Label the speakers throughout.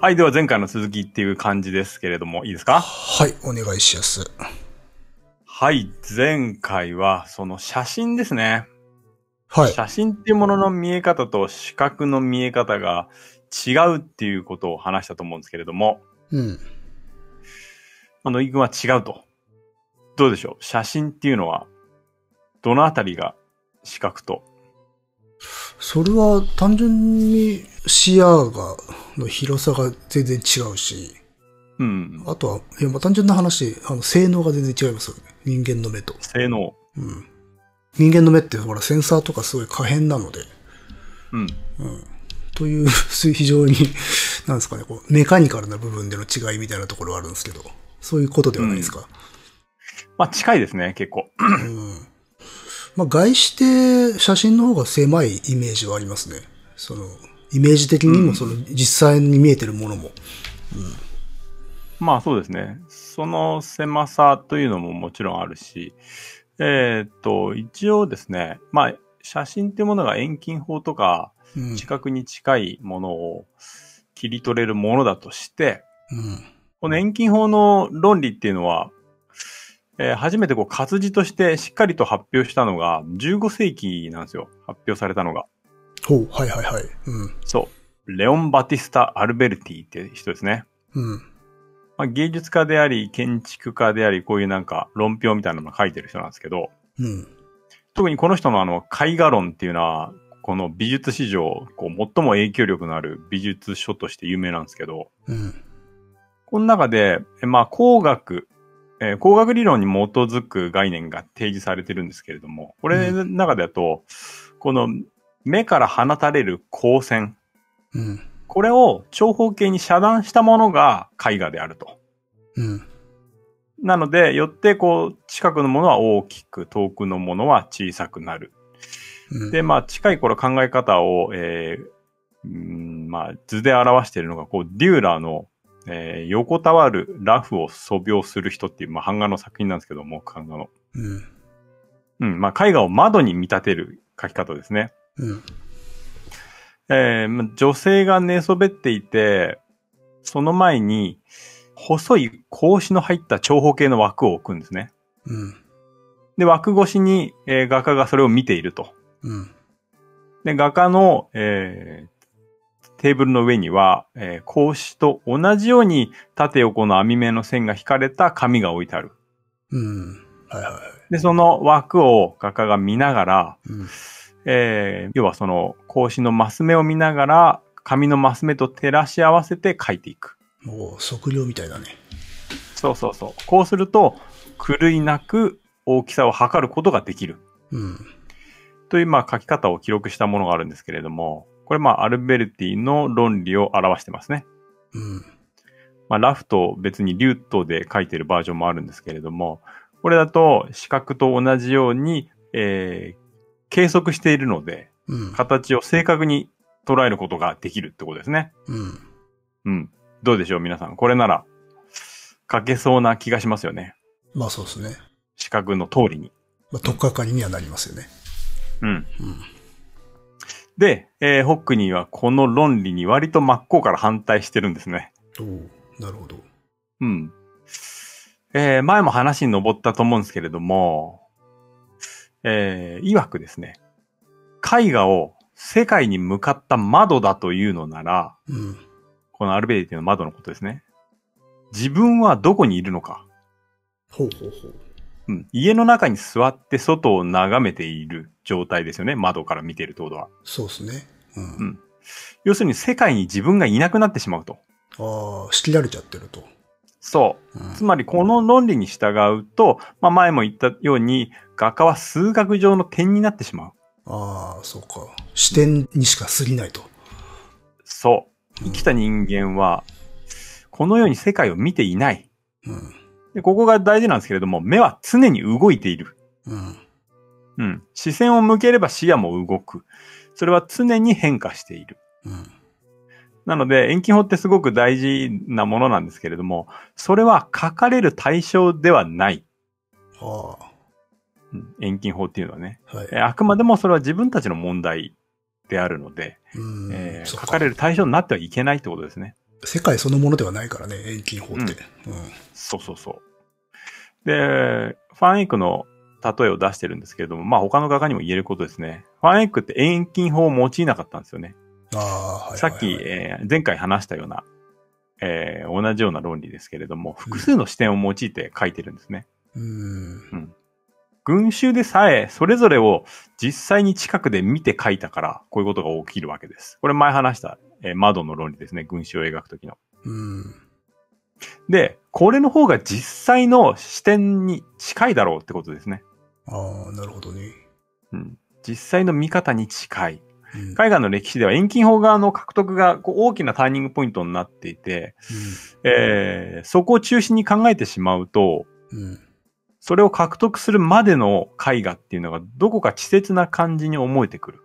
Speaker 1: はい、では前回の続きっていう感じですけれども、いいですか
Speaker 2: はい、お願いしやす。
Speaker 1: はい、前回はその写真ですね。
Speaker 2: はい。
Speaker 1: 写真っていうものの見え方と視覚の見え方が違うっていうことを話したと思うんですけれども、
Speaker 2: うん。
Speaker 1: まあ、野木君は違うと。どうでしょう写真っていうのは、どのあたりが視覚と。
Speaker 2: それは単純に視野が、の広さが全然違うし、
Speaker 1: うん。
Speaker 2: あとは、いやまあ単純な話、あの、性能が全然違いますよね。人間の目と。
Speaker 1: 性能。
Speaker 2: うん。人間の目ってほら、センサーとかすごい可変なので、
Speaker 1: うん。
Speaker 2: という、 す非常に、なんですかね、こう、メカニカルな部分での違いみたいなところはあるんですけど、そういうことではないですか。
Speaker 1: まあ近いですね、結構。
Speaker 2: うん。まあ、外して写真の方が狭いイメージはありますね。その、イメージ的にも、その、実際に見えてるものも。
Speaker 1: まあそうですね。その狭さというのももちろんあるし、えーっと、一応ですね、まあ写真っていうものが遠近法とか
Speaker 2: うん。
Speaker 1: 視覚に近いものを切り取れるものだとして、
Speaker 2: うん。
Speaker 1: この遠近法の論理っていうのは、えー初めてこう活字としてしっかりと発表したのが15世紀なんですよ。発表されたのが。
Speaker 2: ほう、はいはいはい。うん。
Speaker 1: そう。レオン・バティスタ・アルベルティって人ですね。
Speaker 2: うん。
Speaker 1: まあ、芸術家であり、建築家であり、こういうなんか論評みたいなのを書いてる人なんですけど、
Speaker 2: うん。
Speaker 1: 特にこの人のあの絵画論っていうのは、この美術史上、こう最も影響力のある美術書として有名なんですけど、
Speaker 2: うん。
Speaker 1: この中で、えまあ工学、えー工学理論に基づく概念が提示されてるんですけれども、これの中だと、この目から放たれる光線、
Speaker 2: うん。
Speaker 1: これを長方形に遮断したものが絵画であると。
Speaker 2: うん。
Speaker 1: なので、よって、こう、近くのものは大きく、遠くのものは小さくなる。
Speaker 2: うん。
Speaker 1: で、まあ、近い頃考え方を、えーうーんまあ、図で表しているのが、こう、デューラーの、えー横たわるラフを素描する人っていう、まあ、版画の作品なんですけど、木版画の。
Speaker 2: うん。
Speaker 1: うん、まあ、絵画を窓に見立てる描き方ですね。
Speaker 2: うん。
Speaker 1: えーまあ女性が寝そべっていて、その前に、細い格子の入った長方形の枠を置くんですね。
Speaker 2: うん。
Speaker 1: で、枠越しに、えー画家がそれを見ていると。
Speaker 2: うん。
Speaker 1: で、画家の、えーテーブルの上には、えー、格子と同じように縦横の網目の線が引かれた紙が置いてある。
Speaker 2: うん。はいはいは
Speaker 1: で、その枠を画家が見ながら、
Speaker 2: い。うん。
Speaker 1: えー要はその格子のマス目を見ながら、紙のマス目と照らし合わせて描いていく。
Speaker 2: もう、測量みたいだね。
Speaker 1: そうそうそう。こうすると、狂いなく大きさを測ることができる。
Speaker 2: うん。
Speaker 1: という、まあ、書き方を記録したものがあるんですけれども、これ、まあ、アルベルティの論理を表してますね。
Speaker 2: うん。
Speaker 1: まあ、ラフと別にリュートで書いてるバージョンもあるんですけれども、これだと視覚と同じように、えー計測しているので、
Speaker 2: うん。
Speaker 1: 形を正確に捉えることができるってことですね。
Speaker 2: うん。
Speaker 1: うん。どうでしょう、皆さん。これなら、書けそうな気がしますよね。
Speaker 2: まあそうですね。
Speaker 1: 視覚の通りに。
Speaker 2: まあ、とっかかりにはなりますよね。
Speaker 1: うん。
Speaker 2: うん。
Speaker 1: で、えーホックニーはこの論理に割と真っ向から反対してるんですね。
Speaker 2: おおなるほど。
Speaker 1: うん。えー前も話に上ったと思うんですけれども、えー、曰くですね、絵画を世界に向かった窓だというのなら、
Speaker 2: うん。
Speaker 1: このアルベリティの窓のことですね。自分はどこにいるのか。
Speaker 2: ほうほうほう。
Speaker 1: うん、家の中に座って外を眺めている状態ですよね。窓から見ているってことは。
Speaker 2: そうですね。うん。
Speaker 1: うん要するに世界に自分がいなくなってしまうと。
Speaker 2: ああ、仕切られちゃってると。
Speaker 1: そう。
Speaker 2: うん
Speaker 1: つまりこの論理に従うと、まあ、前も言ったように画家は数学上の点になってしまう。
Speaker 2: ああ、そうか。視点にしか過ぎないと。
Speaker 1: そう。生きた人間はこのように世界を見ていない。
Speaker 2: うん。
Speaker 1: でここが大事なんですけれども、目は常に動いている。
Speaker 2: うん。
Speaker 1: うん。視線を向ければ視野も動く。それは常に変化している。
Speaker 2: うん。
Speaker 1: なので、遠近法ってすごく大事なものなんですけれども、それは書かれる対象ではない。
Speaker 2: ああ、
Speaker 1: うん遠近法っていうのはね。
Speaker 2: はい。
Speaker 1: えーあくまでもそれは自分たちの問題であるので、
Speaker 2: うん。
Speaker 1: えー
Speaker 2: そ
Speaker 1: 書
Speaker 2: う
Speaker 1: かれる対象になってはいけないってことですね。
Speaker 2: 世界そのものではないからね、遠近法って。
Speaker 1: そうそうそう。で、ファンエックの例えを出してるんですけれども、まあ他の画家にも言えることですね。ファンエックって遠近法を用いなかったんですよね。
Speaker 2: ああー、はいはいはい。
Speaker 1: さっき、えー前回話したような、えー同じような論理ですけれども、複数の視点を用いて書いてるんですね。
Speaker 2: うん。
Speaker 1: 群衆でさえ、それぞれを実際に近くで見て書いたから、こういうことが起きるわけです。これ前話した、えー窓の論理ですね。群衆を描くときの。
Speaker 2: うん。
Speaker 1: で、これの方が実際の視点に近いだろうってことですね。
Speaker 2: ああ、なるほどね。
Speaker 1: うん。実際の見方に近い。
Speaker 2: うん。
Speaker 1: 絵画の歴史では遠近法側の獲得がこう大きなターニングポイントになっていて、えーそこを中心に考えてしまうと、
Speaker 2: うん。うん
Speaker 1: それを獲得するまでの絵画っていうのがどこか稚拙な感じに思えてくる。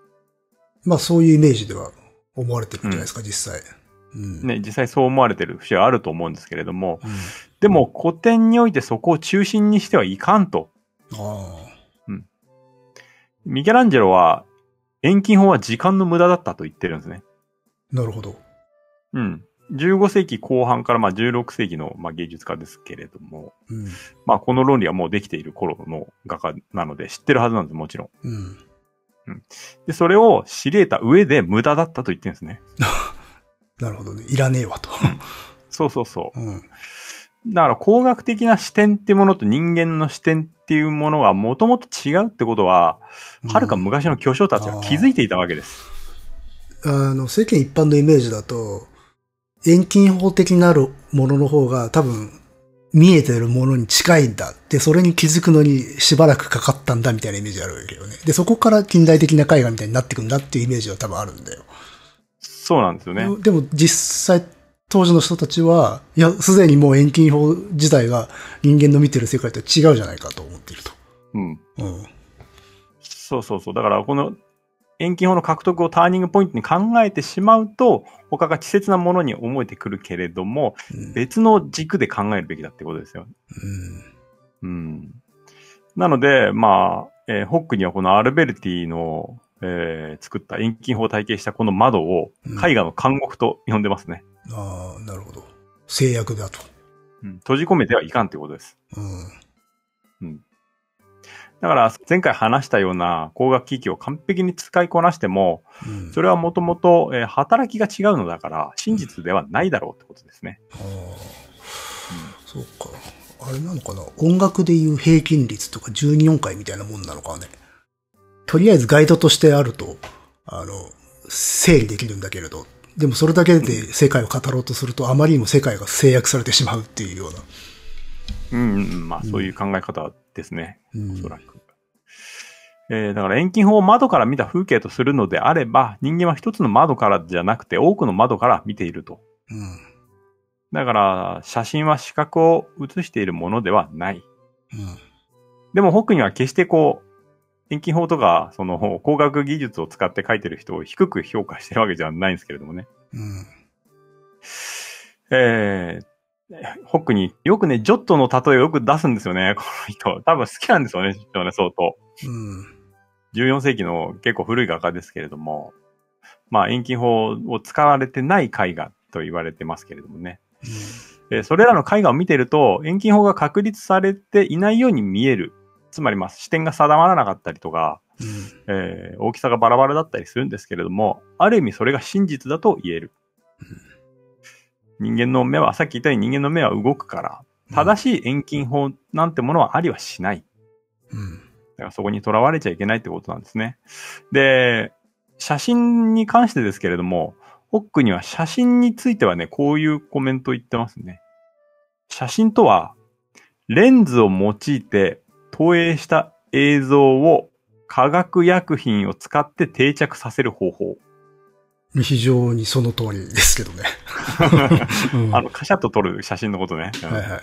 Speaker 2: まあそういうイメージでは思われてるんじゃないですか、実際。うん。
Speaker 1: ね、実際そう思われてる節はあると思うんですけれども、
Speaker 2: うん。
Speaker 1: でも古典においてそこを中心にしてはいかんと。
Speaker 2: ああ。
Speaker 1: ミケランジェロは遠近法は時間の無駄だったと言ってるんですね。
Speaker 2: なるほど。
Speaker 1: うん。15世紀後半からまあ16世紀のまあ芸術家ですけれども、
Speaker 2: うん。
Speaker 1: まあこの論理はもうできている頃の画家なので知ってるはずなんです、もちろん。
Speaker 2: うん。
Speaker 1: で、それを知り得た上で無駄だったと言ってるんですね。
Speaker 2: なるほどね。いらねえわと。
Speaker 1: そうそうそう。
Speaker 2: うん。
Speaker 1: だから工学的な視点っていうものと人間の視点っていうものがもともと違うってことは、はるか昔の巨匠たちは気づいていたわけです。
Speaker 2: あの、世間一般のイメージだと、遠近法的なるものの方が多分、見えてるものに近いんだって、それに気づくのにしばらくかかったんだみたいなイメージあるけどね。で、そこから近代的な絵画みたいになってくんだっていうイメージは多分あるんだよ。
Speaker 1: そうなんですよね。
Speaker 2: でも実際、当時の人たちは、いや、すでにもう遠近法自体が人間の見てる世界とは違うじゃないかと思っていると。
Speaker 1: うん。
Speaker 2: うん。
Speaker 1: そうそうそう。だからこの遠近法の獲得をターニングポイントに考えてしまうと、他が稚拙なものに思えてくるけれども、
Speaker 2: うん
Speaker 1: 別の軸で考えるべきだってことですよ。
Speaker 2: うん。
Speaker 1: うん。なので、まあ、えーホックにはこのアルベルティの、えー作った遠近法を体系したこの窓を絵画の監獄と呼んでますね。
Speaker 2: ああ、なるほど。制約だと。
Speaker 1: うん閉じ込めてはいかんということです。
Speaker 2: うん。
Speaker 1: だから、前回話したような光学機器を完璧に使いこなしても、
Speaker 2: うん
Speaker 1: それはもともとえー働きが違うのだから、真実ではないだろうってことですね。
Speaker 2: ああ、そうか。あれなのかな音楽でいう平均率とか12音階みたいなもんなのかね。とりあえずガイドとしてあると、あの、整理できるんだけれど、でもそれだけで世界を語ろうとすると、あまりにも世界が制約されてしまうっていうような。
Speaker 1: うん、うんうん、まあ、そういう考え方ですね。
Speaker 2: うん
Speaker 1: おそらく。えーだから遠近法を窓から見た風景とするのであれば、人間は一つの窓からじゃなくて多くの窓から見ていると。
Speaker 2: うん。
Speaker 1: だから、写真は視覚を映しているものではない。
Speaker 2: うん。
Speaker 1: でも、ホックには決してこう、遠近法とか、その、工学技術を使って描いてる人を低く評価してるわけじゃないんですけれどもね。
Speaker 2: うん。
Speaker 1: えー、ホックによくね、ジョットの例えをよく出すんですよね、こ の人。多分好きなんですよね、きっとね、相当。
Speaker 2: うん。
Speaker 1: 14世紀の結構古い画家ですけれども、まあ遠近法を使われてない絵画と言われてますけれどもね。えーそれらの絵画を見てると、遠近法が確立されていないように見える。つまり、まあ、視点が定まらなかったりとか、
Speaker 2: うん。
Speaker 1: えー大きさがバラバラだったりするんですけれども、ある意味それが真実だと言える。人間の目は、さっき言ったように人間の目は動くから、正しい遠近法なんてものはありはしない。
Speaker 2: うん。
Speaker 1: だからそこにとらわれちゃいけないってことなんですね。で、写真に関してですけれども、ホックには写真についてはね、こういうコメントを言ってますね。写真とは、レンズを用いて投影した映像を化学薬品を使って定着させる方法。
Speaker 2: うん。非常にその通りですけどね。うん
Speaker 1: あの、カシャッと撮る写真のことね。うん
Speaker 2: はいはい。うん。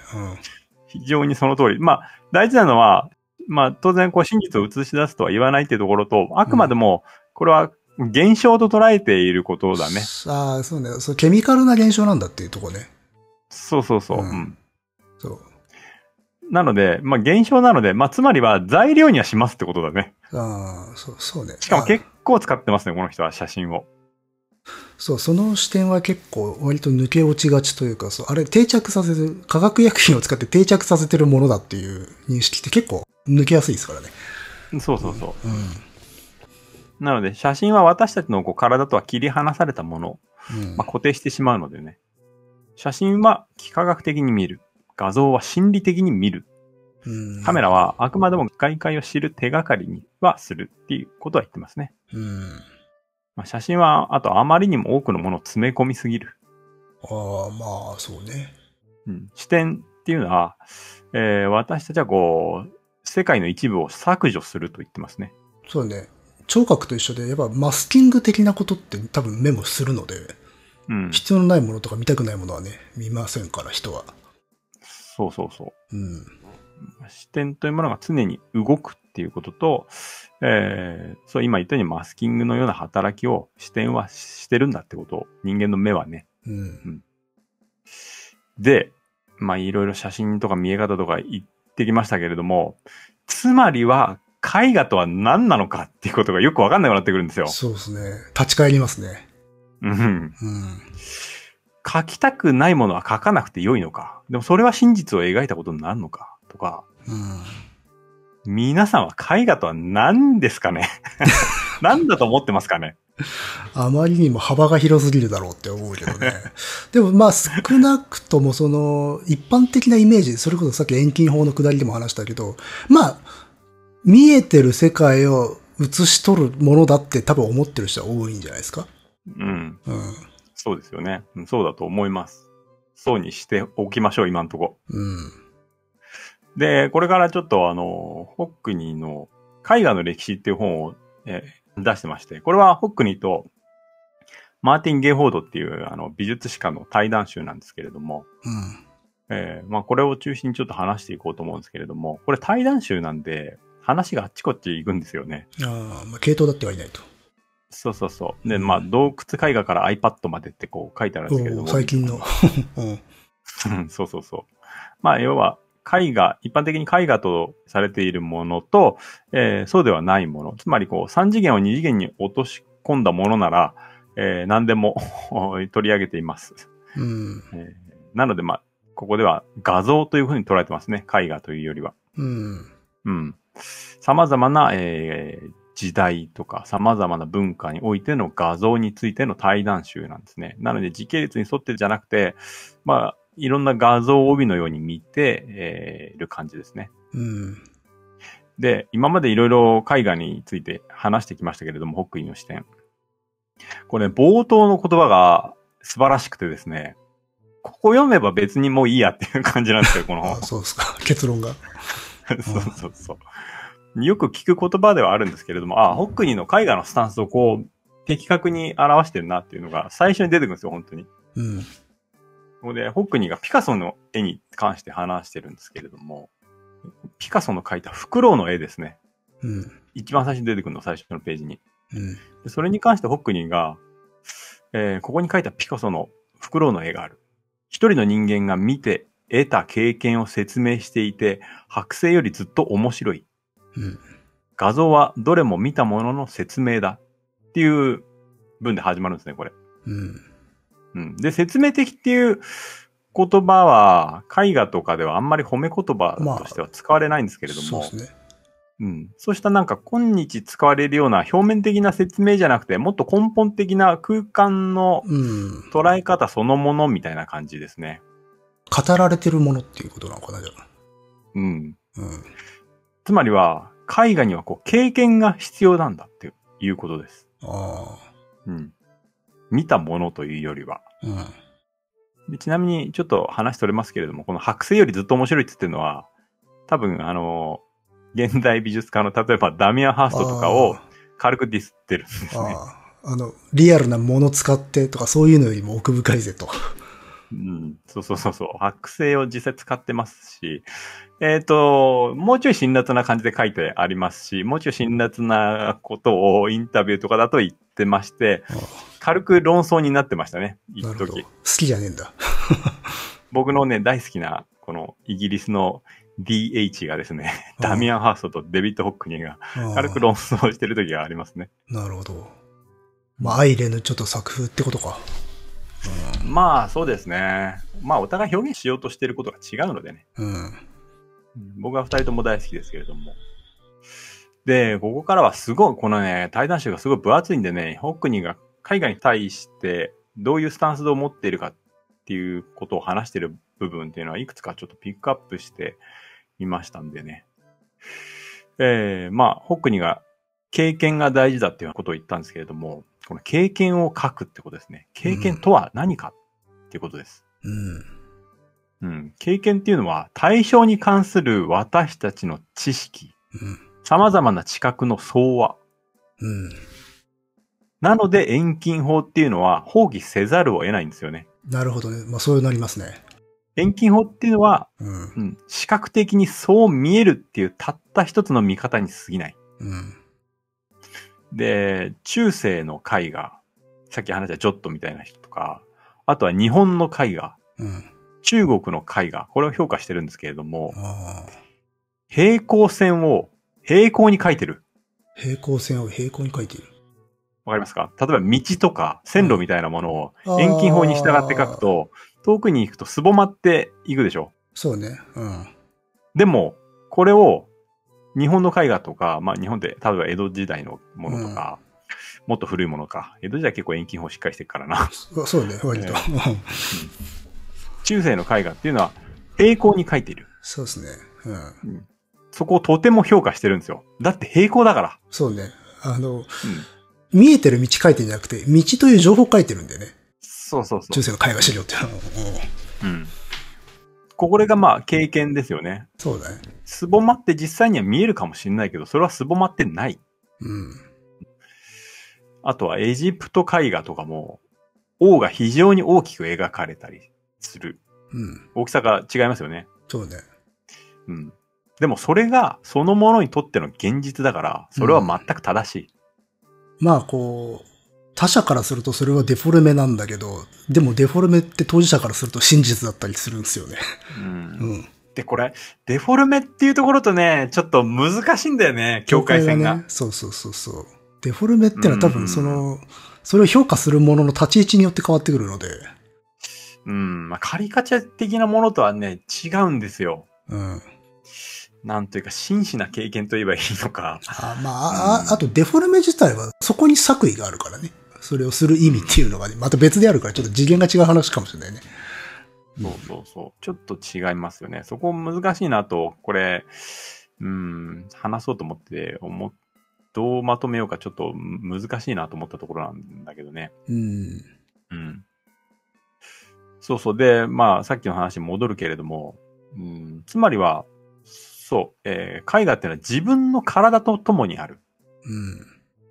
Speaker 1: 非常にその通り。まあ、大事なのは、まあ、当然、こう、真実を映し出すとは言わないっていうところと、あくまでも、これは現象と捉えていることだね。
Speaker 2: ああ、そうね。そう、ケミカルな現象なんだっていうとこね。
Speaker 1: そうそうそう。
Speaker 2: うん
Speaker 1: うん
Speaker 2: そう。
Speaker 1: なので、まあ、現象なので、まあ、つまりは材料にはしますってことだね。
Speaker 2: ああ、そう、そうね。
Speaker 1: しかも
Speaker 2: あ
Speaker 1: 結構使ってますね、この人は写真を。
Speaker 2: そう、その視点は結構割と抜け落ちがちというか、そう、あれ定着させる、化学薬品を使って定着させてるものだっていう認識って結構抜けやすいですからね。
Speaker 1: そうそうそう。
Speaker 2: うん。
Speaker 1: なので、写真は私たちのこう体とは切り離されたもの、
Speaker 2: うん
Speaker 1: まあ、固定してしまうのでね。写真は幾何学的に見る。画像は心理的に見る。
Speaker 2: うん
Speaker 1: カメラはあくまでも外界を知る手がかりにはするっていうことは言ってますね。
Speaker 2: うん。
Speaker 1: まあ、写真は、あとあまりにも多くのものを詰め込みすぎる。
Speaker 2: ああ、まあ、そうね。
Speaker 1: うん、視点っていうのは、えー私たちはこう、世界の一部を削除すると言ってますね。
Speaker 2: そうね。聴覚と一緒で、やっぱマスキング的なことって多分メモするので、
Speaker 1: うん。
Speaker 2: 必要のないものとか見たくないものはね、見ませんから、人は。
Speaker 1: そうそうそう。
Speaker 2: うん。
Speaker 1: 視点というものが常に動くっていうことと、えーそう今言ったようにマスキングのような働きを視点はしてるんだってことを人間の目はね。
Speaker 2: うん。
Speaker 1: で、まあいろいろ写真とか見え方とか言ってきましたけれども、つまりは絵画とは何なのかっていうことがよくわかんなくなってくるんですよ。
Speaker 2: そうですね。立ち返りますね。
Speaker 1: うん。
Speaker 2: うん。
Speaker 1: 描きたくないものは描かなくて良いのか。でもそれは真実を描いたことになるのか。とか、
Speaker 2: うん。
Speaker 1: 皆さんは絵画とは何ですかね何だと思ってますかね
Speaker 2: あまりにも幅が広すぎるだろうって思うけどね。でもまあ少なくともその一般的なイメージ、それこそさっき遠近法の下りでも話したけど、まあ見えてる世界を映し取るものだって多分思ってる人は多いんじゃないですか。
Speaker 1: うん、
Speaker 2: うん。
Speaker 1: そうですよね。うんそうだと思います。そうにしておきましょう、今んとこ。
Speaker 2: うん。
Speaker 1: で、これからちょっとあの、ホックニーの絵画の歴史っていう本を、えー出してまして、これはホックニーとマーティン・ゲイホードっていうあの美術史家の対談集なんですけれども、
Speaker 2: うん。
Speaker 1: えーまあこれを中心にちょっと話していこうと思うんですけれども、これ対談集なんで話があっちこっち行くんですよね。
Speaker 2: ああ、まあ系統だってはいないと。
Speaker 1: そうそうそう。で、まあ洞窟絵画から iPad までってこう書いてあるんですけれど
Speaker 2: お
Speaker 1: も
Speaker 2: ー、最近の。 うん。
Speaker 1: うんそうそうそう。まあ、要は、絵画、一般的に絵画とされているものと、えーそうではないもの。つまり、こう、三次元を二次元に落とし込んだものなら、えー何でも 取り上げています。
Speaker 2: うん。
Speaker 1: えーなので、まあ、ここでは画像というふうに捉えてますね。絵画というよりは。
Speaker 2: うん。
Speaker 1: うん。様々な、えー時代とか様々な文化においての画像についての対談集なんですね。なので時系列に沿ってじゃなくて、まあ、いろんな画像を帯のように見て、えーいる感じですね。
Speaker 2: うん。
Speaker 1: で、今までいろいろ絵画について話してきましたけれども、ホックイの視点。これ、冒頭の言葉が素晴らしくてですね、ここ読めば別にもういいやっていう感じなんですよ、この
Speaker 2: あ
Speaker 1: 本
Speaker 2: あ、。そうですか。結論が。
Speaker 1: そうそうそう。よく聞く言葉ではあるんですけれども、あ、ホックニーの絵画のスタンスをこう、的確に表してるなっていうのが最初に出てくるんですよ、本当に。
Speaker 2: うん。
Speaker 1: ここで、ホックニーがピカソの絵に関して話してるんですけれども、ピカソの描いたフクロウの絵ですね。
Speaker 2: うん。
Speaker 1: 一番最初に出てくるの、最初のページに。
Speaker 2: うん。
Speaker 1: でそれに関してホックニーが、えーここに書いたピカソのフクロウの絵がある。一人の人間が見て得た経験を説明していて、剥製よりずっと面白い。
Speaker 2: うん。
Speaker 1: 画像はどれも見たものの説明だっていう文で始まるんですね、これ。
Speaker 2: うん。
Speaker 1: うん。で、説明的っていう言葉は、絵画とかではあんまり褒め言葉としては使われないんですけれども、
Speaker 2: そうですね。
Speaker 1: うん。そうしたなんか今日使われるような表面的な説明じゃなくて、もっと根本的な空間の
Speaker 2: うん。
Speaker 1: 捉え方そのものみたいな感じですね。
Speaker 2: 語られてるものっていうことなのかな、じゃあ。
Speaker 1: うん。
Speaker 2: うん。
Speaker 1: つまりは、絵画にはこう経験が必要なんだっていうことです。
Speaker 2: ああ。
Speaker 1: うん。見たものというよりは。
Speaker 2: うん。
Speaker 1: でちなみに、ちょっと話取れますけれども、この白星よりずっと面白いって言ってるのは、多分、あの、現代美術家の、例えばダミアン・ハーストとかを
Speaker 2: あ
Speaker 1: 軽くディスってるんです
Speaker 2: あ
Speaker 1: ね。
Speaker 2: ああの、リアルなもの使ってとかそういうのよりも奥深いぜと。
Speaker 1: うん、そうそうそうそう。白星を実際使ってますし、えっ、と、もうちょい辛辣な感じで書いてありますし、もうちょい辛辣なことをインタビューとかだと言ってまして、
Speaker 2: あ
Speaker 1: 軽く論争になってましたね、
Speaker 2: あ
Speaker 1: 一
Speaker 2: なるほど。
Speaker 1: 時
Speaker 2: 好。きじゃねえんだ。
Speaker 1: 僕のね、大好きな、このイギリスの DH がですね、
Speaker 2: うん
Speaker 1: ダミアン・ハーストとデビッド・ホックニーが
Speaker 2: ああ
Speaker 1: 軽く論争してる時がありますね。
Speaker 2: なるほど。まあ、アイレヌちょっと作風ってことか。
Speaker 1: まあ、そうですね。まあ、お互い表現しようとしていることが違うのでね。
Speaker 2: うん。
Speaker 1: うん僕は二人とも大好きですけれども。で、ここからはすごい、このね、対談集がすごい分厚いんでね、ホックニーが海外に対してどういうスタンスを持っているかっていうことを話している部分っていうのはいくつかちょっとピックアップしてみましたんでね。えー、まあ、ホックニーが経験が大事だっていうことを言ったんですけれども、この経験を書くってことですね。経験とは何かっていうことです。
Speaker 2: うん。
Speaker 1: うん、経験っていうのは対象に関する私たちの知識、
Speaker 2: うん。
Speaker 1: 様々な知覚の総和。
Speaker 2: うん。
Speaker 1: なので遠近法っていうのは放棄せざるを得ないんですよね。
Speaker 2: なるほどね。まあ、そうなりますね。
Speaker 1: 遠近法っていうのは、
Speaker 2: うん。
Speaker 1: うん、視覚的にそう見えるっていうたった一つの見方に過ぎない。
Speaker 2: うん。
Speaker 1: で、中世の絵画、さっき話したジョットみたいな人とか、あとは日本の絵画、
Speaker 2: うん。
Speaker 1: 中国の絵画、これを評価してるんですけれども、
Speaker 2: ああ。
Speaker 1: 平行線を平行に描いてる。
Speaker 2: 平行線を平行に書いている。
Speaker 1: わかりますか例えば道とか線路みたいなものを
Speaker 2: うん
Speaker 1: 遠近法に従って書くと、遠くに行くとすぼまっていくでしょ
Speaker 2: そうね。うん。
Speaker 1: でも、これを日本の絵画とか、まあ日本で、例えば江戸時代のものとか、もっと古いものか。江戸時代結構遠近法しっかりしてるからな。
Speaker 2: そそうね、割
Speaker 1: え
Speaker 2: と。
Speaker 1: 中世の絵画っていうのは平行に書いている。
Speaker 2: そうですね。うん。
Speaker 1: そこをとても評価してるんですよ。だって平行だから。
Speaker 2: そうね。あの、見えてる道書いてるんじゃなくて、道という情報書いてるんだよね。
Speaker 1: そうそうそ
Speaker 2: 中
Speaker 1: う。
Speaker 2: 世の絵画資料っていうのは。うん
Speaker 1: うん。これがまあ経験ですよね。
Speaker 2: そうだね。
Speaker 1: すぼまって実際には見えるかもしれないけど、それはすぼまってない。
Speaker 2: うん。
Speaker 1: あとはエジプト絵画とかも、王が非常に大きく描かれたりする。
Speaker 2: うん。
Speaker 1: 大きさが違いますよね。
Speaker 2: そうね。
Speaker 1: うん。でもそれがそのものにとっての現実だから、それは全く正しい。
Speaker 2: まあ、こう、他者からするとそれはデフォルメなんだけど、でもデフォルメって当事者からすると真実だったりするんですよね。
Speaker 1: うん
Speaker 2: うん。
Speaker 1: で、これ、デフォルメっていうところとね、ちょっと難しいんだよね、境界線が。
Speaker 2: ね。そうそうそうそう。デフォルメってのは多分その、それを評価するものの立ち位置によって変わってくるので、
Speaker 1: うん。まあ、カリカチャ的なものとはね、違うんですよ。
Speaker 2: うん。
Speaker 1: なんというか、真摯な経験と言えばいいのか。
Speaker 2: あまあ、
Speaker 1: うん
Speaker 2: ああとデフォルメ自体はそこに作為があるからね。それをする意味っていうのがね、また別であるからちょっと次元が違う話かもしれないね。
Speaker 1: そうそうそう。ちょっと違いますよね。そこ難しいなと、これ、うん、話そうと思って、思っどうまとめようかちょっと難しいなと思ったところなんだけどね。
Speaker 2: うん。
Speaker 1: うん。そうそう。で、まあ、さっきの話に戻るけれども、うん、つまりは、そう、えー絵画っていうのは自分の体とともにある。
Speaker 2: うん。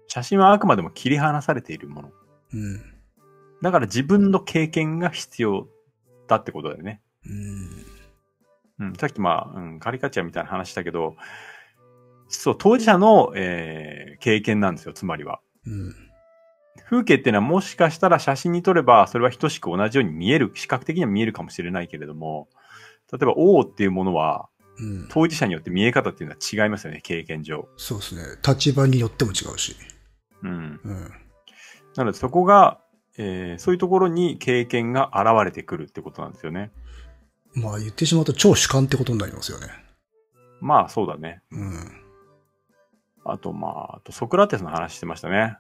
Speaker 1: 写真はあくまでも切り離されているもの。
Speaker 2: うん。
Speaker 1: だから自分の経験が必要だってことだよね。
Speaker 2: うん。
Speaker 1: うん、さっきまあ、うん、カリカチュアみたいな話したけど、そう、当事者の、えー経験なんですよ、つまりは。
Speaker 2: うん。
Speaker 1: 風景っていうのはもしかしたら写真に撮れば、それは等しく同じように見える、視覚的には見えるかもしれないけれども、例えば王っていうものは、
Speaker 2: うん。
Speaker 1: 当事者によって見え方っていうのは違いますよね、経験上。
Speaker 2: そうですね。立場によっても違うし。
Speaker 1: うん。
Speaker 2: うん。
Speaker 1: なのでそこが、えーそういうところに経験が現れてくるってことなんですよね。
Speaker 2: まあ言ってしまうと超主観ってことになりますよね。
Speaker 1: まあ、そうだね。
Speaker 2: うん。
Speaker 1: あと、まあ、あとソクラテスの話してましたね。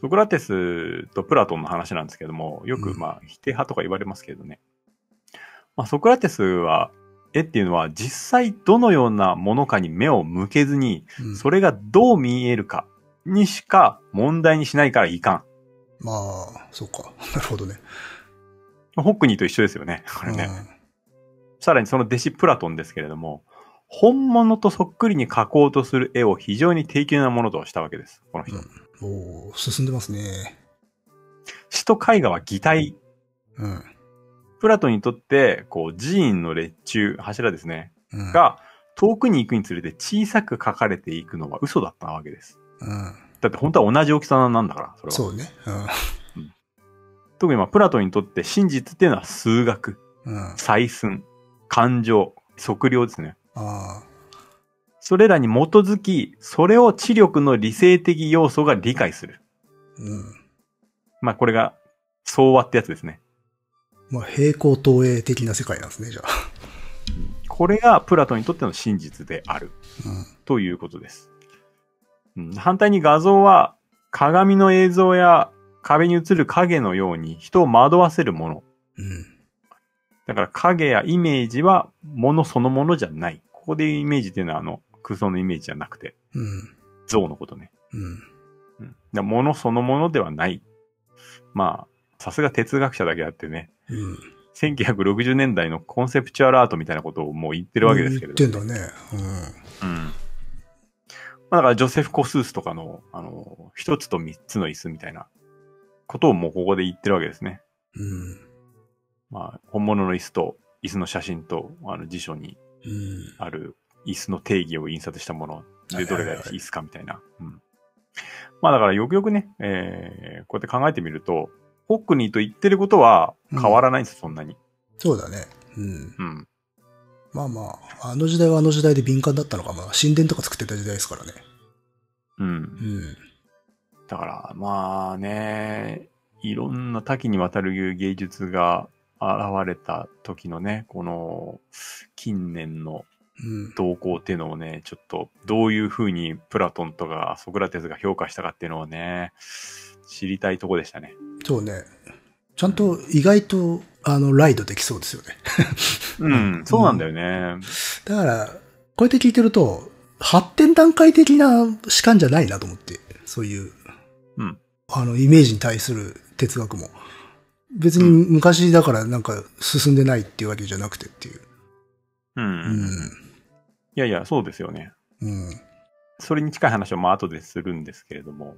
Speaker 1: ソクラテスとプラトンの話なんですけども、よ
Speaker 2: う
Speaker 1: く、
Speaker 2: ん
Speaker 1: まあ、否定派とか言われますけどね。まあ、ソクラテスは、絵っていうのは実際どのようなものかに目を向けずに、
Speaker 2: うん、
Speaker 1: それがどう見えるかにしか問題にしないからいか
Speaker 2: まあ、そうか。なるほどね。
Speaker 1: ん。ホックニーと一緒ですよね、これね。さらにその弟子プラトンですけれども、本物とそっくりに描こうとする絵を非常に低級なものとしたわけです、この人。
Speaker 2: うんうん。おー進んでますね。
Speaker 1: 詩と絵画は擬態
Speaker 2: うん。
Speaker 1: プラトンにとって、こう、寺院の列柱、柱ですね、
Speaker 2: うん。
Speaker 1: が、遠くに行くにつれて小さく書かれていくのは嘘だったわけです。
Speaker 2: うん。
Speaker 1: だって本当は同じ大きさなんだから、それは。
Speaker 2: そうね。
Speaker 1: 特にまあ、プラトンにとって真実っていうのは数学、
Speaker 2: うん。うん。あ
Speaker 1: 採寸、感情、測量ですね。
Speaker 2: あ
Speaker 1: それらに基づき、それを知力の理性的要素が理解する。
Speaker 2: ー。うん。
Speaker 1: まあこれが、相和ってやつですね。
Speaker 2: まあ、平行投影的な世界なんですね、じゃあ。
Speaker 1: これがプラトンにとっての真実である
Speaker 2: うん。
Speaker 1: ということです。うん、反対に画像は鏡の映像や壁に映る影のように人を惑わせるもの。
Speaker 2: うん。
Speaker 1: だから影やイメージはものそのものじゃない。ここでいうイメージっていうのはあの空想のイメージじゃなくて
Speaker 2: うん。
Speaker 1: 像のことね。
Speaker 2: うん。
Speaker 1: うん、だからものそのものではない。まあ、さすが哲学者だけあってね、
Speaker 2: うん。
Speaker 1: 1960年代のコンセプチュアルアートみたいなことをもう言ってるわけですけれど。
Speaker 2: 言ってんだね。
Speaker 1: うん。まあ、だからジョセフ・コスースとかの、あの、一つと三つの椅子みたいなことをもうここで言ってるわけですね。
Speaker 2: うん。うん。
Speaker 1: まあ、本物の椅子と、椅子の写真と、あの、辞書に
Speaker 2: うん。
Speaker 1: ある椅子の定義を印刷したもので、どれが椅子かみたいな。うん。まあだからよくよくね、えー、こうやって考えてみると、ホックニーと言ってることは変わらないんです、そんなに。
Speaker 2: そうだね。うん。
Speaker 1: うん。
Speaker 2: まあまあ、あの時代はあの時代で敏感だったのか、まあ、神殿とか作ってた時代ですからね。
Speaker 1: うん
Speaker 2: う。ん。
Speaker 1: だから、まあね、いろんな多岐にわたる芸術が現れた時のね、この近年の
Speaker 2: うん。
Speaker 1: 動向っていうのをね、ちょっとどういうふうにプラトンとかソクラテスが評価したかっていうのをね、知りたいとこでしたね。
Speaker 2: そうね。ちゃんと意外と、あの、ライドできそうですよね。
Speaker 1: うん、そうなんだよね。
Speaker 2: だから、こうやって聞いてると、発展段階的な主観じゃないなと思って、そういう、
Speaker 1: うん
Speaker 2: あの、イメージに対する哲学も。別に昔だからなんか進んでないっていうわけじゃなくてっていう。
Speaker 1: うん。
Speaker 2: う
Speaker 1: いやいや、そうですよね。
Speaker 2: うん。うん。
Speaker 1: それに近い話はまあ後でするんですけれども、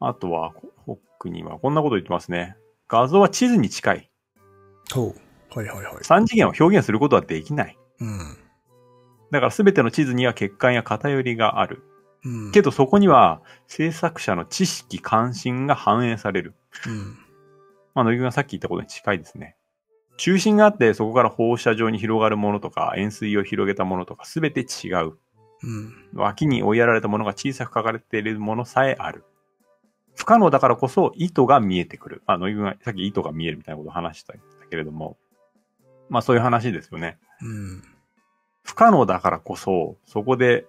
Speaker 1: あとは、ホックにはこんなこと言ってますね。画像は地図に近い。
Speaker 2: そう。はいはいはい。
Speaker 1: 三次元を表現することはできない。
Speaker 2: うん。
Speaker 1: だから全ての地図には欠陥や偏りがある。
Speaker 2: うん。
Speaker 1: けどそこには制作者の知識関心が反映される。
Speaker 2: うん。
Speaker 1: まあ、野木がさっき言ったことに近いですね。中心があってそこから放射状に広がるものとか円錐を広げたものとか全て違う。
Speaker 2: うん。
Speaker 1: 脇に追いやられたものが小さく書かれているものさえある。不可能だからこそ意図が見えてくる。まあ、野木がさっき意図が見えるみたいなことを話したけれども、まあそういう話ですよね。
Speaker 2: うん。
Speaker 1: 不可能だからこそ、そこで、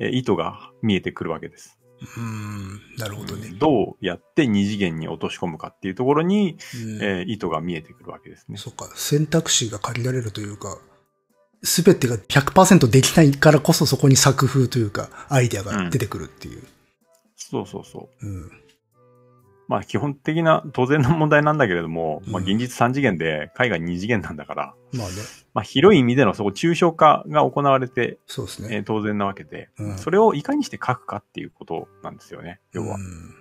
Speaker 1: えー意図が見えてくるわけです。
Speaker 2: うん。なるほどね。
Speaker 1: どうやって二次元に落とし込むかっていうところに、
Speaker 2: うん
Speaker 1: えー意図が見えてくるわけですね。
Speaker 2: そうか、選択肢が限られるというか、すべてが100%できないからこそそこに作風というか、アイデアが出てくるっていう。
Speaker 1: そうそうそう。
Speaker 2: うん。
Speaker 1: まあ基本的な当然の問題なんだけれども、まあ
Speaker 2: うん
Speaker 1: 現実三次元で海外二次元なんだから、
Speaker 2: まあね、
Speaker 1: まあ広い意味でのそこ抽象化が行われて、
Speaker 2: そうです
Speaker 1: え
Speaker 2: ね。
Speaker 1: ー当然なわけで、
Speaker 2: うん
Speaker 1: それをいかにして書くかっていうことなんですよね、要は。
Speaker 2: うん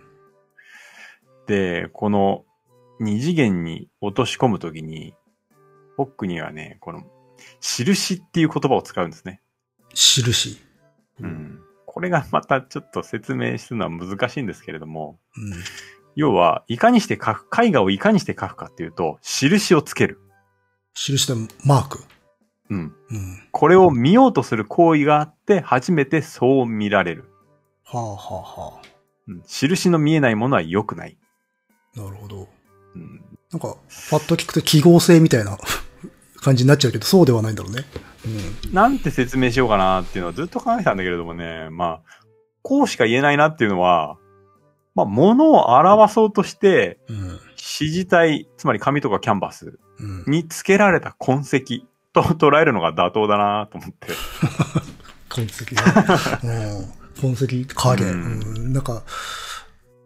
Speaker 1: で、この二次元に落とし込むときに、ホックにはね、この、印っていう言葉を使うんですね。
Speaker 2: 印。う。
Speaker 1: うんん。これがまたちょっと説明するのは難しいんですけれども、
Speaker 2: うん。
Speaker 1: 要は、いかにして書く、絵画をいかにして書くかっていうと、印をつける。
Speaker 2: 印のマーク。
Speaker 1: うん。
Speaker 2: うん。
Speaker 1: これを見ようとする行為があって、初めてそう見られる。
Speaker 2: はあはあは
Speaker 1: うん。印の見えないものは良くない。
Speaker 2: あ。なるほど。
Speaker 1: うん。
Speaker 2: なんか、パッと聞くと記号性みたいな 感じになっちゃうけど、そうではないんだろうね。
Speaker 1: なんて説明しようかなっていうのはずっと考えてたんだけれどもね、まあ、こうしか言えないなっていうのは、まあ、物を表そうとして、
Speaker 2: うん。うん。
Speaker 1: 指示体、つまり紙とかキャンバス
Speaker 2: うん。
Speaker 1: に付けられた痕跡と捉えるのが妥当だなと思って。
Speaker 2: 痕 跡が。うん。痕跡、影、う
Speaker 1: うんん
Speaker 2: なんか、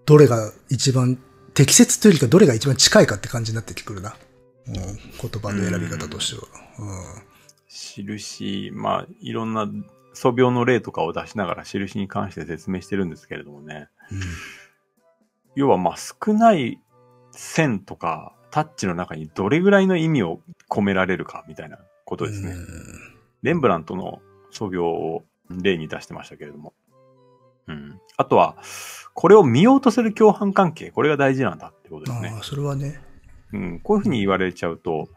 Speaker 2: どれが一番、適切というよりかどれが一番近いかって感じになってくるな。うん。言葉の選び方としては。
Speaker 1: 印、まあ、いろんな素描の例とかを出しながら印に関して説明してるんですけれどもね。
Speaker 2: うん。
Speaker 1: 要はまあ少ない線とかタッチの中にどれぐらいの意味を込められるかみたいなことですね。レンブラントの創業を例に出してましたけれども。うん。あとは、これを見ようとする共犯関係、これが大事なんだってことで
Speaker 2: う
Speaker 1: す
Speaker 2: ん。
Speaker 1: ね
Speaker 2: あ。あ、それはね。
Speaker 1: うん。こういうふうに言われちゃうと、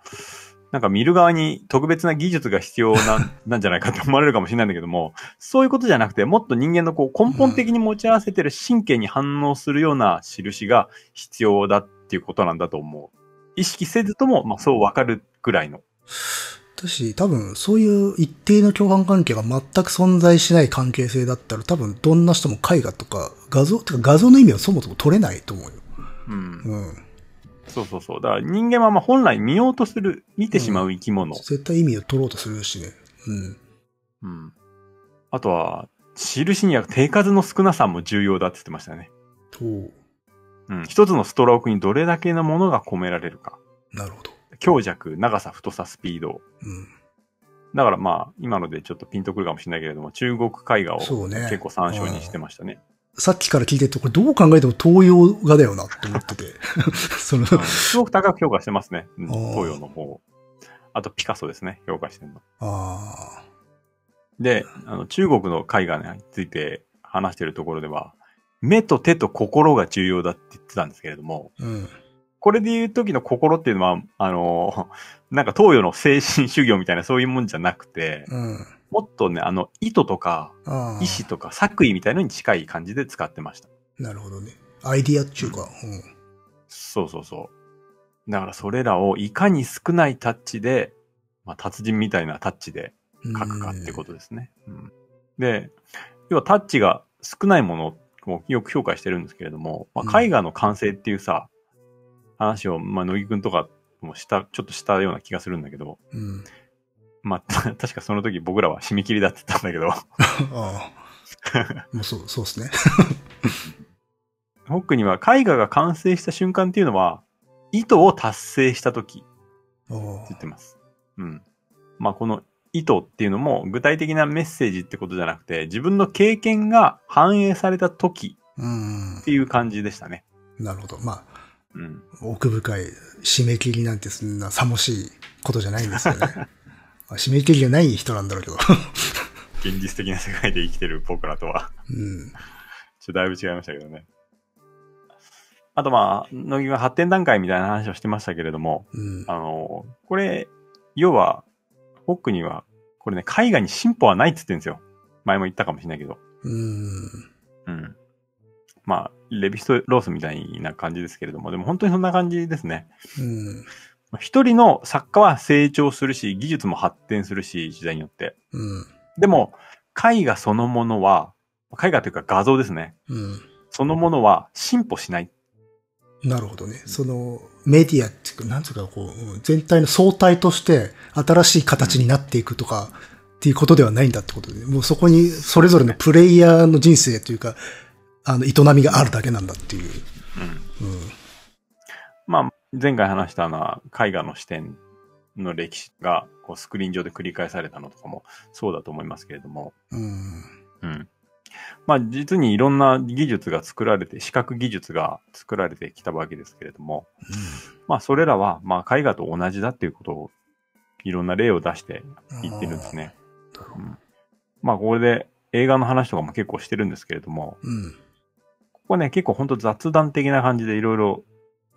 Speaker 1: なんか見る側に特別な技術が必要ななんじゃないかって思われるかもしれないんだけども、そういうことじゃなくて、もっと人間のこう根本的に持ち合わせてる神経に反応するような印が必要だっていうことなんだと思う。意識せずとも、まあ、そうわかるぐらいの。
Speaker 2: だし、多分、そういう一定の共犯関係が全く存在しない関係性だったら、多分、どんな人も絵画とか、画像、てか画像の意味はそもそも取れないと思うよ。
Speaker 1: うん。
Speaker 2: うん。
Speaker 1: そうそうそう。だから人間はまあ本来見ようとする、見てしまう生き物。
Speaker 2: 絶対意味を取ろうとするしね。うん。
Speaker 1: うん。あとは、印には手数の少なさも重要だって言ってましたね。
Speaker 2: と、
Speaker 1: うん。一つのストロークにどれだけのものが込められるか。
Speaker 2: なるほど。
Speaker 1: 強弱、長さ、太さ、スピード。
Speaker 2: うん。
Speaker 1: だからまあ、今のでちょっとピンとくるかもしれないけれども、中国絵画を
Speaker 2: そうね
Speaker 1: 結構参照にしてましたね。
Speaker 2: さっきから聞いてると、これどう考えても東洋画だよなって思っ てて。その、
Speaker 1: うんすごく高く評価してますね。うん
Speaker 2: あー
Speaker 1: 東洋の方を。あとピカソですね、評価してるの。
Speaker 2: あ
Speaker 1: で、あの中国の絵画について話してるところでは、目と手と心が重要だって言ってたんですけれども、
Speaker 2: あ、うん。
Speaker 1: これで言う時の心っていうのは、あの、なんか東洋の精神修行みたいなそういうもんじゃなくて、
Speaker 2: うん。
Speaker 1: もっとね、あの、糸とか、
Speaker 2: ああ。
Speaker 1: 意志とか作為みたいのに近い感じで使ってました。
Speaker 2: なるほどね。アイディアっていうか、うん。
Speaker 1: そうそうそう。だからそれらをいかに少ないタッチで、まあ、達人みたいなタッチで書くかってことですね。うんで、要はタッチが少ないものをよく評価してるんですけれども、まあ、
Speaker 2: うん
Speaker 1: 絵画の完成っていうさ、話を、まあ、乃木くんとかもした、ちょっとしたような気がするんだけど、
Speaker 2: うん。うん。
Speaker 1: まあ、 た確かその時僕らは締め切りだって言ったんだけど、
Speaker 2: あ あ。もうそう、そうですね。
Speaker 1: ホックには絵画が完成した瞬間っていうのは、意図を達成した時って
Speaker 2: あ
Speaker 1: 言っ
Speaker 2: あ。
Speaker 1: てます。うん。まあ、この意図っていうのも具体的なメッセージってことじゃなくて、自分の経験が反映された時
Speaker 2: うん
Speaker 1: っ。ていう感じでしたね。
Speaker 2: なるほど。まあ、
Speaker 1: うん。
Speaker 2: 奥深い締め切りなんてそんなさもしいことじゃない んですよね。まあ締め切りがない人なんだろうけど。
Speaker 1: 現実的な世界で生きてる僕らとは、
Speaker 2: うん。
Speaker 1: ちょっとだいぶ違いましたけどね。あとまあ、乃木が発展段階みたいな話をしてましたけれども、
Speaker 2: うん。
Speaker 1: あの、これ、要は、ホックには、これね、絵画に進歩はないって言ってるんですよ。前も言ったかもしれないけど。
Speaker 2: うん。
Speaker 1: うん。まあ、レビストロースみたいな感じですけれども、でも本当にそんな感じですね。
Speaker 2: うん。
Speaker 1: まあ一人の作家は成長するし、技術も発展するし、時代によって。
Speaker 2: うん。
Speaker 1: でも、絵画そのものは、絵画というか画像ですね。
Speaker 2: うん。
Speaker 1: そのものは進歩しない。
Speaker 2: なるほどね。その、メディアっていうか、なんつうか、こう、うん全体の総体として、新しい形になっていくとか、っていうことではないんだってことで、もうそこに、それぞれのプレイヤーの人生というか、あの、営みがあるだけなんだっていう。うん。
Speaker 1: まあ、前回話したのは絵画の視点の歴史がこうスクリーン上で繰り返されたのとかもそうだと思いますけれども。
Speaker 2: うん。
Speaker 1: うん。まあ、実にいろんな技術が作られて、視覚技術が作られてきたわけですけれども、まあ、それらは、まあ、絵画と同じだっていうことを、いろんな例を出して言ってるんですね。うんまあ、これで映画の話とかも結構してるんですけれども、
Speaker 2: うん。
Speaker 1: ここね、結構本当雑談的な感じでいろいろ、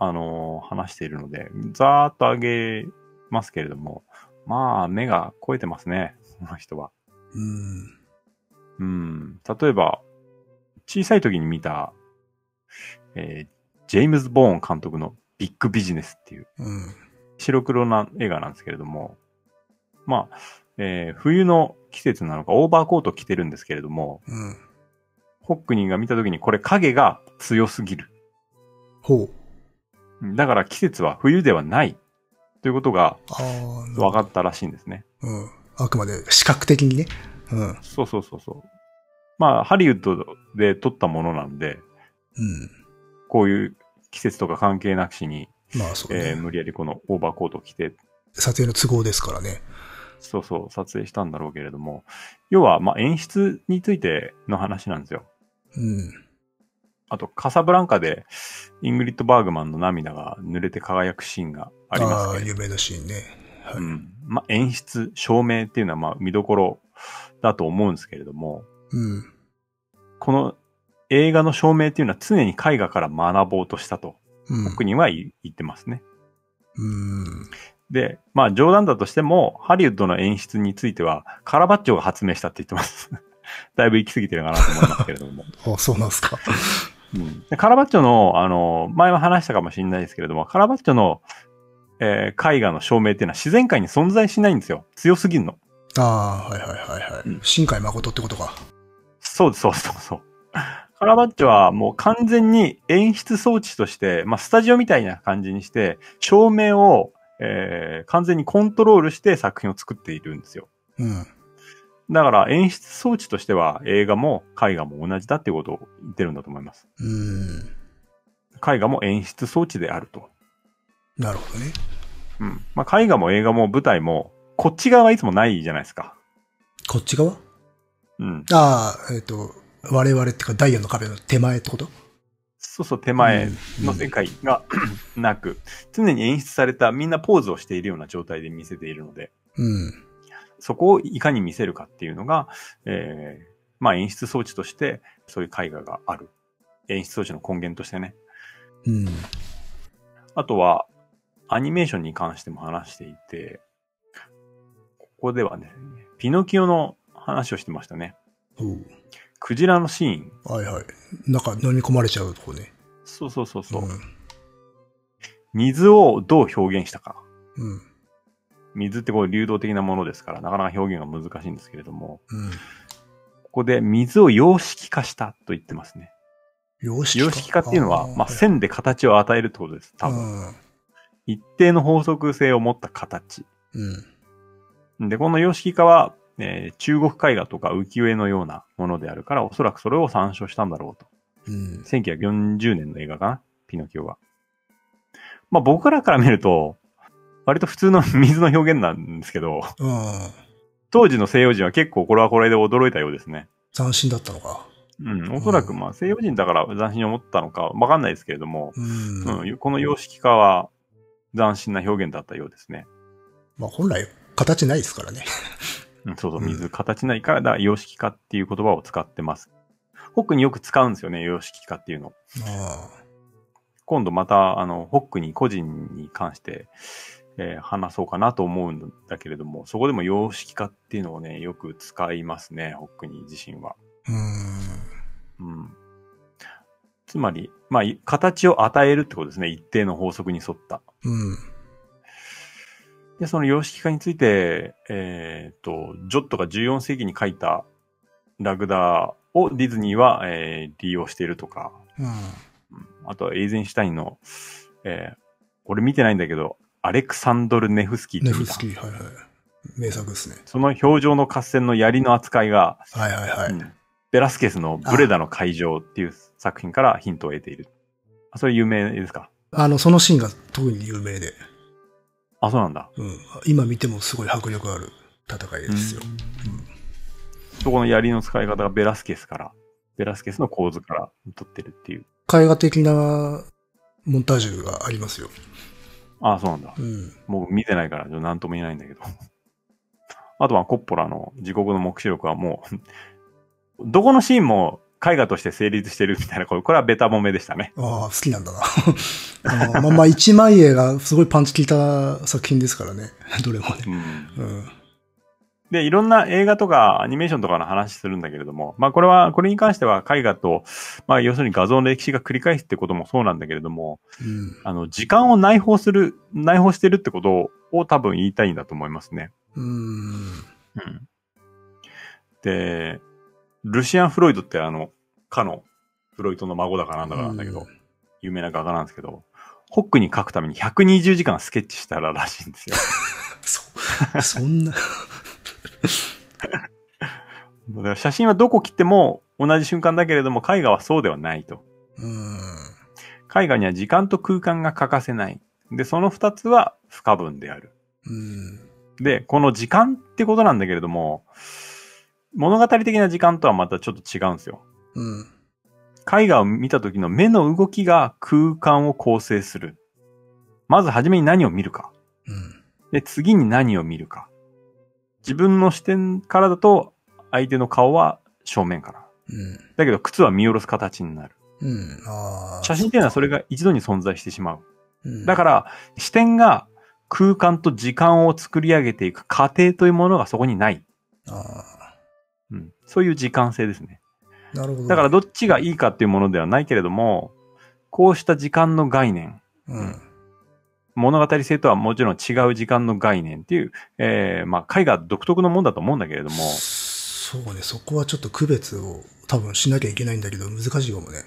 Speaker 1: あのー話しているので、ざーっと上げますけれども、まあ、目が肥えてますね、この人は。
Speaker 2: うん。
Speaker 1: うん。例えば、小さい時に見た、えージェームズ・ボーン監督のビッグビジネスっていう、
Speaker 2: うん。
Speaker 1: 白黒な映画なんですけれども、まあ、えー冬の季節なのか、オーバーコート着てるんですけれども、
Speaker 2: うん。
Speaker 1: ホックニーが見た時にこれ影が強すぎる。
Speaker 2: ほう。
Speaker 1: うんだから季節は冬ではない。ということが
Speaker 2: ああ、なる
Speaker 1: 分
Speaker 2: ほ
Speaker 1: かったらしいんですね。
Speaker 2: どうん。あくまで視覚的にね。うん。うん。
Speaker 1: そうそうそうそう。まあ、ハリウッドで撮ったものなんで、こういう季節とか関係なくしに、
Speaker 2: まあ、そう
Speaker 1: えー
Speaker 2: ね。
Speaker 1: 無理やりこのオーバーコートを着て、
Speaker 2: 撮影の都合ですからね。
Speaker 1: そうそう、撮影したんだろうけれども、要は、まあ、演出についての話なんですよ。
Speaker 2: うん。
Speaker 1: あと、カサブランカで、イングリッド・バーグマンの涙が濡れて輝くシーンがあります
Speaker 2: ああ、
Speaker 1: けど、
Speaker 2: 有名なシーンね。はい
Speaker 1: うんまあ、演出、照明っていうのは、まあ、見どころだと思うんですけれども、
Speaker 2: うん。
Speaker 1: この映画の照明っていうのは常に絵画から学ぼうとしたと、
Speaker 2: うん
Speaker 1: 僕には言言ってますね。
Speaker 2: うん。
Speaker 1: で、まあ冗談だとしても、ハリウッドの演出については、カラバッチョが発明したって言ってます。 だいぶ行き過ぎてるかなと思いますけれども。
Speaker 2: あ、そうなんですか。
Speaker 1: うんでカラバッチョの、あの、前も話したかもしれないですけれども、カラバッチョの、えー絵画の証明っていうのは自然界に存在しないんですよ。強すぎんの。
Speaker 2: ああ、はいはいはいは
Speaker 1: う
Speaker 2: い
Speaker 1: ん。
Speaker 2: 新海誠ってことか。
Speaker 1: そうです、そうですそうそう。カラバッチョはもう完全に演出装置として、まあ、スタジオみたいな感じにして、照明を、えー完全にコントロールして作品を作っているんですよ。
Speaker 2: うん。
Speaker 1: だから演出装置としては映画も絵画も同じだっていうことを言ってるんだと思います。
Speaker 2: うん。
Speaker 1: 絵画も演出装置であると。
Speaker 2: なるほどね。
Speaker 1: うん。まあ、絵画も映画も舞台も、こっち側はいつもないじゃないですか。
Speaker 2: こっち側
Speaker 1: うん。
Speaker 2: ああ、えっ、と、我々っていうかダイヤの壁の手前ってこと
Speaker 1: そうそう、手前の世界がなく、常に演出されたみんなポーズをしているような状態で見せているので、
Speaker 2: うん。
Speaker 1: そこをいかに見せるかっていうのが、えーまあ演出装置として、そういう絵画がある。演出装置の根源としてね。
Speaker 2: うん。
Speaker 1: あとは、アニメーションに関しても話していて、ここではね、ピノキオの話をしてましたね。
Speaker 2: おう
Speaker 1: クジラのシーン。
Speaker 2: はいはい。なんか飲み込まれちゃうとこね。
Speaker 1: そうそうそうそう。
Speaker 2: ん。
Speaker 1: 水をどう表現したか。
Speaker 2: うん。
Speaker 1: 水ってこう流動的なものですから、なかなか表現が難しいんですけれども、
Speaker 2: うん。
Speaker 1: ここで水を様式化したと言ってますね。
Speaker 2: 様式
Speaker 1: 様式化っていうのは、まあ、
Speaker 2: セ
Speaker 1: 線で形を与えるってことです。多分。
Speaker 2: 分。
Speaker 1: 一定の法則性を持った形。
Speaker 2: うん。
Speaker 1: で、この様式化は、えー中国絵画とか浮世絵のようなものであるから、おそらくそれを参照したんだろうと。
Speaker 2: うん。
Speaker 1: 1940年の映画かなピノキオは。まあ僕らから見ると、割と普通の水の表現なんですけど、
Speaker 2: うん。
Speaker 1: 当時の西洋人は結構これはこれで驚いたようですね。
Speaker 2: 斬新だったのか。
Speaker 1: うん、おそらくまあ西洋人だから斬新に思ったのかわかんないですけれども、
Speaker 2: うん。
Speaker 1: うん、この様式化は斬新な表現だったようですね。
Speaker 2: まあ、本来、形ないですからね。
Speaker 1: うんそうそう、
Speaker 2: うん
Speaker 1: 水、形ないから、だから様式化っていう言葉を使ってます。ホックによく使うんですよね、様式化っていうの。
Speaker 2: あ
Speaker 1: 今度また、あの、ホックに個人に関して、えー話そうかなと思うんだけれども、そこでも様式化っていうのをね、よく使いますね、ホックに自身は。
Speaker 2: あ。うん。
Speaker 1: うん。つまり、まあ、い形を与えるってことですね、一定の法則に沿った。
Speaker 2: うん。
Speaker 1: で、その様式化について、えーっと、ジョットが14世紀に書いたラグダをディズニーは、えー利用しているとか、
Speaker 2: うん。
Speaker 1: うんあとはエイゼンシュタインの、えー俺見てないんだけど、アレクサンドル・ネフスキーって
Speaker 2: ネ
Speaker 1: 見た
Speaker 2: フスキー、はいはい。名作ですね。
Speaker 1: その表情の合戦の槍の扱いが、
Speaker 2: はいはいはい。
Speaker 1: うんベラスケスのブレダの会場っていう作品からヒントを得ている。あそれ有名ですか
Speaker 2: あの、そのシーンが特に有名で、
Speaker 1: あ、そうなんだ。
Speaker 2: うん。今見てもすごい迫力ある戦いですよ。
Speaker 1: そこの槍の使い方がベラスケスから、ベラスケスの構図から取ってるっていう。
Speaker 2: 絵画的なモンタージュがありますよ。
Speaker 1: あそうなんだ。
Speaker 2: うん。
Speaker 1: もう見てないから、ちょっと何とも言えないんだけど。 あとはコッポラの地獄の目視録はもう、 どこのシーンも絵画として成立してるみたいな、これこれはベタ褒めでしたね。
Speaker 2: ああ、好きな んだな。あのまあまあ、一枚絵がすごいパンチ効いた作品ですからね。どれもね。うん。
Speaker 1: で、いろんな映画とかアニメーションとかの話するんだけれども、まあこれは、これに関しては絵画と、まあ要するに画像の歴史が繰り返すってこともそうなんだけれども、
Speaker 2: うん。
Speaker 1: あの、時間を内包する、内包してるってことを多分言いたいんだと思いますね。
Speaker 2: うん。
Speaker 1: うんで、ルシアン・フロイドってあの、かの、フロイドの孫だかなんだかなんだけど、
Speaker 2: うん
Speaker 1: 有名な画家なんですけど、ホックに描くために120時間スケッチしたららしいんですよ。
Speaker 2: そ、そんな、
Speaker 1: だから写真はどこ切っても同じ瞬間だけれども、絵画はそうではないと。
Speaker 2: うん。
Speaker 1: 絵画には時間と空間が欠かせない。で、その二つは不可分である。
Speaker 2: うん。
Speaker 1: で、この時間ってことなんだけれども、物語的な時間とはまたちょっと違うんですよ。
Speaker 2: うん。
Speaker 1: 絵画を見た時の目の動きが空間を構成する。まずはじめに何を見るか。
Speaker 2: うん。
Speaker 1: で、次に何を見るか。自分の視点からだと、相手の顔は正面から。
Speaker 2: うん。
Speaker 1: だけど、靴は見下ろす形になる。
Speaker 2: うん。ああ。
Speaker 1: 写真っていうのはそれが一度に存在してしまう。
Speaker 2: うん、
Speaker 1: だから、視点が空間と時間を作り上げていく過程というものがそこにない。
Speaker 2: あ
Speaker 1: うん、そういう時間性ですね。
Speaker 2: あ、なるほど。
Speaker 1: だから、どっちがいいかっていうものではないけれども、こうした時間の概念、
Speaker 2: うん。
Speaker 1: 物語性とはもちろん違う時間の概念っていう、えー、まあ、絵画独特のもんだと思うんだけれども、
Speaker 2: そうね、そこはちょっと区別を多分しなきゃいけないんだけど、難しいかもね。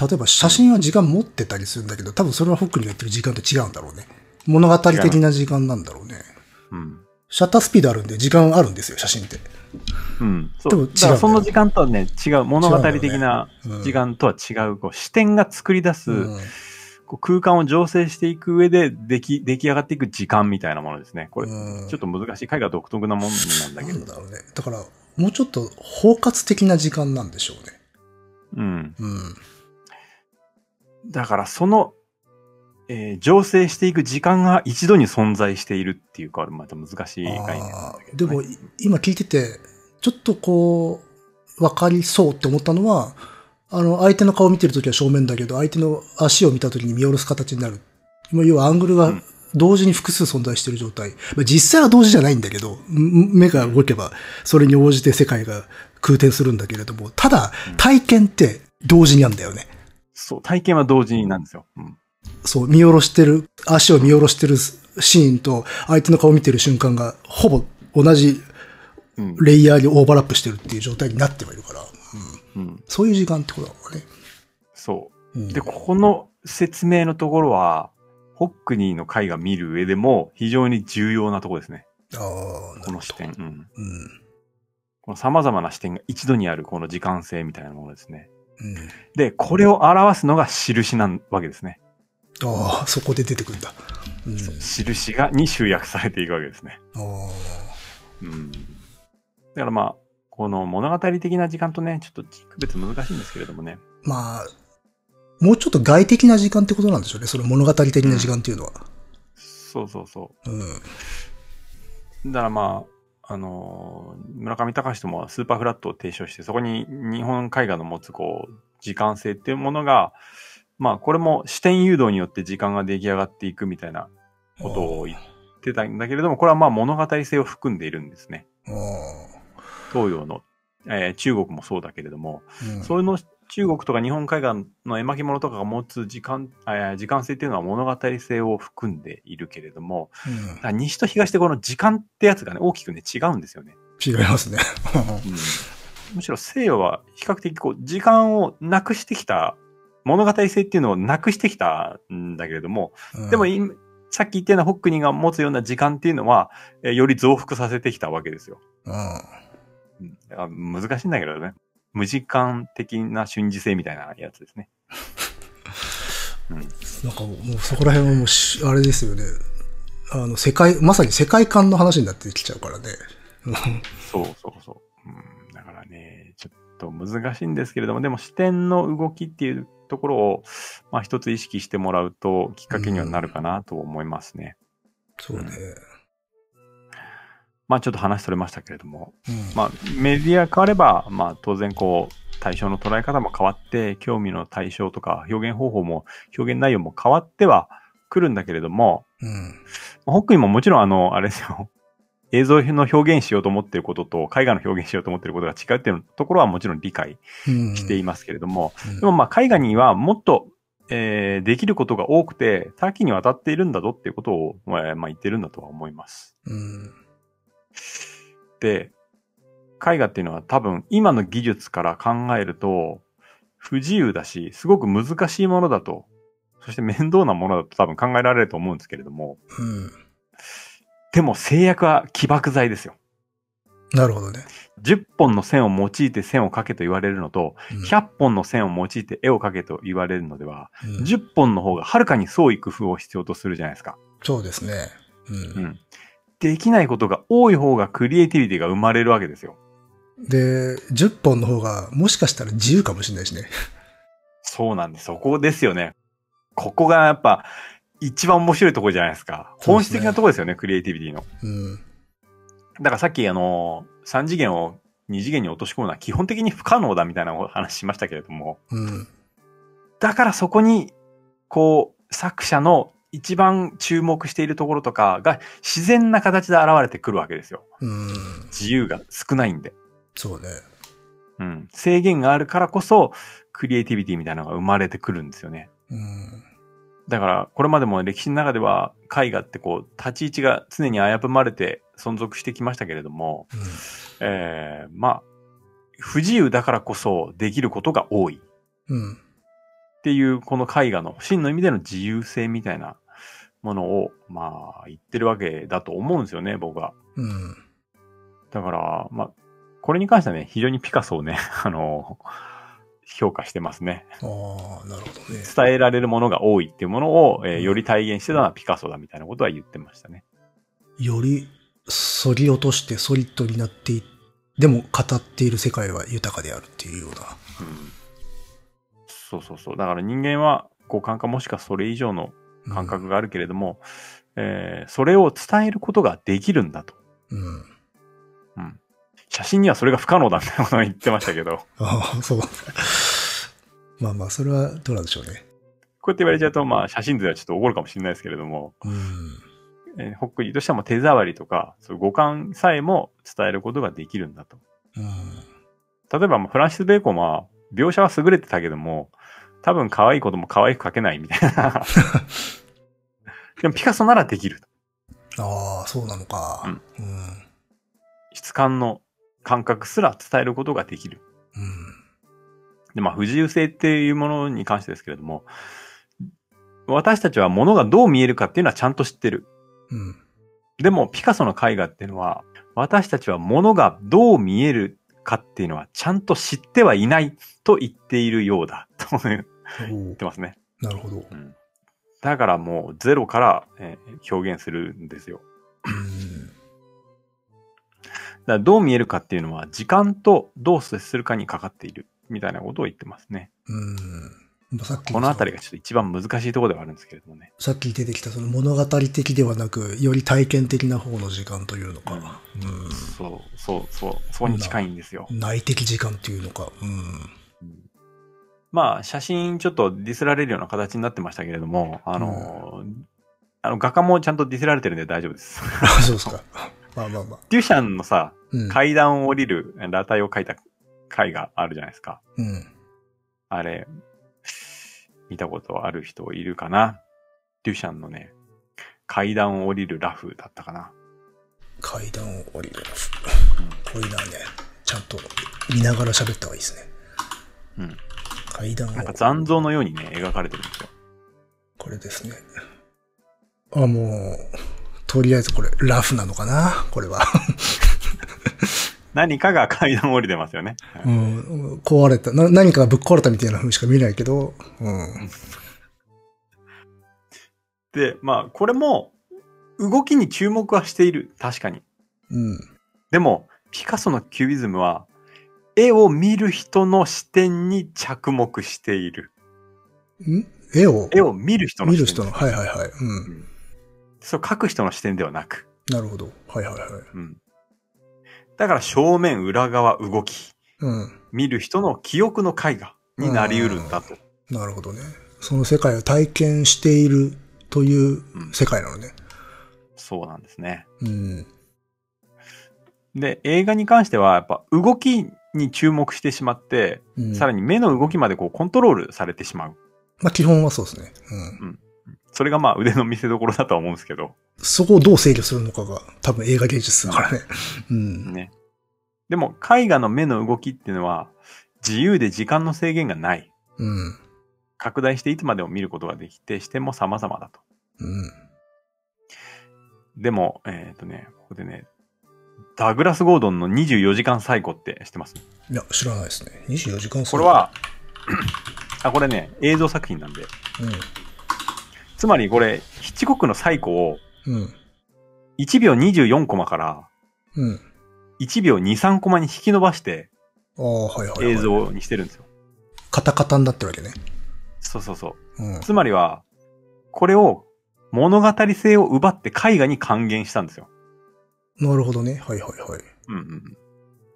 Speaker 2: 例えば写真は時間持ってたりするんだけど、多分それはホックニーが言ってる時間と違うんだろうね。物語的な時間なんだろうね。
Speaker 1: うん。
Speaker 2: シャッタースピードあるんで、時間あるんですよ、写真って。
Speaker 1: うん。そう。
Speaker 2: でも違うんだよね
Speaker 1: だからその時間とはね、違う、物語的な
Speaker 2: うん
Speaker 1: 時間とは違う、こう視点が作り出す、
Speaker 2: うん
Speaker 1: こう空間を醸成していく上で出来、出来上がっていく時間みたいなものですね。これ、
Speaker 2: うん
Speaker 1: ちょっと難しい。絵画独特なもんなんだけ
Speaker 2: な
Speaker 1: ど
Speaker 2: ん。だろうね。だから、もうちょっと包括的な時間なんでしょうね。
Speaker 1: うん。
Speaker 2: うん。
Speaker 1: だから、その、えー醸成していく時間が一度に存在しているっていうか、また難しい概念なんだけど、ね。
Speaker 2: あーでも、今聞いてて、ちょっとこう、わかりそうって思ったのは、あの、相手の顔を見てるときは正面だけど、相手の足を見たときに見下ろす形になる。まあ要はアングル
Speaker 1: う
Speaker 2: が
Speaker 1: ん
Speaker 2: 同時に複数存在している状態。まあ実際は同時じゃないんだけど、ん目が動けば、それに応じて世界が空転するんだけれども、ただ
Speaker 1: うん、
Speaker 2: 体験って同時にあるんだよね。
Speaker 1: そう、体験は同時になんですよ。うん。
Speaker 2: そう、見下ろしてる、足を見下ろしてるシーンと、相手の顔を見てる瞬間が、ほぼ同じ
Speaker 1: うん。
Speaker 2: レイヤーにオーバーラップしてるっていう状態になってはいるから、うん、
Speaker 1: うん、
Speaker 2: そういう時間ってことだもんね。
Speaker 1: そう。
Speaker 2: うん、
Speaker 1: で、ここの説明のところは、ホックニーの絵画見る上でも非常に重要なところですね。
Speaker 2: ああ、な
Speaker 1: こ
Speaker 2: る
Speaker 1: の視点。うん。
Speaker 2: うん。
Speaker 1: この様々な視点が一度にあるこの時間性みたいなものですね。
Speaker 2: うん。
Speaker 1: で、これを表すのが印なわけですね。
Speaker 2: ああ、そこで出てくるんだ。うん。
Speaker 1: 印が、に集約されていくわけですね。
Speaker 2: あ
Speaker 1: うん。だからまあ、この物語的な時間とね、ちょっと区別難しいんですけれどもね。
Speaker 2: あまあ、もうちょっと外的な時間ってことなんでしょうね。その物語的な時間っていうのは。
Speaker 1: そうそうそう。
Speaker 2: うん。
Speaker 1: だからまあ、あのー村上隆ともスーパーフラットを提唱して、そこに日本絵画の持つこう、時間性っていうものが、まあこれも視点誘導によって時間が出来上がっていくみたいなことを言ってたんだけれども、これはまあ物語性を含んでいるんですね。
Speaker 2: ああ。
Speaker 1: 東洋の、えー中国もそうだけれども、
Speaker 2: うん
Speaker 1: そういうの中国とか日本海岸の絵巻物とかが持つ時間、えー時間性っていうのは物語性を含んでいるけれども、
Speaker 2: うん
Speaker 1: だから西と東でこの時間ってやつがね、大きくね、違うんですよね。
Speaker 2: 違い ますね。
Speaker 1: むしろ西洋は比較的こう時間をなくしてきた物語性っていうのをなくしてきたんだけれども、
Speaker 2: うん
Speaker 1: でも、今さっき言ったようなホックニーが持つような時間っていうのは、えーより増幅させてきたわけですよ。
Speaker 2: うん。
Speaker 1: うんだから難しいんだけどね。無時間的な瞬時性みたいなやつですね。
Speaker 2: なんかもうそこら辺はもうし、あれですよね。あの、世界、まさに世界観の話になってきちゃうからね。
Speaker 1: そうそうそう。うん、だからね、ちょっと難しいんですけれども、でも視点の動きっていうところを、まあ一つ意識してもらうと、きっかけにはなるかなと思いますね。
Speaker 2: そうね。
Speaker 1: まあちょっと話それましたけれども、
Speaker 2: うん。
Speaker 1: まあメディア変われば、まあ当然こう、対象の捉え方も変わって、興味の対象とか表現方法も表現内容も変わってはくるんだけれども、
Speaker 2: うん。
Speaker 1: ホックにももちろんあの、あれですよ。映像の表現しようと思っていることと、絵画の表現しようと思っていることが違うっていうところはもちろん理解
Speaker 2: うん。
Speaker 1: していますけれども、
Speaker 2: うん
Speaker 1: でもまあ絵画にはもっと、えーできることが多くて、多岐にわたっているんだぞっていうことを、えーまあ言ってるんだとは思います。
Speaker 2: うん。
Speaker 1: で、絵画っていうのは多分今の技術から考えると、不自由だし、すごく難しいものだと、そして面倒なものだと多分考えられると思うんですけれども、
Speaker 2: うん。
Speaker 1: でも制約は起爆剤ですよ。
Speaker 2: なるほどね。
Speaker 1: 10本の線を用いて線を描けと言われるのと、
Speaker 2: うん
Speaker 1: 100本の線を用いて絵を描けと言われるのでは、
Speaker 2: うん
Speaker 1: 10本の方がはるかに創意工夫を必要とするじゃないですか。
Speaker 2: そうですね。
Speaker 1: う。
Speaker 2: うん
Speaker 1: できないことが多い方がクリエイティビティが生まれるわけですよ。
Speaker 2: ん。で、10本の方が、もしかしたら自由かもしれないしね。
Speaker 1: そうなんです。そこですよね。ここがやっぱ一番面白いところじゃないですか。本質的なところですよね、クリエイティビティの。
Speaker 2: うん。
Speaker 1: だからさっきあの、3次元を2次元に落とし込むのは基本的に不可能だみたいなお話しましたけれども、
Speaker 2: うん。
Speaker 1: だからそこに、こう、作者の一番注目しているところとかが自然な形で現れてくるわけですよ。
Speaker 2: うん。
Speaker 1: 自由が少ないんで。
Speaker 2: そうね。
Speaker 1: うん。制限があるからこそ、クリエイティビティみたいなのが生まれてくるんですよね。
Speaker 2: うん。
Speaker 1: だから、これまでも歴史の中では、絵画ってこう、立ち位置が常に危ぶまれて存続してきましたけれども、
Speaker 2: うん
Speaker 1: えー、まあ、不自由だからこそできることが多い。
Speaker 2: うん。
Speaker 1: っていう、この絵画の真の意味での自由性みたいなものを、まあ、言ってるわけだと思うんですよね、僕は。
Speaker 2: うん。
Speaker 1: だから、まあ、これに関してはね、非常にピカソをね、 あの、評価してますね。
Speaker 2: ああ、なるほどね。
Speaker 1: 伝えられるものが多いっていうものを、えー
Speaker 2: うん
Speaker 1: より体現してたのはピカソだみたいなことは言ってましたね。
Speaker 2: より反り落としてソリッドになっていでも語っている世界は豊かであるっていうような。
Speaker 1: うん、そうそうそう。だから人間は、こう感覚もしくはそれ以上の
Speaker 2: うん
Speaker 1: 感覚があるけれども、えーそれを伝えることができるんだと。
Speaker 2: うん。
Speaker 1: うん。写真にはそれが不可能だみたいなことは言ってましたけど、
Speaker 2: ああ、そう。 まあまあ、それはどうなんでしょうね。
Speaker 1: こうやって言われちゃうと、まあ、写真ではちょっと怒るかもしれないですけれども、
Speaker 2: うん。
Speaker 1: えー、ほっくりとしてはもう手触りとか、そういう五感さえも伝えることができるんだと。
Speaker 2: うん。
Speaker 1: 例えば、まあフランシス・ベーコンは、描写は優れてたけども、多分可愛いことも可愛く描けないみたいな。でもピカソならできると。
Speaker 2: ああ、そうなのか。うん。うん。
Speaker 1: 質感の感覚すら伝えることができる。で、まあ、不自由性っていうものに関してですけれども、私たちは物がどう見えるかっていうのはちゃんと知ってる。
Speaker 2: うん。
Speaker 1: でも、ピカソの絵画っていうのは、私たちは物がどう見えるかっていうのはちゃんと知ってはいないと言っているようだ。と言っ
Speaker 2: おお
Speaker 1: てますね。
Speaker 2: なるほど。うん。
Speaker 1: だからもうゼロから、えー表現するんですよ。だからどう見えるかっていうのは時間とどう接するかにかかっているみたいなことを言ってますね。
Speaker 2: うん。まあさっき
Speaker 1: このあたり
Speaker 2: が。
Speaker 1: がちょっと一番難しいところではあるんですけれどもね。
Speaker 2: さっき出てきたその物語的ではなく、より体験的な方の時間というのか、う
Speaker 1: そう、そう、そう、そこに近いんですよ。
Speaker 2: ん、内的時間というのか、うん。
Speaker 1: まあ、写真ちょっとディスられるような形になってましたけれども、あのーあの、画家もちゃんとディスられてるんで大丈夫です。
Speaker 2: あ、そうですか。まあまあまあ。
Speaker 1: デュシャンのさ、
Speaker 2: うん。
Speaker 1: 階段を降りる裸体を描いた絵があるじゃないですか。
Speaker 2: うん。
Speaker 1: あれ、見たことある人いるかなデュシャンのね、階段を降りるラフだったかな。
Speaker 2: 階段を降りる。こういうのはね、ちゃんと見ながら喋った方がいいですね。
Speaker 1: うん。
Speaker 2: 階段を。
Speaker 1: なんか残像のようにね、描かれてるんですよ。
Speaker 2: これですね。あ、もう、とりあえずこれ、ラフなのかなこ れは。
Speaker 1: 何かが階段を降りてますよね。
Speaker 2: うん。壊れたな。何かがぶっ壊れたみたいな風にしか見えないけど、うん。
Speaker 1: で、まあ、これも、動きに注目はしている。確かに。
Speaker 2: うん。
Speaker 1: でも、ピカソのキュビズムは、絵を見る人の視点に着目している。
Speaker 2: ん絵を
Speaker 1: 絵を見る人の
Speaker 2: 見
Speaker 1: 視点
Speaker 2: る人の。はいはいはい。う。
Speaker 1: うんんそう、描く人の視点ではなく。
Speaker 2: なるほど。はいはいはい。
Speaker 1: うん。だから正面、裏側、動き、
Speaker 2: うん。
Speaker 1: 見る人の記憶の絵画になり得るんだと。
Speaker 2: なるほどね。その世界を体験しているという世界なのね。
Speaker 1: そうなんですね。
Speaker 2: うん。
Speaker 1: で、映画に関しては、やっぱ動きに注目してしまって、
Speaker 2: うん、
Speaker 1: さらに目の動きまでこうコントロールされてしまう。
Speaker 2: まあ基本はそうですね。うん。
Speaker 1: それがまあ腕の見せ所だとは思うんですけど、
Speaker 2: そこをどう制御するのかが多分映画芸術だからね。うん。
Speaker 1: ね。でも絵画の目の動きっていうのは、自由で時間の制限がない。
Speaker 2: うん。
Speaker 1: 拡大していつまでも見ることができて、視点も様々だと。
Speaker 2: うん。
Speaker 1: でも、えっ、とね、ここでね、ダグラス・ゴードンの24時間サイコって知ってます
Speaker 2: いや、知らないですね。24時間
Speaker 1: これは、 あ、これね、映像作品なんで。つまりこれ、七国のサイコを
Speaker 2: うん。うん。
Speaker 1: 1秒24コマから
Speaker 2: うん。
Speaker 1: 1秒23コマに引き伸ばして
Speaker 2: ああ、はいはい、はい。
Speaker 1: 映。像にしてるんですよ。
Speaker 2: カタカタになってるわけね。
Speaker 1: そうそうそう。
Speaker 2: うん。
Speaker 1: つまりは、これを物語性を奪って絵画に還元したんですよ。
Speaker 2: なるほどね。はいはいはい。
Speaker 1: うんうんうん。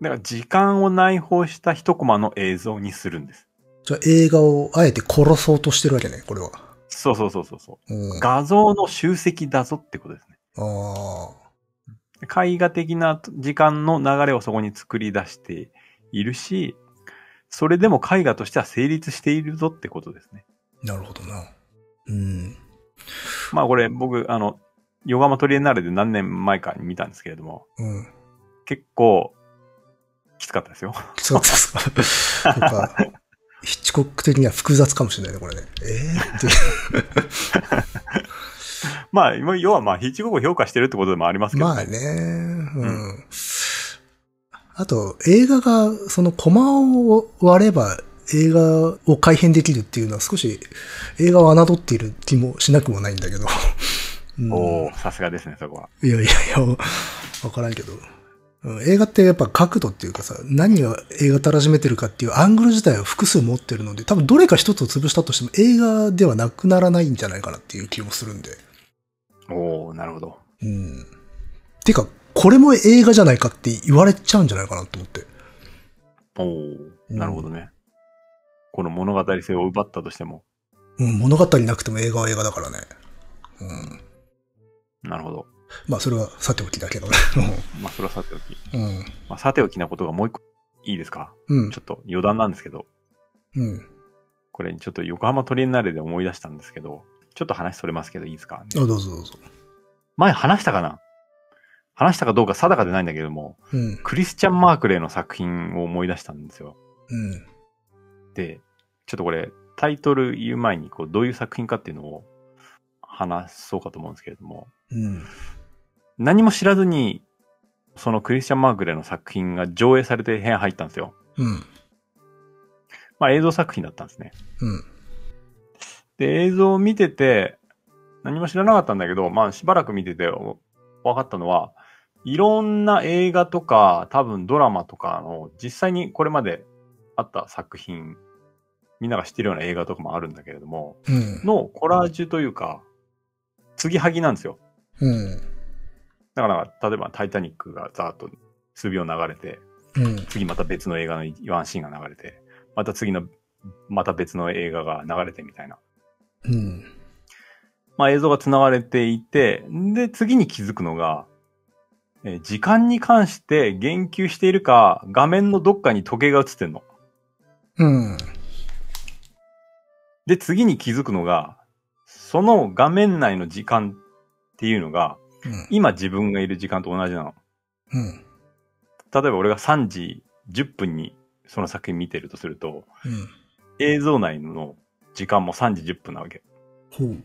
Speaker 1: だから時間を内包した一コマの映像にするんです。
Speaker 2: じゃあ映画をあえて殺そうとしてるわけね、これは。
Speaker 1: そうそうそうそうそうう。
Speaker 2: ん。あ
Speaker 1: 画像の集積だぞってことですね。
Speaker 2: あ。
Speaker 1: 絵画的な時間の流れをそこに作り出しているし、それでも絵画としては成立しているぞってことですね。
Speaker 2: なるほどな。うん。
Speaker 1: まあこれ僕、あの、ヨガマトリエンナーレで何年前かに見たんですけれども、
Speaker 2: うん。
Speaker 1: 結構、きつかったですよ。
Speaker 2: きつかったですかなんか、 ヒッチコック的には複雑かもしれないね、これね。ええって。
Speaker 1: まあ、要はまあ、ヒッチコックを評価してるってことでもありますけど
Speaker 2: まあね。うん。あと、映画が、そのコマを割れば映画を改変できるっていうのは少し映画を侮っている気もしなくもないんだけど。うん
Speaker 1: おーさすがですね、そこは。
Speaker 2: いやいやいや、わからんけど。うん映画ってやっぱ角度っていうかさ、何が映画たらしめてるかっていうアングル自体を複数持ってるので、多分どれか一つを潰したとしても映画ではなくならないんじゃないかなっていう気もするんで。
Speaker 1: おおなるほど。
Speaker 2: うん。てか、これも映画じゃないかって言われちゃうんじゃないかなと思って。
Speaker 1: おおなるほどね。この物語性を奪ったとしても、
Speaker 2: うん、物語なくても映画は映画だからね。うん。
Speaker 1: なるほど。
Speaker 2: まあそれはさておきだけどね。
Speaker 1: まあ、それはさておき。
Speaker 2: うん。
Speaker 1: まあ、さておきなことがもう一個いいですか
Speaker 2: うん
Speaker 1: ち。ょっと余談なんですけど、
Speaker 2: うん。
Speaker 1: これちょっと横浜トリエンナーレで思い出したんですけど、ちょっと話それますけどいいですか、
Speaker 2: あ、どうぞどうぞ。
Speaker 1: 前話したかな話したかどうか定かでないんだけども、
Speaker 2: うん。
Speaker 1: クリスチャン・マークレーの作品を思い出したんですよ。
Speaker 2: うん。
Speaker 1: で、ちょっとこれタイトル言う前にこうどういう作品かっていうのを話そうかと思うんですけれども、
Speaker 2: うん。
Speaker 1: 何も知らずにそのクリスチャン・マークレーの作品が上映されて部屋入ったんですよ。
Speaker 2: うん。
Speaker 1: まあ映像作品だったんですね。
Speaker 2: うん。
Speaker 1: で、映像を見てて、何も知らなかったんだけど、まあしばらく見ててお分かったのは、いろんな映画とか、多分ドラマとかの、実際にこれまであった作品、みんなが知ってるような映画とかもあるんだけれども、
Speaker 2: うん。
Speaker 1: のコラージュというか、継ぎはぎなんですよ。
Speaker 2: うん。
Speaker 1: だから、例えばタイタニックがざーっと数秒流れて、
Speaker 2: うん。
Speaker 1: 次また別の映画のワンシーンが流れて、また次の、また別の映画が流れてみたいな。
Speaker 2: うん。
Speaker 1: まあ、映像が繋がれていて、で、次に気づくのが、えー時間に関して言及しているか、画面のどっかに時計が映ってんの。
Speaker 2: うん。
Speaker 1: で、次に気づくのが、その画面内の時間っていうのが、
Speaker 2: うん。
Speaker 1: 今自分がいる時間と同じなの。
Speaker 2: うん。
Speaker 1: 例えば俺が3時10分にその作品見てるとすると、
Speaker 2: うん。
Speaker 1: 映像内の時間も3時10分なわけ。
Speaker 2: ほう。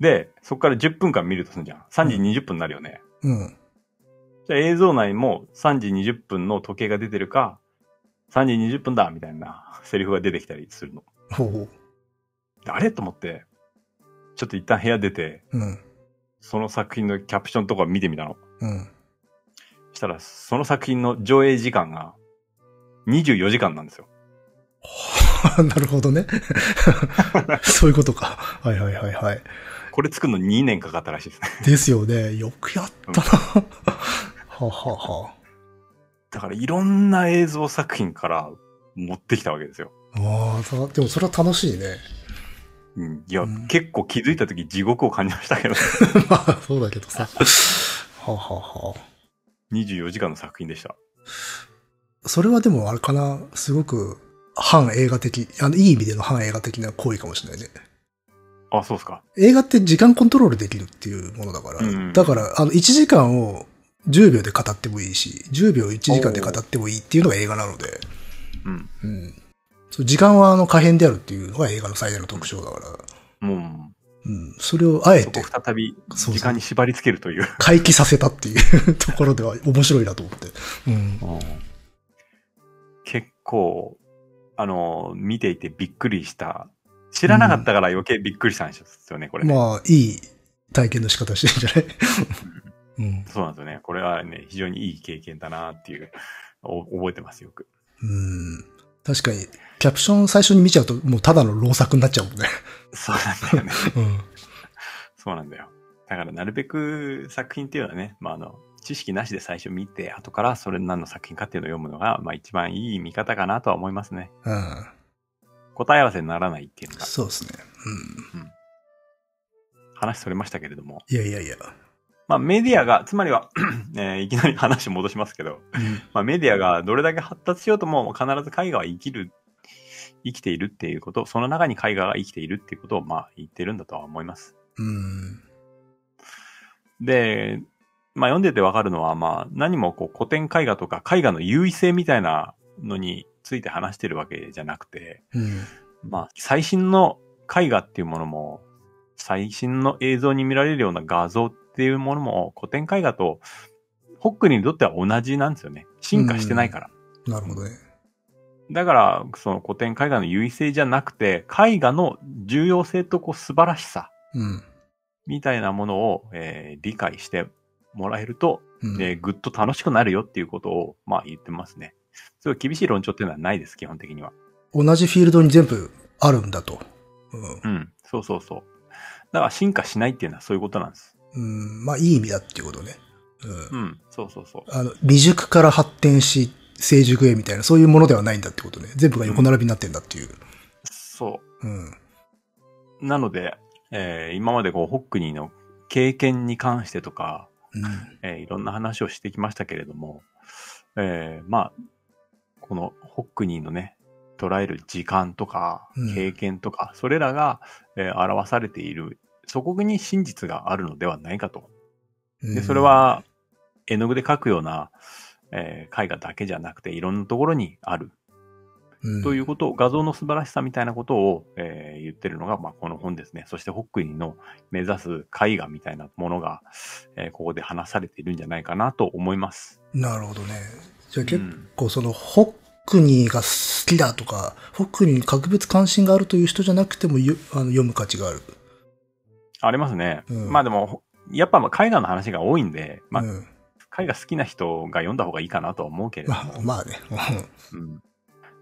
Speaker 1: で、そこから10分間見るとするじゃん。3時20分になるよね。
Speaker 2: うん。
Speaker 1: じゃあ映像内も3時20分の時計が出てるか、3時20分だみたいな セリフが出てきたりするの。
Speaker 2: ほうほ
Speaker 1: であれと思って、ちょっと一旦部屋出て、
Speaker 2: う。うん。
Speaker 1: その作品のキャプションとか見てみたの。
Speaker 2: うん。
Speaker 1: したら、その作品の上映時間が24時間なんですよ。
Speaker 2: なるほどね。そういうことか。はいはいはいはい。
Speaker 1: これ作るの2年かかったらしいですね。
Speaker 2: ですよね。よくやったな。はあはあは
Speaker 1: だからいろんな映像作品から持ってきたわけですよ。
Speaker 2: あ。ああ、たでもそれは楽しいね。
Speaker 1: うんいや、
Speaker 2: うん
Speaker 1: 結構気づいた時地獄を感じましたけど、
Speaker 2: まあ、そうだけどさ。はあはあはあ。
Speaker 1: 24時間の作品でした。
Speaker 2: それはでもあれかな。すごく、反映画的、あの、いい意味での反映画的な行為かもしれないね。
Speaker 1: あ、そうですか。
Speaker 2: 映画って時間コントロールできるっていうものだから、
Speaker 1: うん
Speaker 2: だから、あの、1時間を10秒で語ってもいいし、10秒1時間で語ってもいいっていうのが映画なので、
Speaker 1: うん。
Speaker 2: うん。そう時間はあの、可変であるっていうのが映画の最大の特徴だから、
Speaker 1: もう、
Speaker 2: うん。それをあえ
Speaker 1: そこ
Speaker 2: て
Speaker 1: を再び
Speaker 2: そうそう
Speaker 1: 時間に縛り付けるという。
Speaker 2: 回帰させたっていう ところでは面白いなと思って。うん。
Speaker 1: 結構、あの、見ていてびっくりした。知らなかったから余計びっくりしたんですよね、これね、
Speaker 2: まあ、いい体験の仕方してるんじゃない
Speaker 1: そうなんですよね。これはね、非常にいい経験だなっていう、お覚えてますよく。
Speaker 2: うん。うん。確かに、キャプション最初に見ちゃうと、もうただの老作になっちゃうもんね。
Speaker 1: そうなんだよね。
Speaker 2: うん。
Speaker 1: そうなんだよ。だからなるべく作品っていうのはね、まあ、あの、知識なしで最初見て、後からそれ何の作品かっていうのを読むのが、まあ一番いい見方かなとは思いますね。
Speaker 2: うん。
Speaker 1: 答え合わせにならないっていうのが。
Speaker 2: そうですね。
Speaker 1: 話それましたけれども、
Speaker 2: いやいやいや。
Speaker 1: まあメディアが、つまりは、 えーいきなり話戻しますけど、
Speaker 2: うん
Speaker 1: まあメディアがどれだけ発達しようとも必ず絵画は生きる、生きているっていうこと、その中に絵画が生きているっていうことをまあ言ってるんだとは思います。
Speaker 2: うん。
Speaker 1: で、まあ読んでてわかるのは、まあ何もこう古典絵画とか絵画の優位性みたいなのについて話してるわけじゃなくて、
Speaker 2: うん。
Speaker 1: まあ最新の絵画っていうものも、最新の映像に見られるような画像っていうものも古典絵画とホックにとっては同じなんですよね。進化してないから。
Speaker 2: なるほどね。
Speaker 1: だから、その古典絵画の優位性じゃなくて、絵画の重要性とこう素晴らしさ
Speaker 2: うん。
Speaker 1: みたいなものを、えー理解してもらえると、
Speaker 2: うん
Speaker 1: えーぐっと楽しくなるよっていうことを、まあ言ってますね。すごい厳しい論調っていうのはないです、基本的には。
Speaker 2: 同じフィールドに全部あるんだと。うん
Speaker 1: うん。そうそうそう。だから進化しないっていうのはそういうことなんです。
Speaker 2: うん。まあ、いい意味だっていうことね。
Speaker 1: う
Speaker 2: うん。
Speaker 1: ん。そうそうそう。
Speaker 2: あの、未熟から発展し、成熟へみたいな、そういうものではないんだってことね。全部が横並びになってんだっていう。
Speaker 1: そ
Speaker 2: うん。
Speaker 1: う。なので、えー今までこう、ホックニーの経験に関してとか、
Speaker 2: うん。
Speaker 1: えーいろんな話をしてきましたけれども、えーまあ、このホックニーのね、捉える時間とか
Speaker 2: うん、
Speaker 1: 経験とか、それらが、えー表されている、そこに真実があるのではないかと。
Speaker 2: う
Speaker 1: で、
Speaker 2: ん
Speaker 1: それ、は、絵の具で描くような、えー絵画だけじゃなくて、いろんなところにある。
Speaker 2: うん
Speaker 1: ということを、画像の素晴らしさみたいなことを、えー言ってるのが、まあ、この本ですね。そして、ホックニーの目指す絵画みたいなものが、えーここで話されているんじゃないかなと思います。
Speaker 2: なるほどね。じゃあ結構その、ホックニーが好きだとか、ホックニーに格別関心があるという人じゃなくてもよあの読む価値がある。
Speaker 1: ありますね。
Speaker 2: うん
Speaker 1: まあでも、やっぱまあ絵画の話が多いんで、まあ
Speaker 2: うん、
Speaker 1: 絵画好きな人が読んだ方がいいかなとは思うけれども、
Speaker 2: まあ、まあね。
Speaker 1: うん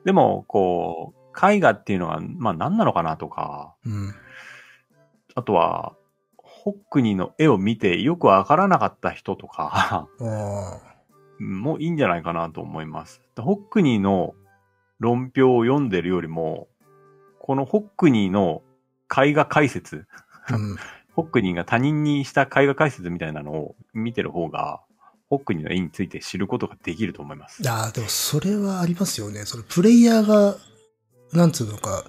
Speaker 1: でも、こう、絵画っていうのは、まあ何なのかなとか、
Speaker 2: うん。
Speaker 1: あとは、ホックニーの絵を見てよくわからなかった人とか
Speaker 2: うん、ああ。
Speaker 1: もいいんじゃないかなと思います。ホックニーの論評を読んでるよりも、このホックニーの絵画解説、
Speaker 2: うん。
Speaker 1: ホックニーが他人にした絵画解説みたいなのを見てる方が、ホックニーの絵について知ることができると思います。
Speaker 2: ああ、でもそれはありますよね。そのプレイヤーが、なんつうのか、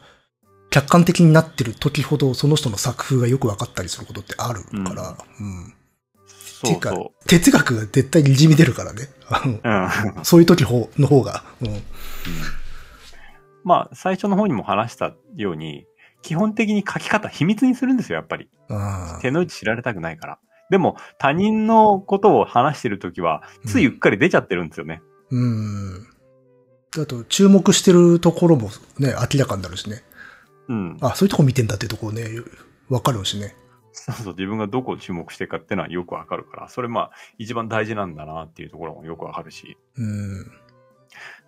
Speaker 2: 客観的になってる時ほどその人の作風がよく分かったりすることってあるから、うん。て
Speaker 1: そ
Speaker 2: いううか
Speaker 1: そ
Speaker 2: 哲学が絶対にじみ出るからね。 あの
Speaker 1: う。うん。
Speaker 2: そういう時ほうの方が。うん。
Speaker 1: まあ、最初の方にも話したように、基本的に描き方秘密にするんですよ、やっぱり。
Speaker 2: ああ
Speaker 1: 手の内知られたくないから。でも、他人のことを話してるときは、ついうっかり出ちゃってるんですよね。
Speaker 2: うん。あと、注目してるところもね、明らかになるしね。
Speaker 1: うん。
Speaker 2: あ、そういうとこ見てんだっていうところね、わかるしね。
Speaker 1: そうそう、自分がどこを注目してるかっていうのはよくわかるから、それまあ、一番大事なんだなっていうところもよくわかるし。
Speaker 2: うん。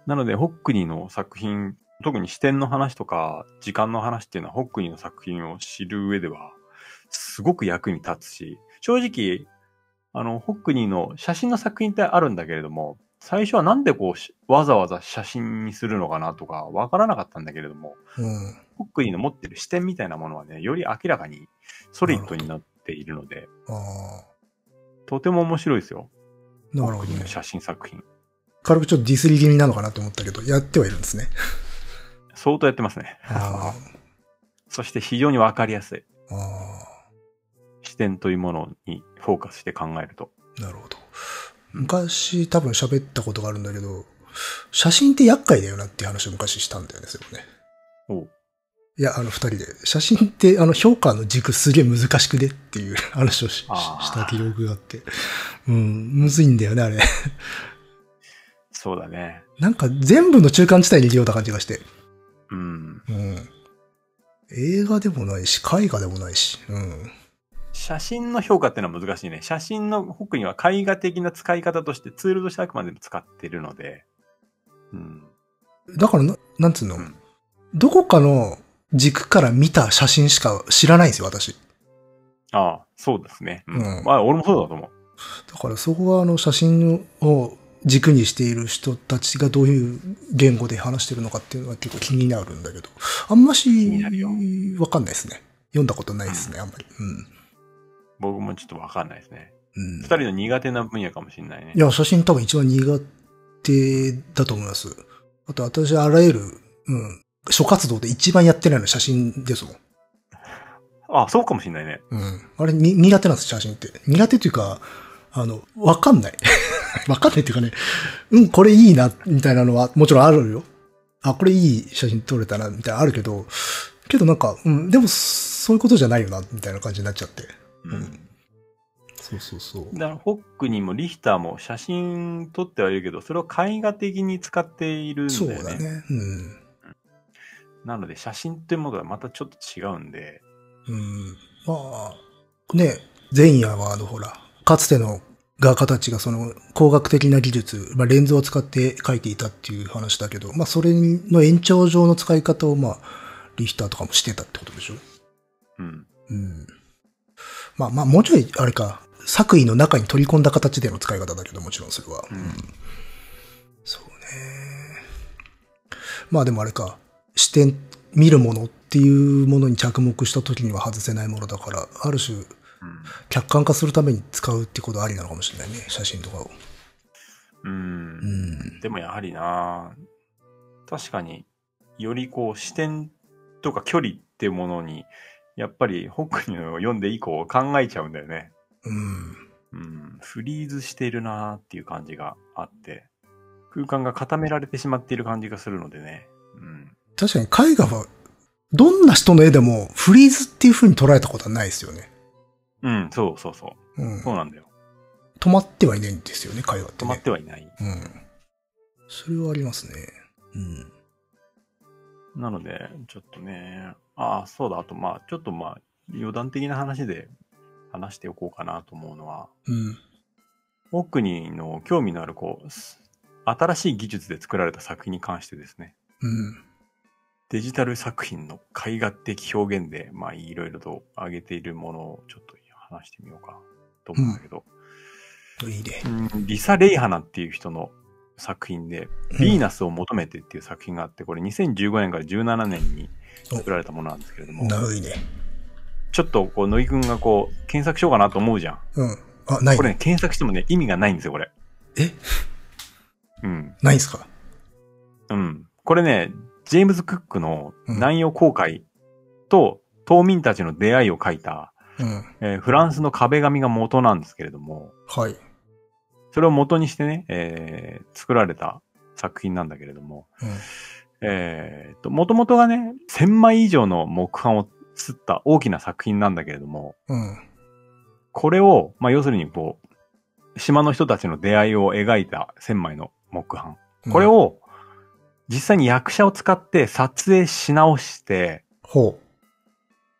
Speaker 1: なので、ホックニーの作品、特に視点の話とか、時間の話っていうのは、ホックニーの作品を知る上では、すごく役に立つし、正直、あの、ホックニーの写真の作品ってあるんだけれども、最初はなんでこうし、わざわざ写真にするのかなとか、わからなかったんだけれども、
Speaker 2: うん。
Speaker 1: ホックニーの持ってる視点みたいなものはね、より明らかにソリッドになっているので、
Speaker 2: あ
Speaker 1: とても面白いですよ。
Speaker 2: あ。な
Speaker 1: ホ
Speaker 2: る
Speaker 1: ッ
Speaker 2: ほ
Speaker 1: ク
Speaker 2: ど
Speaker 1: ニーの
Speaker 2: ね。
Speaker 1: 写真作品。
Speaker 2: 軽くちょっとディスり気味なのかなと思ったけど、やってはいるんですね。
Speaker 1: 相当やってますね。
Speaker 2: あ
Speaker 1: そして非常にわかりやすい。
Speaker 2: あ。あ
Speaker 1: 視点というものにフォーカスして考えると。
Speaker 2: あ。なるほど。昔多分喋ったことがあるんだけど、写真って厄介だよなっていう話を昔したんだよね、それもね。
Speaker 1: おう
Speaker 2: いや、あの、二人で。写真って、あの、評価の軸すげえ難しくねっていう 話をしし
Speaker 1: あー
Speaker 2: した記憶があって。うん、むずいんだよね、あれ。
Speaker 1: そうだね。
Speaker 2: なんか全部の中間地帯にいるような感じがして。
Speaker 1: うん。
Speaker 2: うん。映画でもないし、絵画でもないし。うん。
Speaker 1: 写真の評価っていうのは難しいね。写真のホックには絵画的な使い方としてツールとしてあくまでも使ってるので。うん。
Speaker 2: だからな、なんつうの、
Speaker 1: うん
Speaker 2: どこかの軸から見た写真しか知らないんですよ、私。
Speaker 1: ああ、そうですね。う
Speaker 2: うん
Speaker 1: ん。まあ、俺もそうだと思う。
Speaker 2: だからそこはあの写真を軸にしている人たちがどういう言語で話してるのかっていうのは結構気になるんだけど、あんまし
Speaker 1: になるよ
Speaker 2: わかんないですね。読んだことないですね、あんまり。うん。
Speaker 1: 僕もちょっとわかんないですね。
Speaker 2: うん
Speaker 1: 二。人の苦手な分野かもしれないね
Speaker 2: い。や、写真多分一番苦手だと思います。あと私あらゆる、うん、諸活動で一番やってないの写真ですもん。
Speaker 1: あ、そうかもしれないね。
Speaker 2: うん。あれに苦手なんです、写真って。苦手というか、あの、わかんない。 わかんないっていうかね、うん、これいいな、みたいなのはもちろんあるよ。あ、これいい写真撮れたな、みたいなのあるけど、けどなんか、うん、でもそういうことじゃないよな、みたいな感じになっちゃって。
Speaker 1: う
Speaker 2: うん
Speaker 1: ん。
Speaker 2: そうそうそう。
Speaker 1: だから、ホックにもリヒターも写真撮ってはいるけど、それを絵画的に使っているんだ
Speaker 2: そう
Speaker 1: よね。
Speaker 2: だね。うん。
Speaker 1: なので、写真っていうものはまたちょっと違うんで、
Speaker 2: うん。まあ、ね、前夜はあの、ほら、かつての画家たちがその工学的な技術、まあ、レンズを使って描いていたっていう話だけど、まあ、それの延長上の使い方を、まあ、リヒターとかもしてたってことでしょ
Speaker 1: うん。
Speaker 2: うん。まあまあ、もうちょい、あれか、作為の中に取り込んだ形での使い方だけど、もちろんそれは。
Speaker 1: うん
Speaker 2: そうね。まあでもあれか、視点、見るものっていうものに着目した時には外せないものだから、ある種、客観化するために使うってことありなのかもしれないね、写真とかを。
Speaker 1: うん。うん
Speaker 2: うん。
Speaker 1: でもやはりな確かによりこう視点とか距離っていうものに、やっぱりホックニーのを読んで以降考えちゃうんだよね。
Speaker 2: うん。
Speaker 1: うん。フリーズしているなっていう感じがあって、空間が固められてしまっている感じがするのでね。うん。
Speaker 2: 確かに絵画は、どんな人の絵でもフリーズっていう風に捉えたことはないですよね。
Speaker 1: うん、そうそうそう。
Speaker 2: うん。
Speaker 1: そうなんだよ。
Speaker 2: 止まってはいないんですよね、絵画って、
Speaker 1: 止まっ
Speaker 2: ね。
Speaker 1: てはい ない。
Speaker 2: うん。それはありますね。うん。
Speaker 1: なので、ちょっとね、ああ、そうだ、あとまあ、ちょっとまあ、余談的な話で話しておこうかなと思うのは、
Speaker 2: うん。
Speaker 1: 奥にの興味のある、こう、す新しい技術で作られた作品に関してですね、
Speaker 2: うん。
Speaker 1: デジタル作品の絵画的表現で、まあ、いろいろと挙げているものをちょっと話してみようかと思うんだけど、
Speaker 2: いいね。
Speaker 1: うんリサ・レイハナっていう人の作品で、
Speaker 2: うん
Speaker 1: ヴィーナスを求めてっていう作品があって、これ2015年から17年に作られたものなんですけれども、
Speaker 2: ないね。
Speaker 1: ちょっとこう、乃木くんがこう、検索しようかなと思うじゃん。
Speaker 2: うん。あ、ない。
Speaker 1: これね、検索してもね、意味がないんですよ、これ。
Speaker 2: え
Speaker 1: うん。
Speaker 2: ないんすか
Speaker 1: うん。これね、ジェームズ・クックの
Speaker 2: うん
Speaker 1: 南洋航海と島民たちの出会いを書いた、
Speaker 2: うん。
Speaker 1: えーフランスの壁紙が元なんですけれども、
Speaker 2: はい。
Speaker 1: それを元にしてね、えー作られた作品なんだけれども、えー、と、元々がね、1000枚以上の木版を刷った大きな作品なんだけれども、
Speaker 2: うん。うん。
Speaker 1: これを、まあ、要するにこう、島の人たちの出会いを描いた千枚の木版。これ。を、実際に役者を使って撮影し直して、
Speaker 2: ほ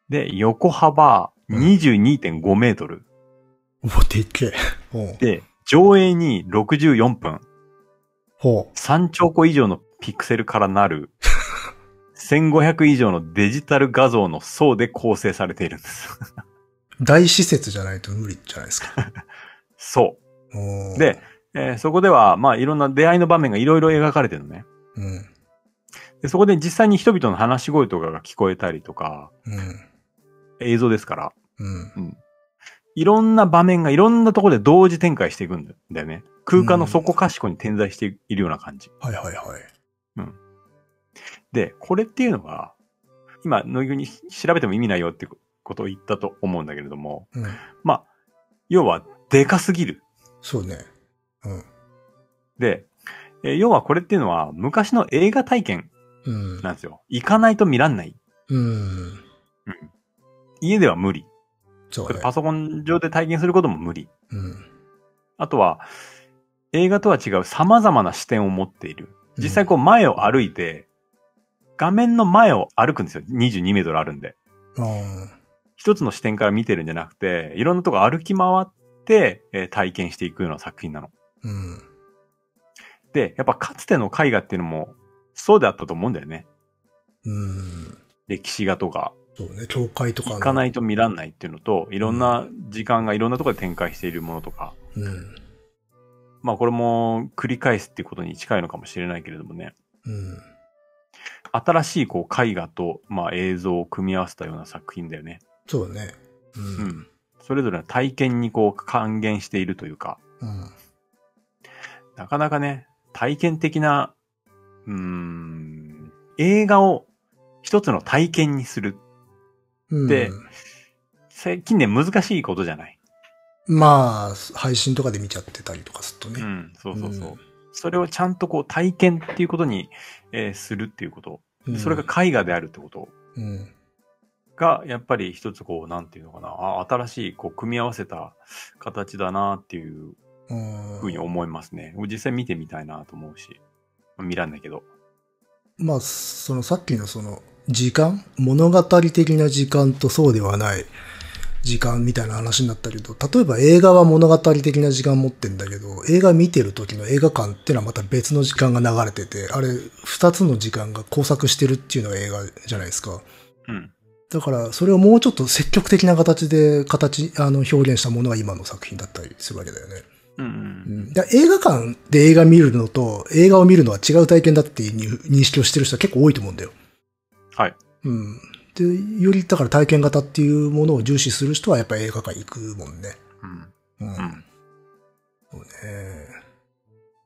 Speaker 1: で、横幅22.5メートル。
Speaker 2: う。うわ、でっけえ。ほう。
Speaker 1: で、上映に64分。
Speaker 2: ほ
Speaker 1: 3兆個以上のピクセルからなる、1500以上のデジタル画像の層で構成されているんです。
Speaker 2: う。大施設じゃないと無理じゃないですか。
Speaker 1: そ
Speaker 2: おー
Speaker 1: う。で、、えーそこでは、まあ、いろんな出会いの場面がいろいろ描かれてるのね。
Speaker 2: うん。
Speaker 1: で、そこで実際に人々の話し声とかが聞こえたりとか、
Speaker 2: うん。
Speaker 1: 映像ですから、
Speaker 2: うん。
Speaker 1: いろんな場面がいろんなところで同時展開していくんだよね。空間の底かしこに点在しているような感じ。
Speaker 2: はいはいはい。
Speaker 1: で、これっていうのが、今、野木に調べても意味ないよってことを言ったと思うんだけれども、
Speaker 2: うん。
Speaker 1: まあ、要は、でかすぎる。
Speaker 2: そうね。うん。
Speaker 1: で、えー要はこれっていうのは、昔の映画体験
Speaker 2: うん。
Speaker 1: なんですよ。行かないと見らんない。
Speaker 2: うん。
Speaker 1: 家では無理。
Speaker 2: そう
Speaker 1: これ
Speaker 2: ね。
Speaker 1: パソコン上で体験することも無理。
Speaker 2: うん。
Speaker 1: あとは、映画とは違う様々な視点を持っている。実際こう前を歩いて、画面の前を歩くんですよ。22メートルあるんで。
Speaker 2: うん。
Speaker 1: 一つの視点から見てるんじゃなくて、いろんなとこ歩き回って、えー体験していくような作品なの。
Speaker 2: うん。
Speaker 1: で、やっぱかつての絵画っていうのも、そうであったと思うんだよね。
Speaker 2: うん。
Speaker 1: 歴史画とか、
Speaker 2: そうね。教会とかの。。
Speaker 1: 行かないいと見らんないっていうのと、いろんな時間がいろんなとこで展開しているものとか、
Speaker 2: うん。
Speaker 1: まあこれも繰り返すっていうことに近いのかもしれないけれどもね。
Speaker 2: うん。
Speaker 1: 新しいこう絵画と、まあ、映像を組み合わせたような作品だよね。
Speaker 2: そうね。うん。
Speaker 1: それぞれの体験にこう還元しているというか、
Speaker 2: うん。
Speaker 1: なかなかね、体験的な、うーん、映画を一つの体験にする。
Speaker 2: うん。
Speaker 1: で最近ね、難しいことじゃない。
Speaker 2: まあ、配信とかで見ちゃってたりとかすると
Speaker 1: う
Speaker 2: ね。
Speaker 1: ん、そうそうそう。それをちゃんとこう体験っていうことに、えーするっていうこと。
Speaker 2: うん。
Speaker 1: それが絵画であるってこと
Speaker 2: うん。
Speaker 1: が、やっぱり一つこう、なんていうのかな、あ新しいこう、組み合わせた形だなっていう
Speaker 2: うん
Speaker 1: ふうに思いますね。実際見てみたいなと思うし。見らんないけど。
Speaker 2: まあ、そのさっきのその、時間物語的な時間とそうではない時間みたいな話になったけど、例えば映画は物語的な時間持ってんだけど、映画見てる時の映画館ってのはまた別の時間が流れてて、あれ、二つの時間が交錯してるっていうのが映画じゃないですか。
Speaker 1: うん。
Speaker 2: だから、それをもうちょっと積極的な形で、形、あの、表現したものが今の作品だったりするわけだよね。
Speaker 1: うん
Speaker 2: う
Speaker 1: うん。
Speaker 2: んだから映画館で映画見るのと映画を見るのは違う体験だっていう認識をしてる人は結構多いと思うんだよ。
Speaker 1: はい。
Speaker 2: うん。で、よりだから体験型っていうものを重視する人はやっぱ映画館行くもんね。
Speaker 1: うん。
Speaker 2: う
Speaker 1: う
Speaker 2: ん。
Speaker 1: ん。
Speaker 2: そうね。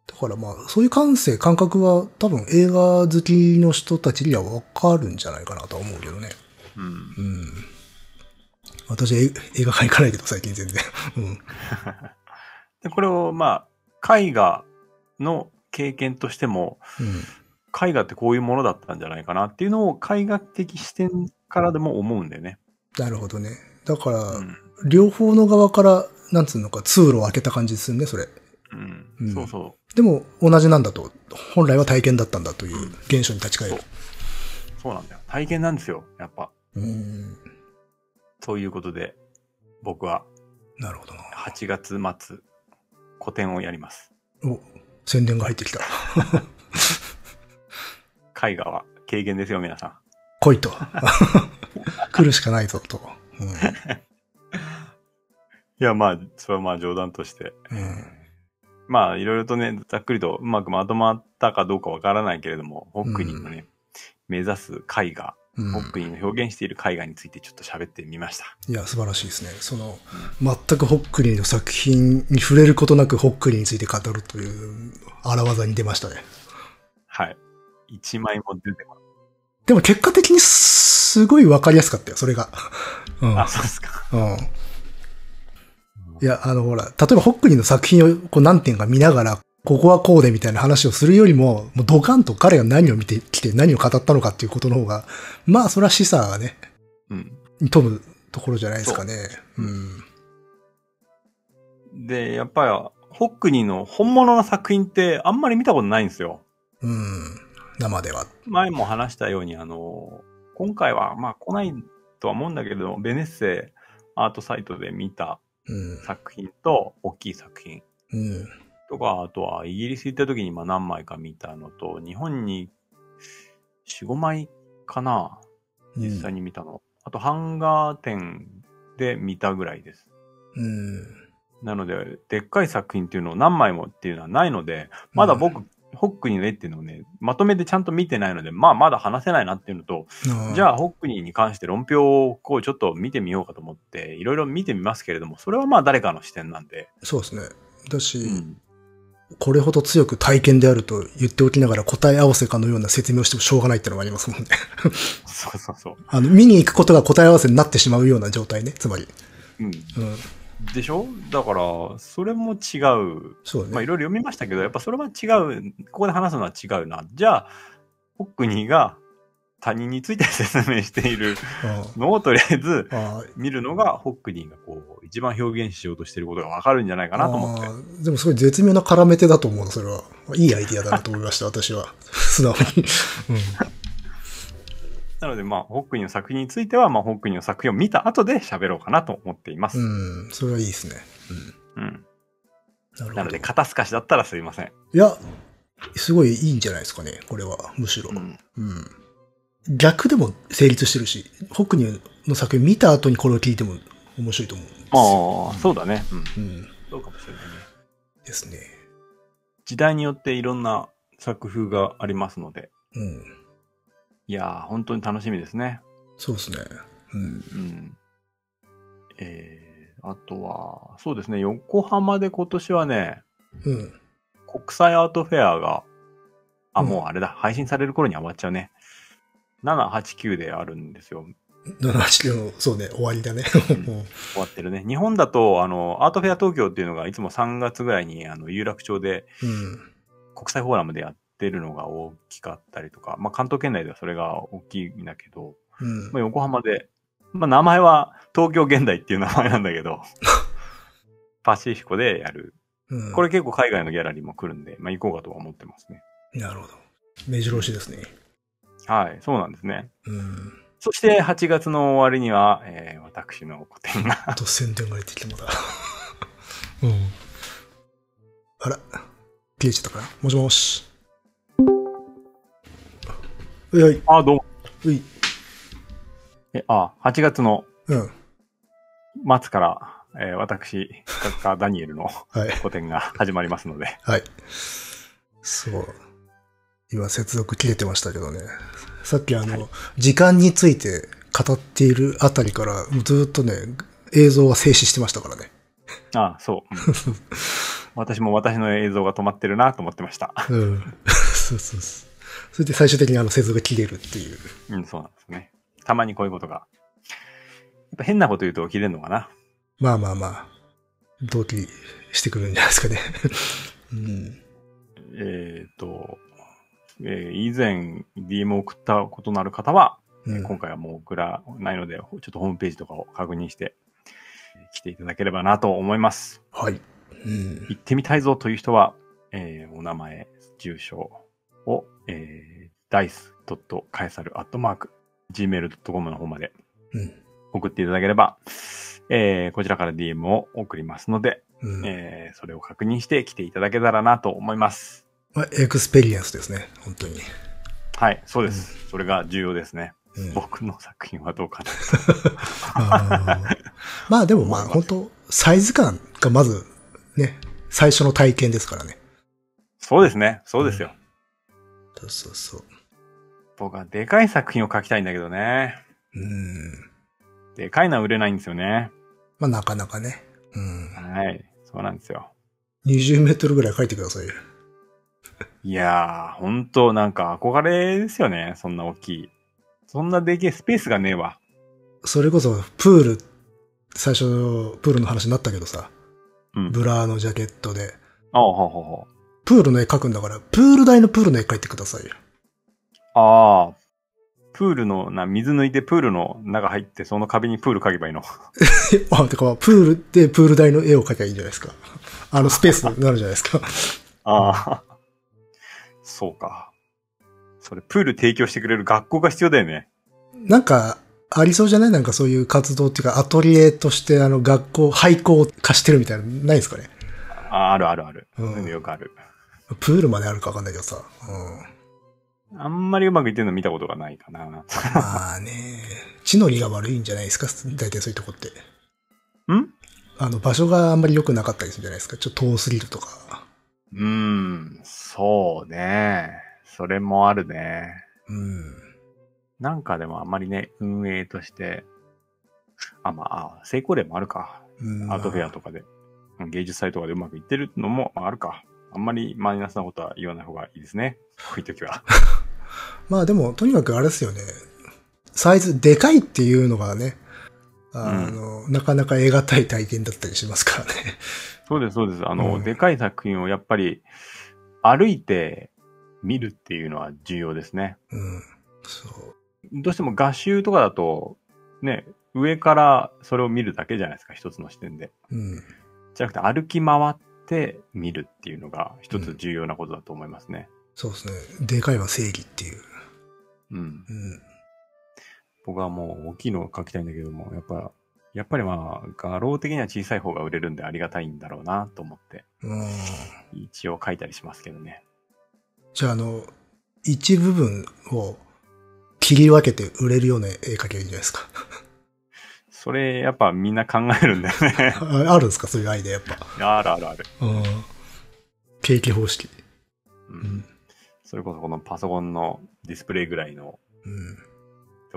Speaker 2: だからまあ、そういう感性、感覚は多分映画好きの人たちにはわかるんじゃないかなとは思うけどね。
Speaker 1: うん。
Speaker 2: うん。私え 映画館行かないけど最近全然。うん。
Speaker 1: で、これを、まあ、絵画の経験としても、
Speaker 2: うん。
Speaker 1: 絵画ってこういうものだったんじゃないかなっていうのを絵画的視点からでも思うんだよね。
Speaker 2: なるほどね。だから、
Speaker 1: うん。
Speaker 2: 両方の側から、なんつうのか、通路を開けた感じですよね、それ。う
Speaker 1: うんん、そうそ
Speaker 2: でも、同じなんだと、本来は体験だったんだという現象に立ち返る。
Speaker 1: う。そうなんだよ。体験なんですよ。やっぱ。
Speaker 2: うん。
Speaker 1: そういうことで、僕は
Speaker 2: なるほどな。
Speaker 1: 8月末、個展をやります。
Speaker 2: お、宣伝が入ってきた。
Speaker 1: 絵画は軽減ですよ、皆さ
Speaker 2: 来い と。来るしかないぞと。
Speaker 1: ん。いや、まあ、それはまあ冗談として。
Speaker 2: うん。うん。
Speaker 1: まあ、いろいろとね、ざっくりとうまくまとまったかどうかわからないけれども、ホックニーのね、目指す絵画、
Speaker 2: うん
Speaker 1: ホックニーの表現している絵画についてちょっと喋ってみました。
Speaker 2: いや、素晴らしいですね。その、全くホックリーの作品に触れることなくホックリーについて語るという荒技に出ましたね。
Speaker 1: はい。一枚も出てこない。
Speaker 2: でも結果的にすごいわかりやすかったよ、それが。うん。
Speaker 1: あ、そうですか。
Speaker 2: うん。いや、あの、ほら、例えばホックニーの作品をこう何点か見ながら、ここはこうでみたいな話をするよりも、もうドカンと彼が何を見てきて何を語ったのかっていうことの方が、まあ、それは示唆がね、
Speaker 1: うん。
Speaker 2: 富むところじゃないですかね。う。
Speaker 1: うんで、やっぱり、ホックニーの本物の作品ってあんまり見たことないんですよ。
Speaker 2: うん。生では。
Speaker 1: 前も話したように、あの、今回は、まあ来ないとは思うんだけれども、ベネッセアートサイトで見た
Speaker 2: うん。
Speaker 1: 作品と、大きい作品
Speaker 2: うん。
Speaker 1: とか、あとはイギリス行った時にまあ何枚か見たのと、日本に4、5枚かな、
Speaker 2: う
Speaker 1: 実
Speaker 2: ん。
Speaker 1: 際に見たの。あと、ハンガー店で見たぐらいです。
Speaker 2: うん。
Speaker 1: なので、でっかい作品っていうのを何枚もっていうのはないので、まだ僕、ホックニーの絵っていうのをね、まとめてちゃんと見てないので、まあまだ話せないなっていうのと、じゃ
Speaker 2: あ
Speaker 1: あ、ホックニーに関して論評をこうちょっと見てみようかと思って、いろいろ見てみますけれども、それはまあ誰かの視点なんで。
Speaker 2: ー。そうですね。だし、
Speaker 1: うん。
Speaker 2: これほど強く体験であると言っておきながら答え合わせかのような説明をしてもしょうがないってのがありますもんね。
Speaker 1: そうそうそう。
Speaker 2: あの、見に行くことが答え合わせになってしまうような状態ね、つまり。
Speaker 1: うん。
Speaker 2: うん。
Speaker 1: でしょだから、それも違う。
Speaker 2: そう
Speaker 1: まあ、い
Speaker 2: ね。
Speaker 1: ろいろ読みましたけど、やっぱそれは違う。ここで話すのは違うな。じゃあ、ホックニーが他人について説明しているのをとりあえず
Speaker 2: あああ
Speaker 1: 見るのが、ホックニーがこう、一番表現しようとしていることがわかるんじゃないかなと思って。
Speaker 2: あでもすごい絶妙な絡め手だと思うの、それは。いいアイディアだなと思いました、私 は。素直に。
Speaker 1: なので、まあ、ホックニーの作品については、まあ、ホックニーの作品を見た後で喋ろうかなと思っています。
Speaker 2: うん。うん、それはいいですね。
Speaker 1: うん。
Speaker 2: なるほど。
Speaker 1: なので、肩透かしだったらすいません。
Speaker 2: いや、すごいいいんじゃないですかね、これは、むしろ。
Speaker 1: うん。
Speaker 2: うん。逆でも成立してるし、ホックニーの作品見た後にこれを聞いても面白いと思うんですよ。
Speaker 1: ああ、そうだね。うん。
Speaker 2: うん。
Speaker 1: そうかもしれないね。
Speaker 2: ですね。
Speaker 1: 時代によっていろんな作風がありますので、
Speaker 2: うん。
Speaker 1: いやー、本当に楽しみですね。
Speaker 2: そうですね。うん。
Speaker 1: うん。えー、あとは、そうですね、横浜で今年はね、
Speaker 2: うん。
Speaker 1: 国際アートフェアが、あ、
Speaker 2: うん
Speaker 1: もうあれだ、配信される頃には終わっちゃうね。7、8、9であるんですよ。
Speaker 2: 78の、そうね、終わりだね。
Speaker 1: ん
Speaker 2: もう
Speaker 1: 終わってるね。日本だと、あの、アートフェア東京っていうのがいつも3月ぐらいに、あの、有楽町で
Speaker 2: うん。
Speaker 1: 国際フォーラムでやってるのが大きかったりとか、まあ関東圏内ではそれが大きいんだけど、
Speaker 2: うん
Speaker 1: まあ、横浜で、まあ名前は東京現代っていう名前なんだけ ど、パシフィコでやる。
Speaker 2: うん。
Speaker 1: これ結構海外のギャラリーも来るんで、まあ行こうかとは思ってますね。
Speaker 2: なるほど。目白押しですね。
Speaker 1: はい、そうなんですね。
Speaker 2: うん。
Speaker 1: そして8月の終わりには、えー私の個展が
Speaker 2: あと宣伝が出てきてもだ。うん。あら、切れちゃったかなもしもし。はいはい、
Speaker 1: あ、どうも。
Speaker 2: うい。
Speaker 1: え、あ、8月の
Speaker 2: うん。は
Speaker 1: 末から、えー私、作家ダニエルの
Speaker 2: い。
Speaker 1: 個展が始まりますので、
Speaker 2: はい。そう。今、接続切れてましたけどね。さっきあの、時間について語っているあたりから、ずっとね、映像は静止してましたからね。
Speaker 1: あ、そう。うん 私も私の映像が止まってるなと思ってました。
Speaker 2: うん。 そうそうそう。それで最終的にあの接続が切れるっていう。
Speaker 1: うん、そうなんですね。たまにこういうことが。やっぱ変なこと言うと切れるのかな。
Speaker 2: まあまあまあ、同期してくるんじゃないですか ね。うん。
Speaker 1: えっ、と、えー以前 DM を送ったことのある方は、
Speaker 2: うん
Speaker 1: 今回はもう送らないので、ちょっとホームページとかを確認して、来ていただければなと思います。
Speaker 2: はい。うん。
Speaker 1: 行ってみたいぞという人は、えーお名前、住所を、えー、dice.caesar.gmail.com の方まで
Speaker 2: うん。
Speaker 1: 送っていただければ、えーこちらから DM を送りますので、
Speaker 2: うん。
Speaker 1: えーそれを確認して来ていただけたらなと思います。
Speaker 2: まあ、エクスペリエンスですね。本当に。
Speaker 1: はい、そうです。それが重要ですね。
Speaker 2: うん。
Speaker 1: 僕の作品はどうかな。
Speaker 2: あ ーまあでもまあ本当サイズ感がまずね、最初の体験ですからね。
Speaker 1: そうですね。そうですよ。
Speaker 2: そうそうそう。
Speaker 1: 僕はでかい作品を書きたいんだけどね。
Speaker 2: うん。
Speaker 1: でかいのは売れないんですよね。
Speaker 2: まあなかなかね。うん。
Speaker 1: はい。そうなんですよ。
Speaker 2: 20メートルぐらい書いてくださいよ。
Speaker 1: いやー、ほんとなんか憧れですよね。そんな大きい。そんなでけえスペースがねえわ。
Speaker 2: それこそプール、最初のプールの話になったけどさ、
Speaker 1: うん。
Speaker 2: ブラーのジャケットで、
Speaker 1: あほうほうほう。
Speaker 2: プールの絵描くんだから、プール台のプールの絵描いてくださいよ。
Speaker 1: あー。プールの、な、水抜いてプールの中入って、その壁にプール書けばいいの。
Speaker 2: えあ、てか、プールでプール台の絵を描きゃいいんじゃないですか。あのスペースになるじゃないですか。
Speaker 1: ああ。そうか。それ、プール提供してくれる学校が必要だよね。
Speaker 2: なんか、ありそうじゃないなんかそういう活動っていうか、アトリエとして、あの、学校、廃校を貸してるみたいなの、ないですかね。
Speaker 1: ああるあるある。
Speaker 2: う
Speaker 1: そ
Speaker 2: ん
Speaker 1: ういうのよくある。
Speaker 2: プールまであるかわかんないけどさ。うん。
Speaker 1: あんまりうまくいってるの見たことがないかな。
Speaker 2: まあね、地の利が悪いんじゃないですか大体そういうとこって。
Speaker 1: ん
Speaker 2: あの、場所があんまり良くなかったりするんじゃないですかちょっと遠すぎるとか。
Speaker 1: うーん、そうね。それもあるね。
Speaker 2: うん。
Speaker 1: なんかでもあんまりね、運営として、あ、まあ、あ成功例もあるか。
Speaker 2: うん、
Speaker 1: アートフェアとかで、うん芸術祭とかでうまくいってるのもあるか。あんまりマイナスなことは言わない方がいいですね。こういう時は。
Speaker 2: まあでも、とにかくあれですよね。サイズ、でかいっていうのがね、あの、なかなか得難い体験だったりしますからね。
Speaker 1: そうです、そうです。あの、
Speaker 2: うん
Speaker 1: でかい作品をやっぱり歩いて見るっていうのは重要ですね。
Speaker 2: うん。そう。
Speaker 1: どうしても画集とかだと、ね、上からそれを見るだけじゃないですか、一つの視点で。
Speaker 2: うん。
Speaker 1: じゃなくて歩き回って見るっていうのが一つ重要なことだと思いますね。
Speaker 2: そうですね。でかいは正義っていう。
Speaker 1: うん。
Speaker 2: うん。
Speaker 1: 僕はもう大きいのを描きたいんだけども、やっぱ、やっぱりまあ、画廊的には小さい方が売れるんでありがたいんだろうなと思って、
Speaker 2: うん、
Speaker 1: 一応描いたりしますけどね。
Speaker 2: じゃあ、あの、一部分を切り分けて売れるような絵描きゃいいんじゃないですか。
Speaker 1: それ、やっぱみんな考えるんだよ ね。
Speaker 2: ああるんですかそういうアイデア、やっぱ。
Speaker 1: あるあるある。
Speaker 2: うん。景気方式。
Speaker 1: う
Speaker 2: うんん。
Speaker 1: それこそこのパソコンのディスプレイぐらいの
Speaker 2: うん。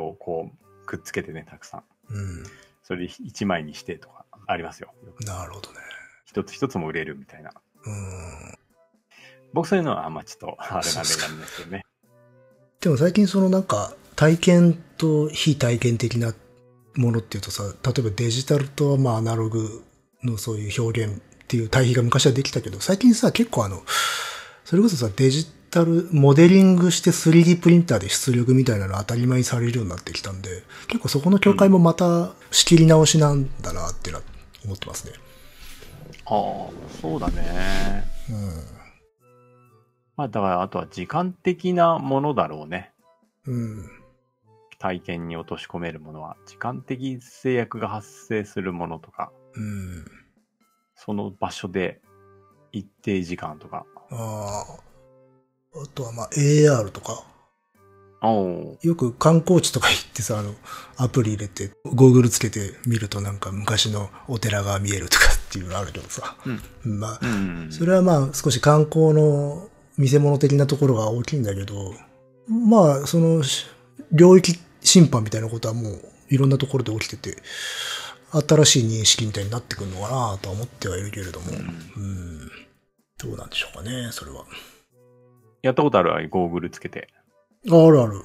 Speaker 1: をこうくっつけてね、たくさん。
Speaker 2: うん。
Speaker 1: それ一枚にしてとか。ありますよ。
Speaker 2: なるほどね。
Speaker 1: 一つ一つも売れるみたいな。
Speaker 2: うーん。
Speaker 1: 僕そういうのはあんまちょっと、あれなんでなんですけどね。
Speaker 2: でも最近そのなんか、体験と非体験的なものっていうとさ、例えばデジタルとまあアナログのそういう表現っていう対比が昔はできたけど、最近さ、結構あの、それこそさ、デジタル、モデリングして 3D プリンターで出力みたいなの当たり前にされるようになってきたんで、結構そこの境界もまた仕切り直しなんだなっていうのは思ってますね。
Speaker 1: ああ、そうだね。
Speaker 2: う
Speaker 1: まあだから、あとは時間的なものだろうね。
Speaker 2: ん。うん。
Speaker 1: 体験に落とし込めるものは。時間的制約が発生するものとか、
Speaker 2: うん。
Speaker 1: その場所で一定時間とか。
Speaker 2: ああ。あとはまあ AR とか。
Speaker 1: おお
Speaker 2: よく観光地とか行ってさ、あの、アプリ入れて、ゴーグルつけて見るとなんか昔のお寺が見えるとかっていうのあるけどさ。まあ
Speaker 1: う、ん。
Speaker 2: それはまあ少し観光の見せ物的なところが大きいんだけど、まあ、その、し領域審判みたいなことはもういろんなところで起きてて、新しい認識みたいになってくるのかなとは思ってはいるけれども、うん、どうなんでしょうかね、それは。
Speaker 1: やったことあるゴーグルつけて。
Speaker 2: あるある。うん。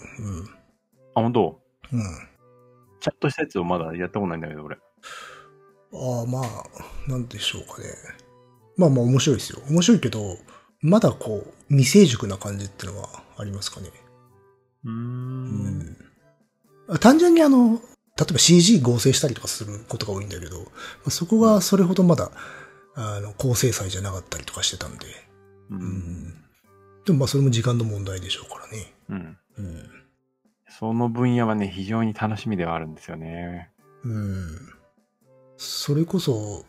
Speaker 1: あ、本当
Speaker 2: うん。
Speaker 1: ちゃんとしたやつをまだやったことないんだけど、俺。
Speaker 2: ああ、まあ、なんでしょうかね。まあまあ面白いですよ。面白いけど、まだこう、未成熟な感じっていうのはありますかね。
Speaker 1: うー。
Speaker 2: うんん。単純にあの、例えば CG 合成したりとかすることが多いんだけど、まあそこがそれほどまだ、あの、高精細じゃなかったりとかしてたんで。
Speaker 1: う。
Speaker 2: うんん。でもまあそれも時間の問題でしょうからね。
Speaker 1: うん。
Speaker 2: うん。
Speaker 1: その分野はね、非常に楽しみではあるんですよね。
Speaker 2: うん。それこそ、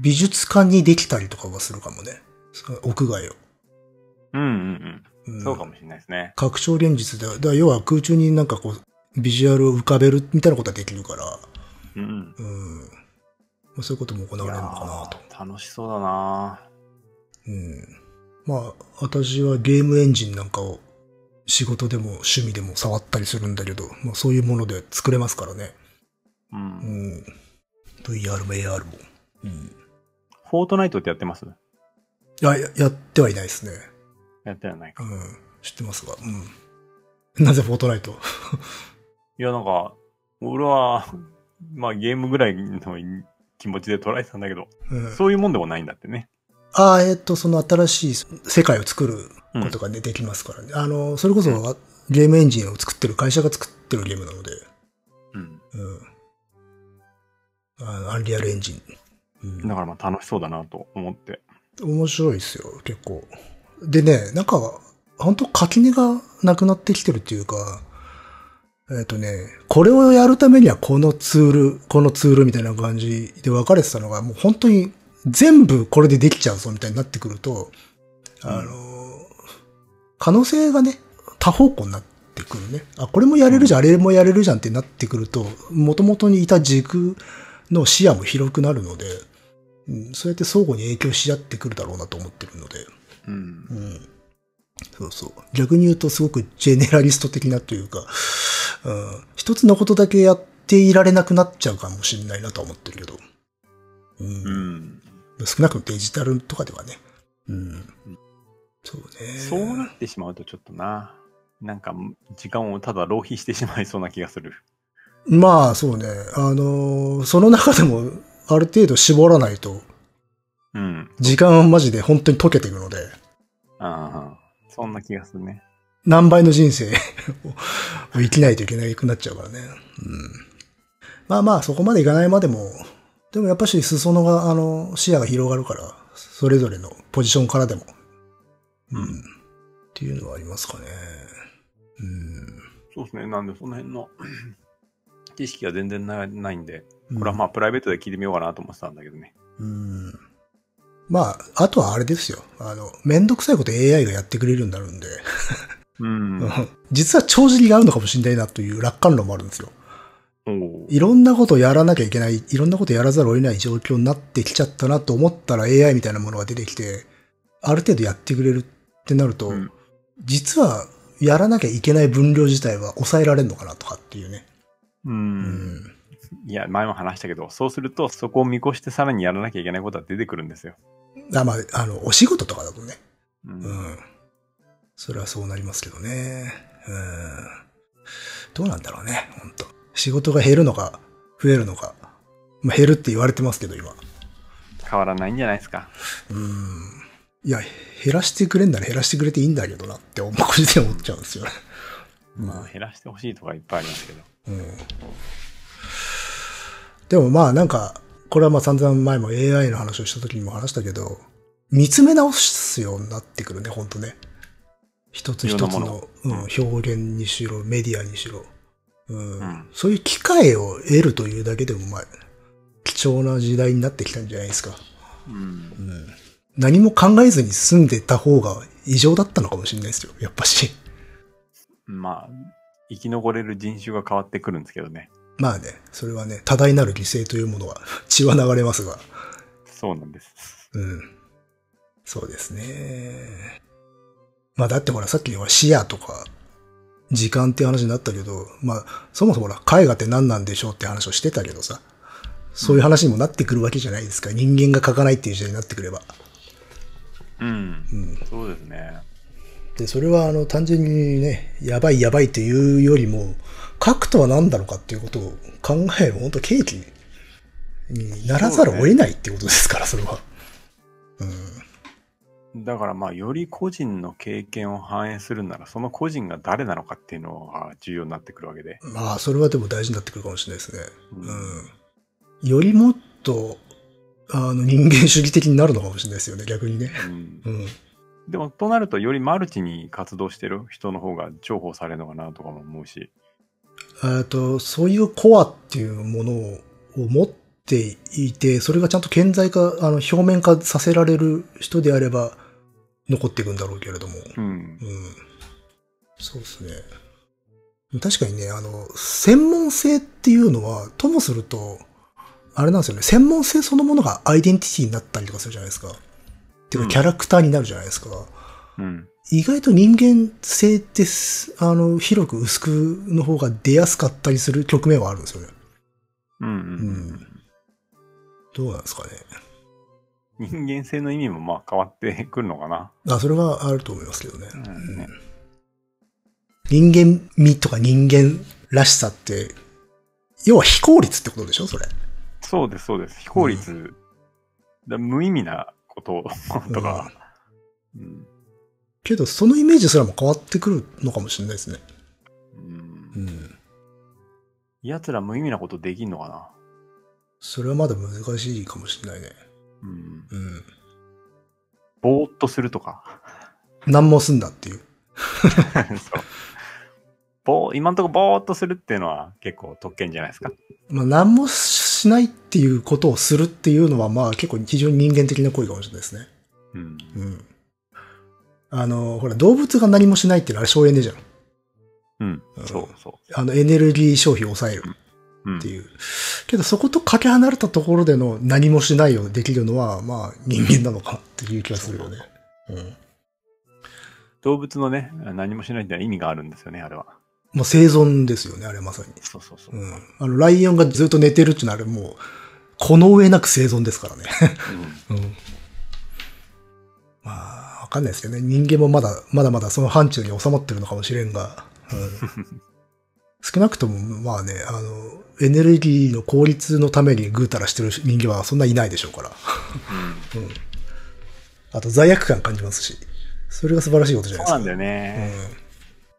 Speaker 2: 美術館にできたりとかはするかもね。そ屋外を。
Speaker 1: うんうん
Speaker 2: う
Speaker 1: うんん。そうかもしれないですね。
Speaker 2: 拡張現実で、だから要は空中になんかこう、ビジュアルを浮かべるみたいなことはできるから、
Speaker 1: うんうん。
Speaker 2: うん。まあ、そういうことも行わ
Speaker 1: い
Speaker 2: れ
Speaker 1: や
Speaker 2: るのかなと。
Speaker 1: ー楽しそうだな
Speaker 2: うん。まあ、私はゲームエンジンなんかを仕事でも趣味でも触ったりするんだけど、まあそういうもので作れますからね。
Speaker 1: う。
Speaker 2: うんん。VR も AR も。うん。
Speaker 1: フォートナイトってやってます
Speaker 2: いや、ややってはいないですね。
Speaker 1: やってはないか。
Speaker 2: うん。知ってますが。うん。なぜフォートナイト
Speaker 1: いや、なんか、俺は、 まあゲームぐらいの気持ちで捉えてたんだけど、
Speaker 2: うん。
Speaker 1: そういうもんでもないんだってね。
Speaker 2: ああ、えっと、その新しい世界を作る
Speaker 1: うん
Speaker 2: ことがね、できますからね。あの、それこそ、あゲームエンジンを作ってる会社が作ってるゲームなので、
Speaker 1: うん。
Speaker 2: うん。あのアンリアルエンジン。うん
Speaker 1: だからまあ楽しそうだなと思って。
Speaker 2: 面白いですよ、結構。でね、なんか、本当垣根がなくなってきてるっていうか、えっ、とね、これをやるためにはこのツール、このツールみたいな感じで分かれてたのが、もう本当に全部これでできちゃうぞみたいになってくると、あのー可能性がね、多方向になってくるね。あ、これもやれるじゃん、あれもやれるじゃんってなってくると、元々にいた軸の視野も広くなるので、うんそうやって相互に影響し合ってくるだろうなと思ってるので、
Speaker 1: うん
Speaker 2: う。ん。そうそう。逆に言うとすごくジェネラリスト的なというか、うん、一つのことだけやっていられなくなっちゃうかもしれないなとは思ってるけど、うん
Speaker 1: うん。
Speaker 2: 少なくともデジタルとかではね。うん。そうね。
Speaker 1: そうなってしまうとちょっとな、なんか時間をただ浪費してしまいそうな気がする。
Speaker 2: まあそうね。あのーその中でもある程度絞らないと、
Speaker 1: うん。
Speaker 2: 時間はマジで本当に溶けていくので、
Speaker 1: ああ、そんな気がするね。
Speaker 2: 何倍の人生 を生きないといけなくなっちゃうからね。うん。まあまあ、そこまでいかないまでも、でもやっぱし裾野が、あの、視野が広がるから、それぞれのポジションからでも。うん。っていうのはありますかね。
Speaker 1: そうですね。なんで、その辺の 知識が全然ないないんで、
Speaker 2: うん。
Speaker 1: これはまあ、プライベートで聞いてみようかなと思ってたんだけどね。
Speaker 2: うん。まあ、あとはあれですよ。あの、めんどくさいこと AI がやってくれるようになるんで、
Speaker 1: うん。お
Speaker 2: 実は帳尻が合うのかもしれないなという楽観論もあるんですよ。
Speaker 1: お
Speaker 2: いろんなことをやらなきゃいけない、いろんなことやらざるを得ない状況になってきちゃったなと思ったら AI みたいなものが出てきて、ある程度やってくれるってなると、
Speaker 1: うん
Speaker 2: 実はやらなきゃいけない分量自体は抑えられるのかなとかっていうね。
Speaker 1: う。
Speaker 2: うんん。
Speaker 1: いや、前も話したけど、そうすると、そこを見越してさらにやらなきゃいけないことは出てくるんですよ。
Speaker 2: あまあ、あの、お仕事とかだとね。
Speaker 1: う。
Speaker 2: うんん。それはそうなりますけどね。うん。どうなんだろうね、ほんと。仕事が減るのか、増えるのか。まあ、減るって言われてますけど、今。
Speaker 1: 変わらないんじゃないですか。
Speaker 2: うん。いや、減らしてくれんなら減らしてくれていいんだけどなって、思う個人的には思っちゃうんですよね。まあ、
Speaker 1: 減らしてほしいとかいっぱいありますけど。
Speaker 2: うん。でもまあなんか、これはまあ散々前も AI の話をした時にも話したけど、見つめ直すようになってくるね、ほんとね。一つ一つ
Speaker 1: いろんな
Speaker 2: の、うん、表現にしろ、メディアにしろ、うん
Speaker 1: ん
Speaker 2: そういう機会を得るというだけでも、まあ、貴重な時代になってきたんじゃないですか。
Speaker 1: うん。
Speaker 2: うん、何も考えずに住んでた方が異常だったのかもしれないですよ、やっぱし。
Speaker 1: まあ、生き残れる人種が変わってくるんですけどね。
Speaker 2: まあね、それはね、多大なる犠牲というものは 血は流れますが。
Speaker 1: そうなんです。
Speaker 2: うん。そうですね。まあだってほら、さっきのほら視野とか、時間っていう話になったけど、まあ、そもそもほら、絵画って何なんでしょうって話をしてたけどさ、そういう話にもなってくるわけじゃないですか。人間が描かないっていう時代になってくれば。
Speaker 1: うん。
Speaker 2: うん。
Speaker 1: そうですね。
Speaker 2: で、それはあの、単純にね、やばいやばいというよりも、書くとは何だろうかっていうことを考える、本当契機にならざるを得ないっていうことですから、それは。うん。
Speaker 1: だからまあ、より個人の経験を反映するなら、その個人が誰なのかっていうのが重要になってくるわけで。
Speaker 2: まあ、それはでも大事になってくるかもしれないですね。
Speaker 1: うん
Speaker 2: うん。よりもっと、あの、人間主義的になるのかもしれないですよね、逆にね。
Speaker 1: うん
Speaker 2: う、ん。
Speaker 1: でも、となると、よりマルチに活動してる人の方が重宝されるのかなとかも思うし。
Speaker 2: えっと、そういうコアっていうものを持っていて、それがちゃんと顕在化、あの、表面化させられる人であれば、残っていくんだろうけれども。
Speaker 1: う。
Speaker 2: うんん。そうですね。確かにね、あの、専門性っていうのは、ともすると、あれなんですよね、専門性そのものがアイデンティティになったりとかするじゃないですか。っていう
Speaker 1: う
Speaker 2: か、
Speaker 1: ん
Speaker 2: キャラクターになるじゃないですか。
Speaker 1: うん。
Speaker 2: 意外と人間性ってす、あの、広く薄くの方が出やすかったりする局面はあるんですよね。
Speaker 1: うん。うん。
Speaker 2: どうなんですかね。
Speaker 1: 人間性の意味もまあ変わってくるのかな。
Speaker 2: あ、それはあると思いますけどね。
Speaker 1: うんね
Speaker 2: 人間味とか人間らしさって、要は非効率ってことでしょそれ。
Speaker 1: そうです、そうです。非効率、だ無意味なこととか、うん
Speaker 2: けど、そのイメージすらも変わってくるのかもしれないですね。
Speaker 1: うん
Speaker 2: ん。
Speaker 1: 奴ら無意味なことできんのかな。
Speaker 2: それはまだ難しいかもしれないね。
Speaker 1: うん、
Speaker 2: うん。
Speaker 1: ぼーっとするとか。
Speaker 2: 何もすんだっていう。
Speaker 1: そうぼー今のところぼーっとするっていうのは結構特権じゃないですか。
Speaker 2: まあ、何もしないっていうことをするっていうのは、まあ結構非常に人間的な行為かもしれないですね。
Speaker 1: うん、
Speaker 2: うん。あの、ほら、動物が何もしないっていうのはあれ省エネじゃん。
Speaker 1: うん
Speaker 2: う、ん
Speaker 1: そうそ
Speaker 2: あの、エネルギー消費を抑える
Speaker 1: う。うん
Speaker 2: っていう。けど、そことかけ離れたところでの何もしないをできるのは、まあ、人間なのかなっていう気がするよね。うん。
Speaker 1: 動物のね、何もしないってのは意味があるんですよね、あれは。
Speaker 2: もう生存ですよね、あれまさに。
Speaker 1: そうそうそう。
Speaker 2: うん。あの、ライオンがずっと寝てるってのはあれもう、この上なく生存ですからね。うん。まあ、わかんないですよね。人間もまだ、まだまだその範疇に収まってるのかもしれんが、うん、 少なくとも、まあね、あの、エネルギーの効率のためにぐうたらしてる人間はそんないないでしょうから。
Speaker 1: うん
Speaker 2: うん。あと罪悪感感じますし、それが素晴らしいことじゃ
Speaker 1: そ
Speaker 2: な
Speaker 1: うなん
Speaker 2: いですか。
Speaker 1: だよね。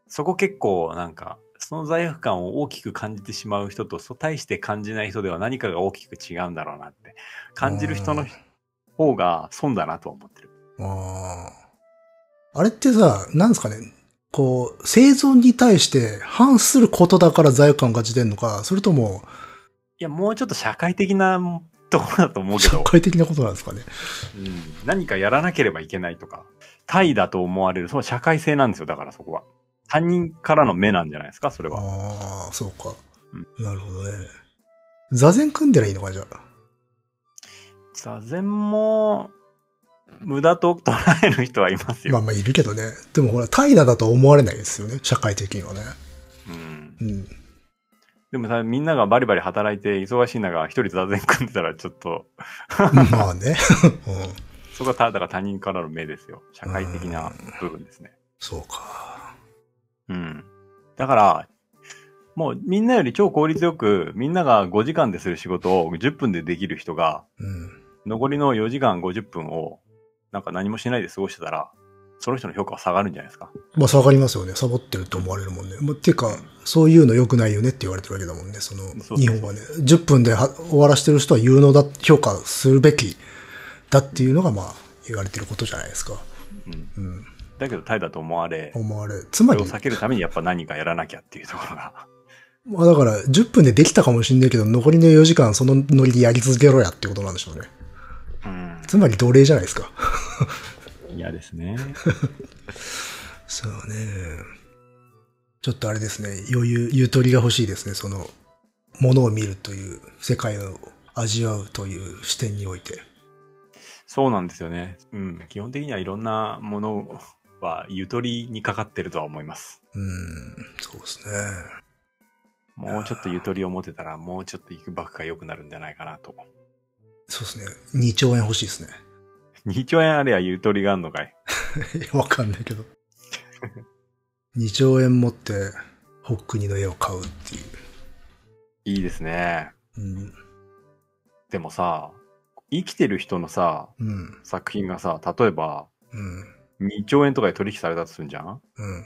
Speaker 1: そこ結構なんか、その罪悪感を大きく感じてしまう人と、そう対して感じない人では何かが大きく違うんだろうなって、感じる人の方が損だなとは思ってる。
Speaker 2: うん。あーあれってさ、なんですかね、こう、生存に対して反することだから罪悪感がじてんのか、それとも、
Speaker 1: いや、もうちょっと社会的なところだと思うけ
Speaker 2: 社
Speaker 1: ど、
Speaker 2: 会的なことなんですかね。
Speaker 1: うん何かやらなければいけないとか、対だと思われる、その社会性なんですよ、だからそこは。他人からの目なんじゃないですか、それは。
Speaker 2: ああ、そうか
Speaker 1: うん。
Speaker 2: なるほどね。座禅組んでりゃいいのか、じゃあ。
Speaker 1: 座禅も、無駄と捉える人はいます
Speaker 2: まあ
Speaker 1: よ。
Speaker 2: まあいるけどね。でもほら、怠惰だと思われないですよね。社会的にはね。
Speaker 1: うん
Speaker 2: うん。
Speaker 1: でもさ、みんながバリバリ働いて忙しい中、一人座禅組んでたらちょっと、
Speaker 2: まあね。 うん。
Speaker 1: そこはただから他人からの目ですよ。社会的な部分ですね。
Speaker 2: そうか。
Speaker 1: うん。だから、もうみんなより超効率よく、みんなが5時間でする仕事を10分でできる人が、
Speaker 2: うん。
Speaker 1: 残りの4時間50分を、なんか何もしないで過ごしてたら、その人の評価は下がるんじゃないですか。
Speaker 2: まあ、下がりますよね。サボってると思われるもんね。まあ、ていうか、そういうの良くないよねって言われてるわけだもんね。その
Speaker 1: そうそ、う
Speaker 2: 日本はね。10分では終わらしてる人は有能だ、評価するべきだっていうのが、まあ、言われてることじゃないですか。
Speaker 1: うん。
Speaker 2: うん。
Speaker 1: だけど怠惰と思われ、
Speaker 2: 思われる。つ
Speaker 1: そ
Speaker 2: ま
Speaker 1: れ
Speaker 2: り
Speaker 1: を、避けるためにやっぱ何かやらなきゃっていうところが。
Speaker 2: まあ、だから、10分でできたかもしんないけど、残りの4時間そのノリでやり続けろやってことなんでしょうね。
Speaker 1: うん。
Speaker 2: つまり奴隷じゃないですか。
Speaker 1: 嫌ですね。
Speaker 2: そうね。ちょっとあれですね、余裕、ゆとりが欲しいですね、その、ものを見るという、世界を味わうという視点において。
Speaker 1: そうなんですよね。うん。基本的にはいろんなものはゆとりにかかってるとは思います。
Speaker 2: うん、そうですね。
Speaker 1: もうちょっとゆとりを持てたら、もうちょっといくばくが良くなるんじゃないかなと。
Speaker 2: そうですね。2兆円欲しいですね。
Speaker 1: 2兆円あればゆとりがあるのかい。
Speaker 2: わかんないけど。2兆円持って、ホックニの絵を買うっていう。
Speaker 1: いいですね。
Speaker 2: うん、
Speaker 1: でもさ、生きてる人のさ、
Speaker 2: うん、
Speaker 1: 作品がさ、例えば
Speaker 2: うん、
Speaker 1: 2兆円とかで取引されたとするんじゃん
Speaker 2: うん。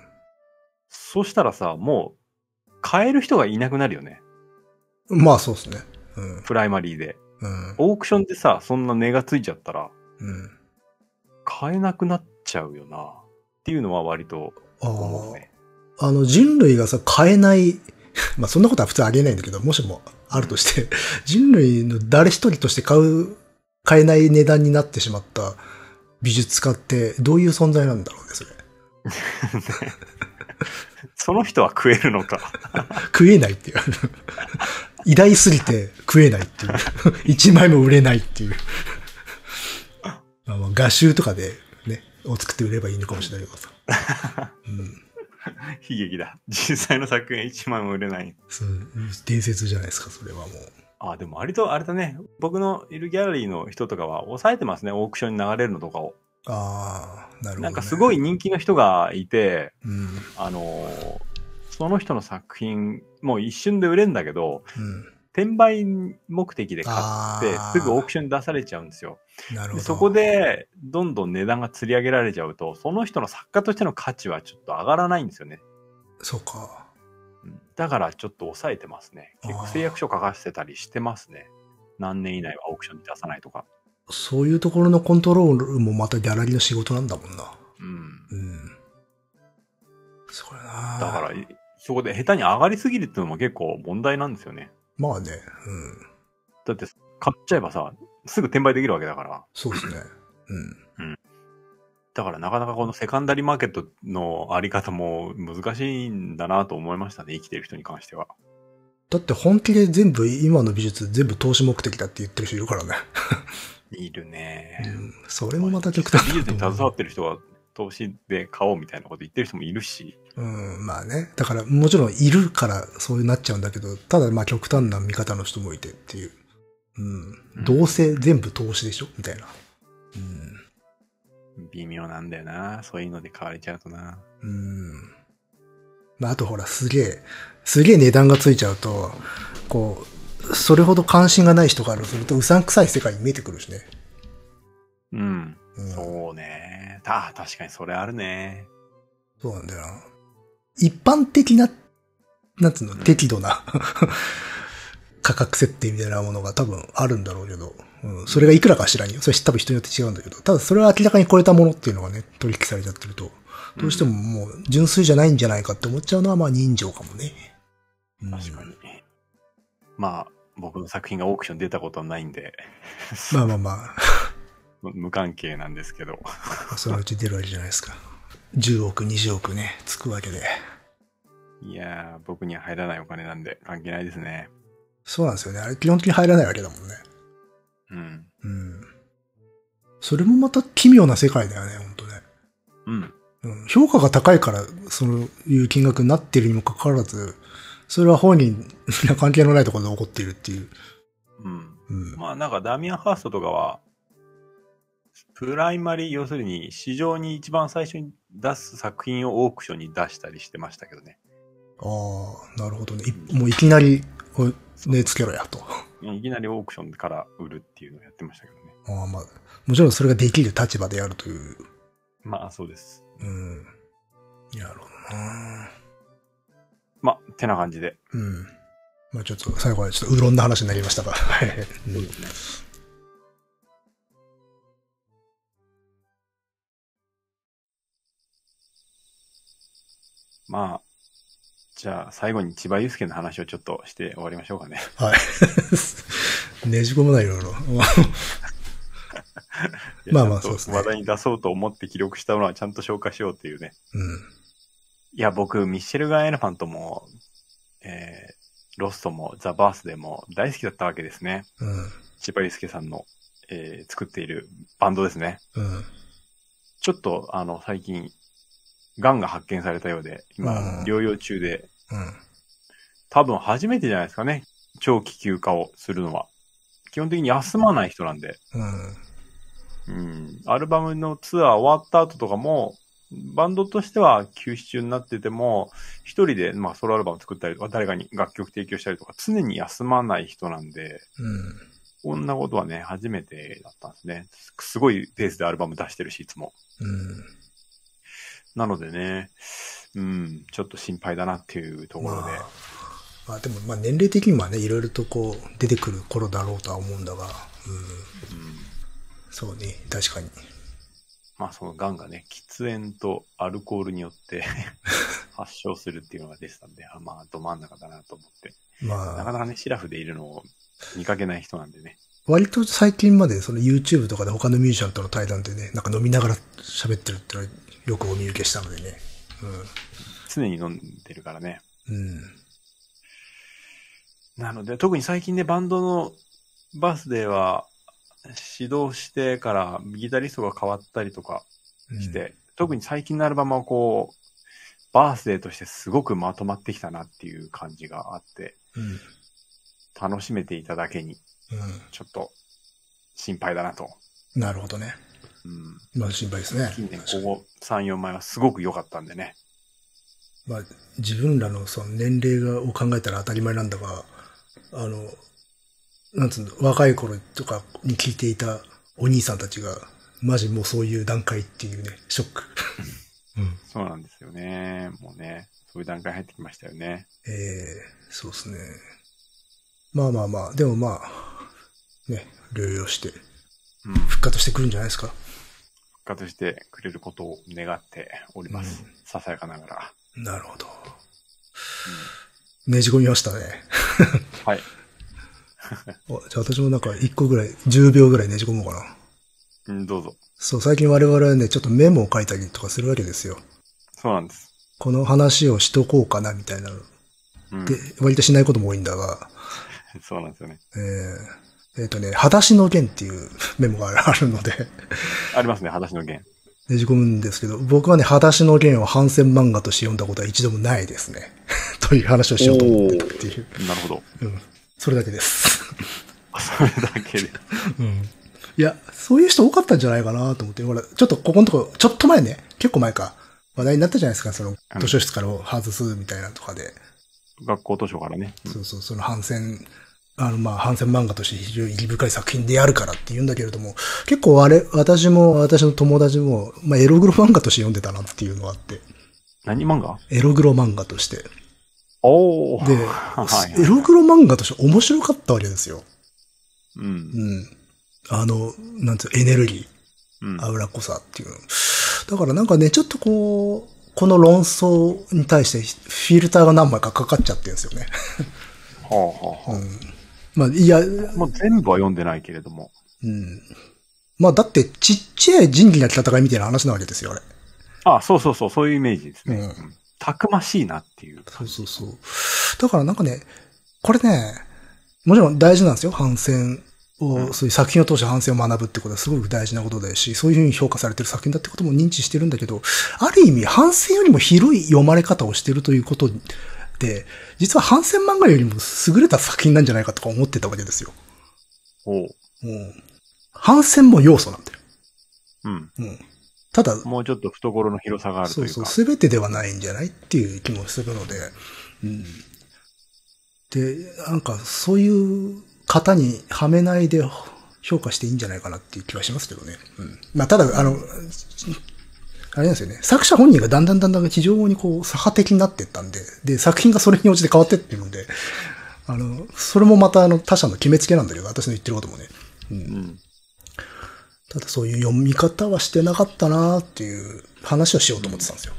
Speaker 1: そしたらさ、もう買える人がいなくなるよね。
Speaker 2: まあそうですね。うん、
Speaker 1: プライマリーで。
Speaker 2: うん、
Speaker 1: オークションでさ、そんな値がついちゃったら、
Speaker 2: うん。
Speaker 1: 買えなくなっちゃうよな。っていうのは割と
Speaker 2: あ
Speaker 1: 思
Speaker 2: あ
Speaker 1: う、ね。
Speaker 2: あの人類がさ、変えない、 まあそんなことは普通ありえないんだけど、もしもあるとして、 人類の誰一人として買う、買えない値段になってしまった美術家ってどういう存在なんだろうね、それ。
Speaker 1: その人は食えるのか。
Speaker 2: 食えないっていう。 偉大すぎて食えないっていう。 一枚も売れないっていう。 まあまあ画集とかでね、を作って売ればいいのかもしれないけどさ。うん
Speaker 1: 悲劇だ。実際の作品1枚も売れない。
Speaker 2: そう、伝説じゃないですか、それはもう。
Speaker 1: あ、でも割とあれだね。僕のいるギャラリーの人とかは抑えてますね。オークションに流れるのとかを。
Speaker 2: ああ、なるほど、ね。
Speaker 1: なんかすごい人気の人がいて、
Speaker 2: うん。
Speaker 1: あのーその人の作品、もう一瞬で売れるんだけど、
Speaker 2: うん。
Speaker 1: 転売目的で買って
Speaker 2: あ、ー
Speaker 1: すぐオークションに出されちゃうんですよ。
Speaker 2: なるほ
Speaker 1: で
Speaker 2: ど。
Speaker 1: そこで、どんどん値段が釣り上げられちゃうと、その人の作家としての価値はちょっと上がらないんですよね。
Speaker 2: そうか。
Speaker 1: うんだからちょっと抑えてますね。結
Speaker 2: あ
Speaker 1: 構
Speaker 2: ー
Speaker 1: 誓約書書かせてたりしてますね。何年以内はオークションに出さないとか。
Speaker 2: そういうところのコントロールもまたギャラリーの仕事なんだもんな。
Speaker 1: うん。
Speaker 2: うん。それな
Speaker 1: だから、いそこで下手に上がりすぎるっていうのも結構問題なんですよね。
Speaker 2: まあね、うん。
Speaker 1: だって、買っちゃえばさ、すぐ転売できるわけだから。
Speaker 2: そうですね。うん。
Speaker 1: だからなかなかこのセカンダリーマーケットのあり方も難しいんだなと思いましたね。生きてる人に関しては。
Speaker 2: だって本気で全部、今の美術全部投資目的だって言ってる人いるからね。
Speaker 1: いるね。
Speaker 2: うん。それもまた極端
Speaker 1: 美術に携わ
Speaker 2: う
Speaker 1: っ。てる人は投資で買おうみたいなこと言ってる人もいるし、
Speaker 2: うん、まあね。だから、もちろんいるからそうなっちゃうんだけど、ただまあ極端な見方の人もいてっていう。うん。どうせ全部投資でしょみたいな。うん。
Speaker 1: 微妙なんだよな。そういうので買われちゃうとな。
Speaker 2: うん。まあ、あとほら、すげえ、すげえ値段がついちゃうと、こう、それほど関心がない人からすると、うさんくさい世界に見えてくるしね。
Speaker 1: うん。
Speaker 2: うん、そう
Speaker 1: そうね。た、確かにそれあるね。
Speaker 2: なんだよな。一般的な、なんつうの、適度な 価格設定みたいなものが多分あるんだろうけど、うん、それがいくらかは知らんよ。それ多分人によって違うんだけど、ただそれは明らかに超えたものっていうのがね、取引されちゃってると、どうしてももう純粋じゃないんじゃないかって思っちゃうのは、まあ人情かもね。うん
Speaker 1: 確かに。まあ、僕の作品がオークション出たことはないんで、
Speaker 2: まあまあまあ。
Speaker 1: 無関係なんですけど。
Speaker 2: そのうち出るわけじゃないですか。10億、20億ね、つくわけで。
Speaker 1: いやー、僕には入らないお金なんで関係ないですね。
Speaker 2: そうなんですよね。あれ基本的に入らないわけだもんね。
Speaker 1: うん。
Speaker 2: うん。それもまた奇妙な世界だよね、ほんとね。
Speaker 1: うん。
Speaker 2: うん、評価が高いから、そういう金額になってるにもかかわらず、それは本人には関係のないところで起こっているっていう。
Speaker 1: うん。
Speaker 2: うん。
Speaker 1: まあなんかダミアン・ハーストとかは、プライマリー、要するに市場に一番最初に出す作品をオークションに出したりしてましたけどね。
Speaker 2: ああ、なるほどね。いもういきなり、おね、つけろやと。
Speaker 1: いきなりオークションから売るっていうのをやってましたけどね。
Speaker 2: ああまあ、もちろんそれができる立場であるという。
Speaker 1: まあそうです。
Speaker 2: うん。なるほどな。
Speaker 1: まあ、てな感じで。
Speaker 2: うん。まあちょっと最後はちょっとうろんな話になりましたが。はい。うん
Speaker 1: まあ、じゃあ最後に千葉祐介の話をちょっとして終わりましょうかね。
Speaker 2: はい。 ねじ込むな、いろいろ。 まあまあ
Speaker 1: ちゃんと
Speaker 2: そうですね
Speaker 1: 話題に出そうと思って記録したものはちゃんと消化しようっていうね。
Speaker 2: うん。
Speaker 1: いや、僕、ミッシェルガン・エレファントも、えー、ロストも、ザ・バースでも大好きだったわけですね。
Speaker 2: うん。
Speaker 1: 千葉祐介さんの、えー、作っているバンドですね。
Speaker 2: うん。
Speaker 1: ちょっと、あの、最近、ガンが発見されたようで、
Speaker 2: う
Speaker 1: 今
Speaker 2: ん、
Speaker 1: 療養中で、
Speaker 2: うん。
Speaker 1: 多分初めてじゃないですかね。長期休暇をするのは。基本的に休まない人なんで。
Speaker 2: うん。
Speaker 1: うん。アルバムのツアー終わった後とかも、バンドとしては休止中になってても、一人で、まあ、ソロアルバム作ったりとか、誰かに楽曲提供したりとか、常に休まない人なんで、
Speaker 2: うん。
Speaker 1: こんなことはね、初めてだったんですね。すすごいペースでアルバム出してるし、いつも。
Speaker 2: うん。
Speaker 1: なのでね、うん、ちょっと心配だなっていうところで。
Speaker 2: まあ、まあでも、まあ年齢的にもね、いろいろとこう、出てくる頃だろうとは思うんだが、うん。
Speaker 1: うん
Speaker 2: そうね、確かに。
Speaker 1: まあその癌がね、喫煙とアルコールによって 発症するっていうのが出てたんで、あまあど真ん中だなと思って。なか
Speaker 2: まあ、
Speaker 1: なかね、シラフでいるのを見かけない人なんでね。
Speaker 2: 割と最近までその YouTube とかで他のミュージシャンとの対談でね、なんか飲みながら喋ってるってのはよくお見受けしたのでね。
Speaker 1: 常に飲んでるからね。
Speaker 2: うん。うん。
Speaker 1: なので、特に最近ね、バンドのバースデーは指導してからギタリストが変わったりとか
Speaker 2: うん
Speaker 1: して、。特に最近のアルバムはこう、バースデーとしてすごくまとまってきたなっていう感じがあって、
Speaker 2: うん。
Speaker 1: 楽しめていただけに、ちょっと心配だなと。
Speaker 2: うん。なるほどね。
Speaker 1: うん
Speaker 2: まあ心配ですね。
Speaker 1: 近年ここ3、4枚はすごく良かったんでね。
Speaker 2: まあ、自分らのその年齢がを考えたら当たり前なんだが、あの、なんつうの、若い頃とかに聞いていたお兄さんたちが、マジもうそういう段階っていうね、ショック。 うん。
Speaker 1: そうなんですよね。もうね、そういう段階入ってきましたよね。
Speaker 2: ええそうですね。まあまあまあ、でもまあ、ね、療養して
Speaker 1: うん。復
Speaker 2: 復活してくるんじゃないですか。
Speaker 1: 活してくれることを願っております。
Speaker 2: う
Speaker 1: ささやかながら。
Speaker 2: なるほど。ねじ込みましたね。
Speaker 1: はい。
Speaker 2: おじゃあ私もなんか1個ぐらい、10秒ぐらいねじ込もうかな。
Speaker 1: うん、どうぞ。
Speaker 2: そう、最近我々はね、ちょっとメモを書いたりとかするわけですよ。
Speaker 1: そうなんです。
Speaker 2: この話をしとこうかな、みたいなの。
Speaker 1: うん
Speaker 2: で、、割としないことも多いんだが、
Speaker 1: そうなんですよね。
Speaker 2: えー、えっ、とね、裸足の弦っていうメモがあるので、
Speaker 1: ありますね、裸足の弦。
Speaker 2: ねじ込むんですけど、僕はね、裸足の弦を反戦漫画として読んだことは一度もないですね。 という話をしようと思ってたっていう。
Speaker 1: なるほど。
Speaker 2: うん。それだけです。
Speaker 1: それだけで。
Speaker 2: うんいや、そういう人多かったんじゃないかなと思って、ほら、ちょっとここのとこ、ちょっと前ね、結構前か、話題になったじゃないですか、その、
Speaker 1: うん
Speaker 2: 図書室から外すみたいなとかで、
Speaker 1: 学校図書からね。
Speaker 2: そうそう、その反戦、あの、まあ、反戦漫画として非常に意義深い作品であるからって言うんだけれども、結構あれ、私も、私の友達も、まあ、エログロ漫画として読んでたなっていうのがあって、
Speaker 1: 何漫画
Speaker 2: エログロ漫画として。
Speaker 1: おお。
Speaker 2: で
Speaker 1: はい、
Speaker 2: エログロ漫画として面白かったわけですよ。
Speaker 1: うん
Speaker 2: う。ん。あの、なんつうのエネルギー。
Speaker 1: うん。
Speaker 2: 油っこさっていうの。だからなんかね、ちょっとこう、この論争に対してフィルターが何枚かかかっちゃってるんですよね。
Speaker 1: はあはあ
Speaker 2: う
Speaker 1: は
Speaker 2: ん。まあ、いや、う
Speaker 1: あ。もう全部は読んでないけれども。
Speaker 2: ん。まあ、だってちっちゃい仁義なき戦いみたいな話なわけですよ、あれ。
Speaker 1: あ、そうそうそう、そういうイメージですね。
Speaker 2: うん
Speaker 1: うんたくましいなっていう。
Speaker 2: そうそうそう。だからなんかね、これね、もちろん大事なんですよ、反戦を、
Speaker 1: うん
Speaker 2: そういう作品を通して反戦を学ぶってことはすごく大事なことだし、そういうふうに評価されてる作品だってことも認知してるんだけど、ある意味反戦よりも広い読まれ方をしてるということって、実はハンセン漫画よりも優れた作品なんじゃないかとか思ってたわけですよ。
Speaker 1: おう。
Speaker 2: うん。ハンセンも要素なんだよ。
Speaker 1: うん。
Speaker 2: うん。ただ、
Speaker 1: もうちょっと懐の広さがあると
Speaker 2: そ
Speaker 1: いう
Speaker 2: う
Speaker 1: か。
Speaker 2: そう、すべてではないんじゃないっていう気もするので、うん。で、なんか、そういう型にはめないで評価していいんじゃないかなっていう気はしますけどね。うん。まあ、ただ、あの、あれなんですよね。作者本人がだんだんだんだん非常にこう、左派的になっていったんで、で、作品がそれに応じて変わってってるんで、あの、それもまたあの、他者の決めつけなんだけど、私の言ってることもね。
Speaker 1: うん。
Speaker 2: ただそういう読み方はしてなかったなっていう話をしようと思ってたんですよ。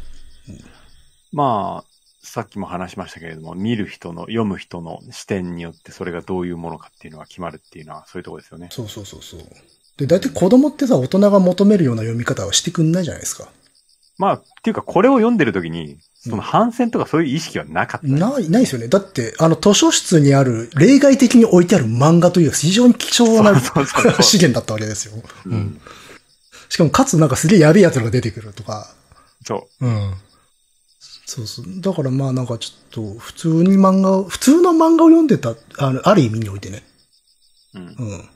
Speaker 1: まあ、さっきも話しましたけれども、見る人の、読む人の視点によってそれがどういうものかっていうのが決まるっていうのはそういうところですよね。
Speaker 2: そうそうそうそう。で、大体子供ってさ、大人が求めるような読み方はしてくんないじゃないですか。
Speaker 1: まあ、っていうかこれを読んでるときに、その反戦とかそういう意識はなかった、
Speaker 2: ない、ないですよね。だって、あの、図書室にある、例外的に置いてある漫画という非常に貴重な
Speaker 1: そうそうそうそう
Speaker 2: 資源だったわけですよ。
Speaker 1: うん
Speaker 2: うんしかも、かつなんかすげえやべえ奴らが出てくるとか。
Speaker 1: そう。
Speaker 2: うん。そうそう。だからまあなんかちょっと、普通に漫画を、普通の漫画を読んでた、あの、ある意味においてね。
Speaker 1: うん
Speaker 2: う、ん。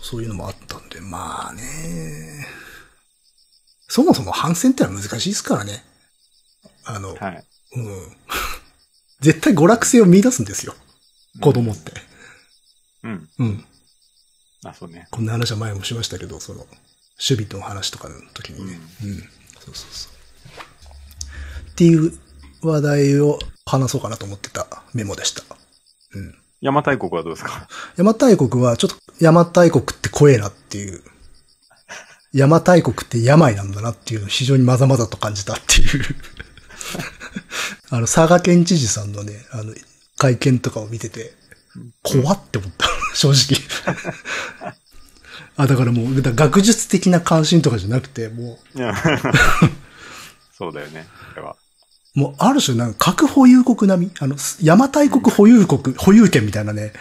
Speaker 2: そういうのもあったんで、まあね。そもそも反戦ってのは難しいですからね。あの、
Speaker 1: はい。
Speaker 2: うん。 絶対娯楽性を見出すんですよ。子供って。
Speaker 1: うん。
Speaker 2: うん。
Speaker 1: あ、そうね。
Speaker 2: こんな話は前もしましたけど、その、守備の話とかの時にね。うん。そうそうそう。っていう話題を話そうかなと思ってたメモでした。うん。
Speaker 1: 邪馬台国はどうですか
Speaker 2: 邪馬台国は、ちょっと邪馬台国って怖えなっていう。邪馬台国って病なんだなっていうのを非常にまざまざと感じたっていう。あの、佐賀県知事さんのね、あの、会見とかを見てて、怖って思った。正直。あ、だからもう、だから学術的な関心とかじゃなくて、も
Speaker 1: い やそうだよね。これは。
Speaker 2: う、もうある種なんか核保有国並み、あの、邪馬台国保有国、保有権みたいなね、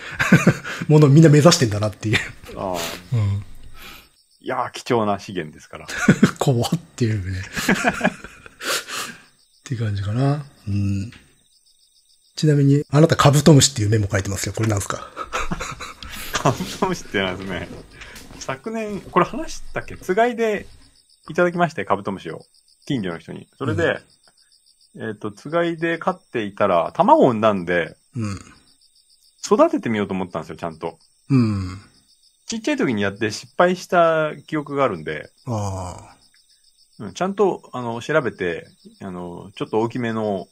Speaker 2: ものをみんな目指してんだなっていう。
Speaker 1: ああ。
Speaker 2: うん
Speaker 1: いやー、貴重な資源ですから。
Speaker 2: 怖っていう ね。っていう感じかな。うん。ちなみに、あなたカブトムシっていうメモ書いてますよ。これなんですか
Speaker 1: カブトムシってなんですね。昨年、これ話したっけつがいでいただきまして、カブトムシを。近所の人に。それで、えっ、と、つがいで飼っていたら、卵を産んだんで、
Speaker 2: うん。
Speaker 1: 育ててみようと思ったんですよ、ちゃんと。
Speaker 2: うん。
Speaker 1: ちっちゃい時にやって失敗した記憶があるんで、
Speaker 2: あ
Speaker 1: うん、ちゃんと、あの、調べて、あの、ちょっと大きめの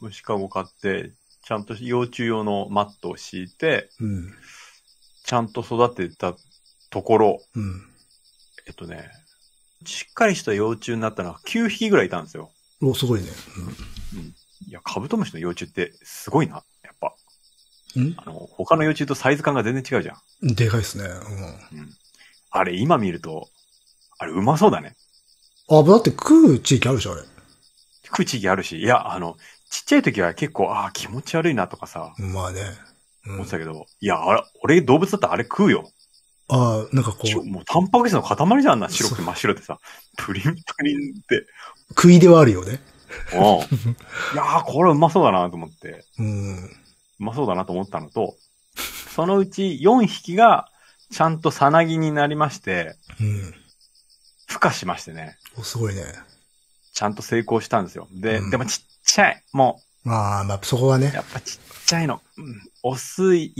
Speaker 1: 虫かご買って、ちゃんと幼虫用のマットを敷いて、
Speaker 2: ーうん。
Speaker 1: ちゃんと育てたところ、
Speaker 2: うん。
Speaker 1: えっとね、しっかりした幼虫になったのが9匹ぐらいいたんですよ。
Speaker 2: お、すごいね。
Speaker 1: いや、カブトムシの幼虫ってすごいな。やっぱ、
Speaker 2: うん。
Speaker 1: あの、他の幼虫とサイズ感が全然違うじゃん。
Speaker 2: うん。でかいですね。
Speaker 1: あれ、今見ると、あれ、うまそうだね。
Speaker 2: うん。あ、だって食う地域あるでしょ、あれ。
Speaker 1: 食う地域あるし、いや、あの、ちっちゃい時は結構、ああ、気持ち悪いなとかさ、
Speaker 2: まあね。う
Speaker 1: 思
Speaker 2: ん
Speaker 1: って、たけど、いや、あれ、俺動物だったらあれ食うよ。
Speaker 2: ああ、なんかこう、
Speaker 1: ちょもうタンパク質の塊じゃんあんな、白くて真っ白でさ、プリンプリンって。
Speaker 2: 食いではあるよね。
Speaker 1: うん。いやー、これうまそうだなと思って。
Speaker 2: うん。
Speaker 1: うまそうだなと思ったのと、そのうち4匹がちゃんとさなぎになりまして、
Speaker 2: うん。
Speaker 1: 孵化しましてね、
Speaker 2: お、すごいね。
Speaker 1: ちゃんと成功したんですよ。で、
Speaker 2: うん
Speaker 1: でもちっちゃい。も
Speaker 2: まあ、まあ、そこは
Speaker 1: う、
Speaker 2: ね。
Speaker 1: やっぱちっちゃいの。うん、オス1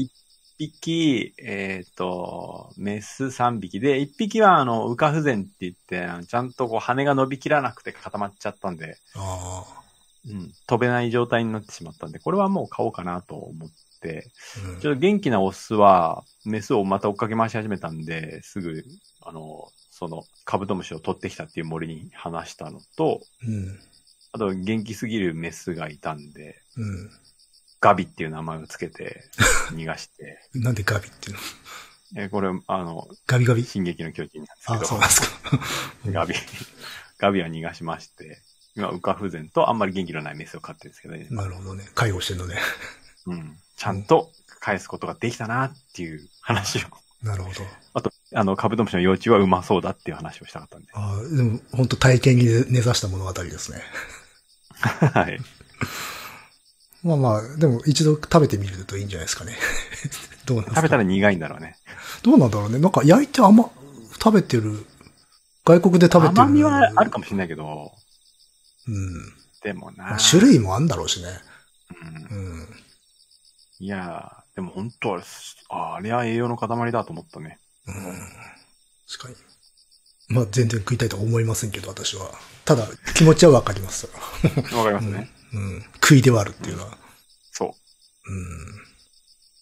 Speaker 1: 匹、えっ、と、メス3匹で、1匹はあの、羽化不全って言って、あのちゃんとこう羽が伸びきらなくて固まっちゃったんで、
Speaker 2: ああ。
Speaker 1: うん、飛べない状態になってしまったんで、これはもう買おうかなと思って、
Speaker 2: うん
Speaker 1: ちょっと元気なオスは、メスをまた追っかけ回し始めたんで、すぐ、あの、その、カブトムシを取ってきたっていう森に放したのと、
Speaker 2: うん。
Speaker 1: あと元気すぎるメスがいたんで、
Speaker 2: うん。
Speaker 1: ガビっていう名前をつけ て、逃がして、
Speaker 2: なんでガビっていうの
Speaker 1: えこれ、あの、
Speaker 2: ガビガビ
Speaker 1: 進撃の巨人なん
Speaker 2: あ、
Speaker 1: です
Speaker 2: そうなんですか。
Speaker 1: けど、ガビ、ガビは逃がしまして、今、ウカ不全とあんまり元気のないメスを飼ってるんですけどね、
Speaker 2: なるほどね。介護してんのね。
Speaker 1: うん、ちゃんと返すことができたなっていう話を、
Speaker 2: なるほど。
Speaker 1: あの、カブトムシの幼虫はうまそうだっていう話をしたかったんで。
Speaker 2: ああ、でも、本当体験に根ざした物語ですね。
Speaker 1: はい。
Speaker 2: まあまあ、でも一度食べてみるといいんじゃないですかね。 どうなんですか
Speaker 1: 食べたら苦いんだろうね。
Speaker 2: どうなんだろうね。なんか焼いて甘、食べてる、外国で食べてる。
Speaker 1: 甘みはあるかもしれないけど、
Speaker 2: うん。
Speaker 1: でも
Speaker 2: ま
Speaker 1: な
Speaker 2: あ、。種類もあんだろうしね。
Speaker 1: うん
Speaker 2: うん。
Speaker 1: いやー、でも本当あれ、ああれは栄養の塊だと思ったね。
Speaker 2: うん。確かに。まあ全然食いたいとは思いませんけど、私は。ただ、気持ちはわかります。
Speaker 1: わかりますね。
Speaker 2: うん。食いではあるっていうのは。
Speaker 1: そ
Speaker 2: うん。
Speaker 1: う。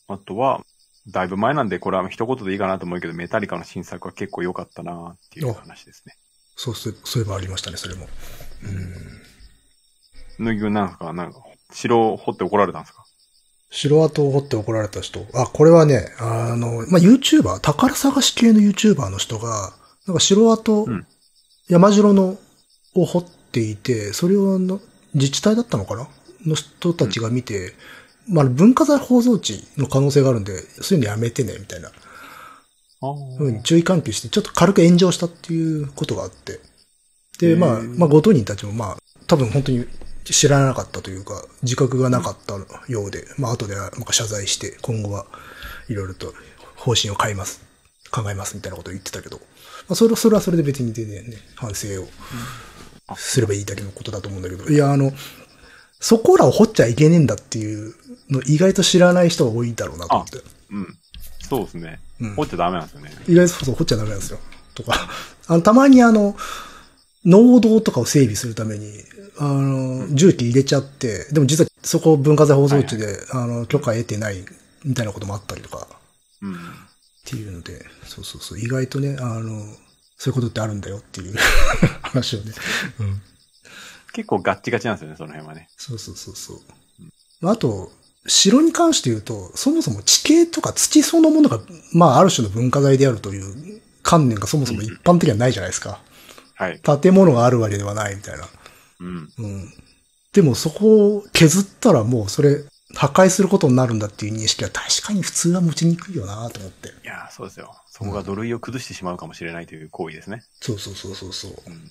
Speaker 1: あとは、だいぶ前なんで、これは一言でいいかなと思うけど、メタリカの新作は結構良かったなっていう話ですね。
Speaker 2: そうす、そういえばありましたね、それも。うん。
Speaker 1: ぬぎくんなんすかなんか、城を掘って怒られたんですか
Speaker 2: 城跡を掘って怒られた人。あ、これはね、あの、まあ、YouTuber、宝探し系の YouTuber の人が、なんか城跡、
Speaker 1: うん
Speaker 2: 山城の、を掘っていて、それをの、自治体だったのかなの人たちが見て、まあ、文化財放送地の可能性があるんで、そういうのやめてね、みたいな。
Speaker 1: ああ。
Speaker 2: ふうに注意喚起して、ちょっと軽く炎上したっていうことがあって。
Speaker 1: へ
Speaker 2: で、
Speaker 1: ー
Speaker 2: まあ、まあ、ご当人たちもまあ、多分本当に知らなかったというか、自覚がなかったようで、まあ、後でなんか謝罪して、今後はいろいろと方針を変えます、考えますみたいなことを言ってたけど、まあ、それそれはそれで別に全然ね、反省をすればいいだけのことだと思うんだけど、いや、あの、そこらを掘っちゃいけねえんだっていうの意外と知らない人が多いだろうなと思って。
Speaker 1: うん。そうですね
Speaker 2: うん。
Speaker 1: 掘っちゃダメなんですよね。
Speaker 2: 意外とそうそう掘っちゃダメなんですよ。とか。あの、たまにあの、農道とかを整備するために、あの、重機入れちゃって、でも実はそこ文化財放送地で、あの、許可得てないみたいなこともあったりとか、
Speaker 1: うん。
Speaker 2: っていうので、そうそうそう、意外とね、あの、そういうことってあるんだよっていう 話をね。うん。
Speaker 1: 結構ガッチガチなんですよね、その辺はね。
Speaker 2: そうそうそうそう。まああと、城に関して言うと、そもそも地形とか土そのものが、まあある種の文化財であるという観念がそもそも一般的にはないじゃないですか。
Speaker 1: はい。
Speaker 2: 建物があるわけではないみたいな。
Speaker 1: うん。
Speaker 2: うん。でもそこを削ったらもうそれ破壊することになるんだっていう認識は確かに普通は持ちにくいよなと思って。
Speaker 1: いやー、そうですよ。そこが土塁を崩してしまうかもしれないという行為ですね。
Speaker 2: そうそうそうそうそう。
Speaker 1: うん。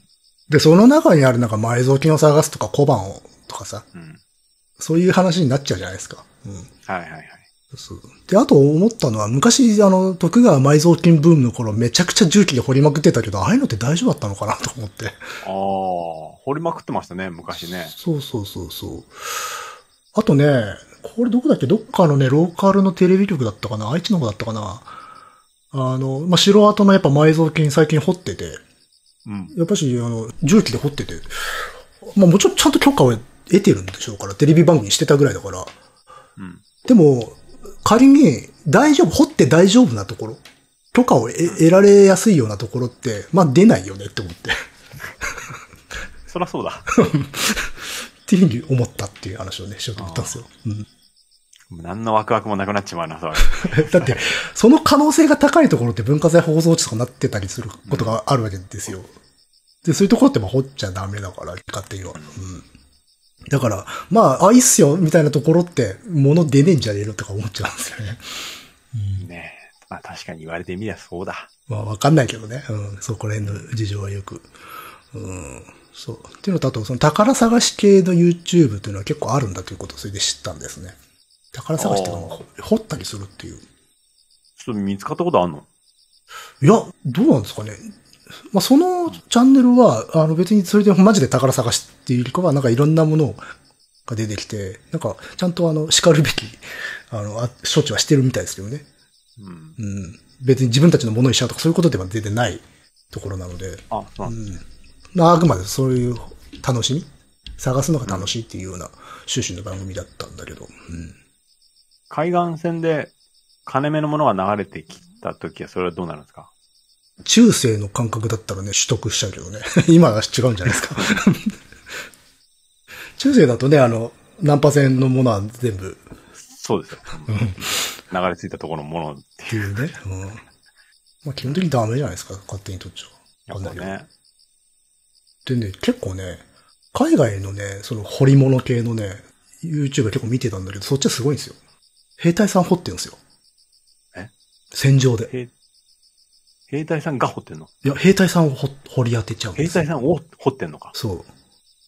Speaker 2: で、その中にあるなんか埋蔵金を探すとか小判をとかさ、
Speaker 1: うん。
Speaker 2: そういう話になっちゃうじゃないですか。うん。
Speaker 1: はいはいはい。
Speaker 2: そう。で、あと思ったのは、昔、あの、徳川埋蔵金ブームの頃、めちゃくちゃ重機で掘りまくってたけど、ああいうのって大丈夫だったのかなと思って。
Speaker 1: ああ、掘りまくってましたね、昔ね。
Speaker 2: そうそうそうそう。あとね、これどこだっけどっかのね、ローカルのテレビ局だったかな愛知の方だったかなあの、まあ、城跡のやっぱ埋蔵金最近掘ってて、
Speaker 1: うん。
Speaker 2: やっぱし、あの、重機で掘ってて、まあ、もちろんちゃんと許可を得てるんでしょうから、テレビ番組にしてたぐらいだから。
Speaker 1: うん。
Speaker 2: でも、仮に、大丈夫、掘って大丈夫なところ、許可を得得られやすいようなところって、まあ、出ないよねって思って、っ
Speaker 1: そらそうだ。
Speaker 2: ていうふうに思ったっていう話をね、しようと思ったんですよ。うん
Speaker 1: 何のワクワクもなくなっちまうな、そ れ。
Speaker 2: だって、その可能性が高いところって文化財保存地とかなってたりすることがあるわけですよ。で、そういうところってまあ掘っちゃダメだから、勝手には。うん。だから、まあ、あ、いいっすよ、みたいなところって、物出ねえんじゃねえのとか思っちゃうんですよね。
Speaker 1: ねえ。まあ確かに言われてみりゃそうだ。
Speaker 2: まあ、わかんないけどね。うん。そこら辺の事情はよく。うん。そう。っていうのと、あと、その宝探し系の YouTube っていうのは結構あるんだということをそれで知ったんですね。宝探しっていうのは掘ったりするっていう。
Speaker 1: ちょっと見つかったことあんの
Speaker 2: いや、どうなんですかね。まあ、そのチャンネルは、あの別にそれでマジで宝探しっていうよりかは、なんかいろんなものが出てきて、なんかちゃんとあの、叱るべき、あの、あ処置はしてるみたいですけどね。
Speaker 1: うん。
Speaker 2: うん。別に自分たちのものにしちゃうとかそういうことでは出てないところなので、
Speaker 1: あ、そうなんだ
Speaker 2: うん。まあ、あくまでそういう楽しみ探すのが楽しいっていうような趣旨の番組だったんだけど、うん。
Speaker 1: 海岸線で金目のものが流れてきたときはそれはどうなるんですか
Speaker 2: 中世の感覚だったらね、取得しちゃうけどね。 今は違うんじゃないですか。 中世だとね、あの、ナンパ船のものは全部、
Speaker 1: そう ですよ。流れ着いたところのものって
Speaker 2: っていうね。うん。まあ、基本的にダメじゃないですか、勝手に取っちゃ
Speaker 1: やっぱね。
Speaker 2: う。でね、結構ね、海外のね、その掘り物系のね、YouTuber 結構見てたんだけど、そっちはすごいんですよ。兵隊さん掘ってるんですよ。
Speaker 1: え
Speaker 2: 戦場で。
Speaker 1: 兵兵隊さんが掘ってんの
Speaker 2: いや、兵隊さんを掘掘り当てちゃうんで
Speaker 1: 兵
Speaker 2: すよ
Speaker 1: 隊さんを掘ってんのか。
Speaker 2: そ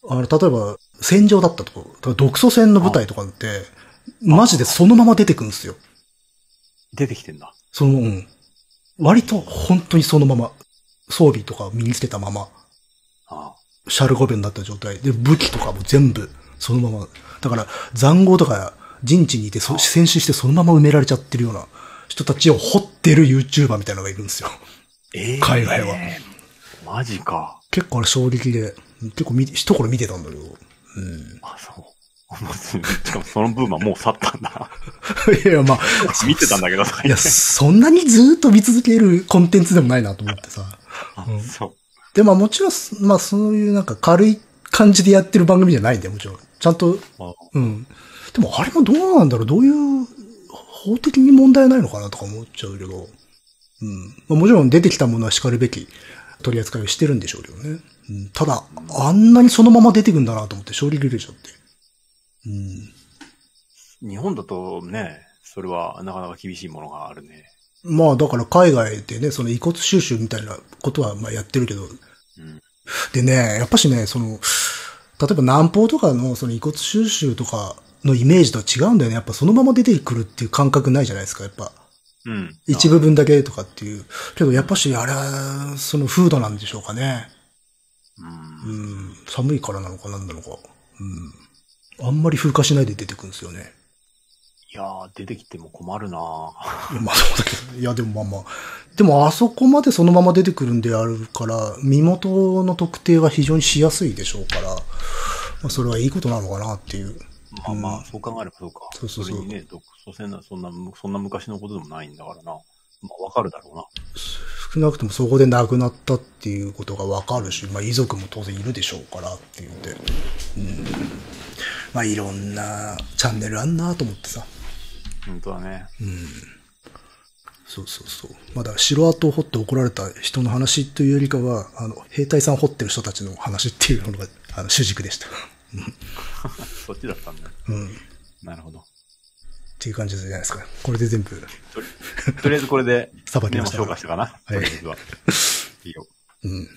Speaker 2: う。あの、例えば、戦場だったとこ、例えば独ソ戦の舞台とかって、マジでそのまま出てくるんですよ。
Speaker 1: 出てきてんだ。
Speaker 2: その、うん。割と本当にそのまま、装備とか身につけたまま、
Speaker 1: あ
Speaker 2: シャルゴベになった状態で、武器とかも全部、そのまま。だから、塹壕とか、陣地にいて、そ戦死してそのまま埋められちゃってるような人たちを掘ってる YouTuber みたいなのがいるんですよ。
Speaker 1: ええ
Speaker 2: 海外は。
Speaker 1: マジか。
Speaker 2: 結構あれ衝撃で、結構見て、一頃見てたんだけど。うん。
Speaker 1: あ、そう。 もうしかもそのブームはもう去ったんだ。。
Speaker 2: いやいや、まあ
Speaker 1: 見てたんだけど、とか
Speaker 2: い
Speaker 1: 言
Speaker 2: や、
Speaker 1: って
Speaker 2: そんなにずーっと見続けるコンテンツでもないなと思ってさ。
Speaker 1: あ
Speaker 2: うん
Speaker 1: そう。
Speaker 2: で、まあもちろん、まあそういうなんか軽い感じでやってる番組じゃないんだよ、もちろん。ちゃんと、
Speaker 1: あ
Speaker 2: うん。でもあれもどうなんだろう、どういう、法的に問題ないのかなとか思っちゃうけど。うん。まあもちろん出てきたものは叱るべき取り扱いをしてるんでしょうけどね。うん、ただ、あんなにそのまま出てくんだなと思って衝撃受けちゃって。うん。
Speaker 1: 日本だとね、それはなかなか厳しいものがあるね。
Speaker 2: まあだから海外でね、その遺骨収集みたいなことはまあやってるけど、
Speaker 1: うん。
Speaker 2: でね、やっぱしね、その、例えば南方とかのその遺骨収集とかのイメージとは違うんだよね。やっぱそのまま出てくるっていう感覚ないじゃないですか、やっぱ。
Speaker 1: うん。
Speaker 2: 一部分だけとかっていう。けどやっぱしあれは、その風土なんでしょうかね。
Speaker 1: う。
Speaker 2: うんん。寒いからなのかなんなのか。うん。あんまり風化しないで出てくるんですよね。
Speaker 1: いやー、出てきても困るなぁ
Speaker 2: いやまあそうだけど、いやでもまあまあ。でもあそこまでそのまま出てくるんであるから、身元の特定は非常にしやすいでしょうから、まあそれはいいことなのかなっていう。
Speaker 1: まあまあ、そう考えればそうか。
Speaker 2: そうそうそう
Speaker 1: れにね、独ソ戦な、そんな、そんな昔のことでもないんだからな。まあ、わかるだろうな。
Speaker 2: 少なくともそこで亡くなったっていうことがわかるし、まあ遺族も当然いるでしょうからっていうんで。うん。まあいろんなチャンネルあんなと思ってさ。
Speaker 1: 本当だね。
Speaker 2: そうそうそう。まだ城跡を掘って怒られた人の話というよりかは、あの、兵隊さん掘ってる人たちの話っていうのが、あの、主軸でした。
Speaker 1: そっちだったんだ。
Speaker 2: うん。っ
Speaker 1: なるほど。
Speaker 2: ていう感じじゃないですか。これで全部。
Speaker 1: とりとりあえずこれで、
Speaker 2: さばきました
Speaker 1: メモ消化したかな。と
Speaker 2: い
Speaker 1: りあえ ずは。いいよ。
Speaker 2: うん。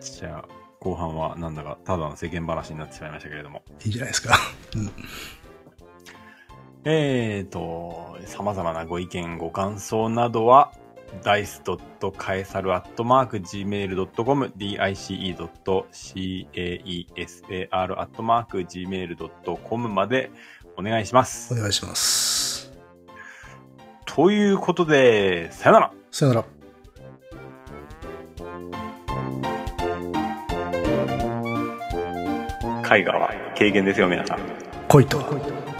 Speaker 1: じゃあ、後半はなんだか、ただの世間話になってしまいましたけれども。
Speaker 2: いいんじゃないですか。うん。
Speaker 1: えーと、様々なご意見、ご感想などは、dice.caesar.gmail.com、dice.caesar.gmail.com までお願いしま
Speaker 2: お
Speaker 1: す。
Speaker 2: 願いします。
Speaker 1: ということで、さよなら
Speaker 2: さよなら。
Speaker 1: 絵画は軽減ですよ、皆さん。
Speaker 2: 来いと。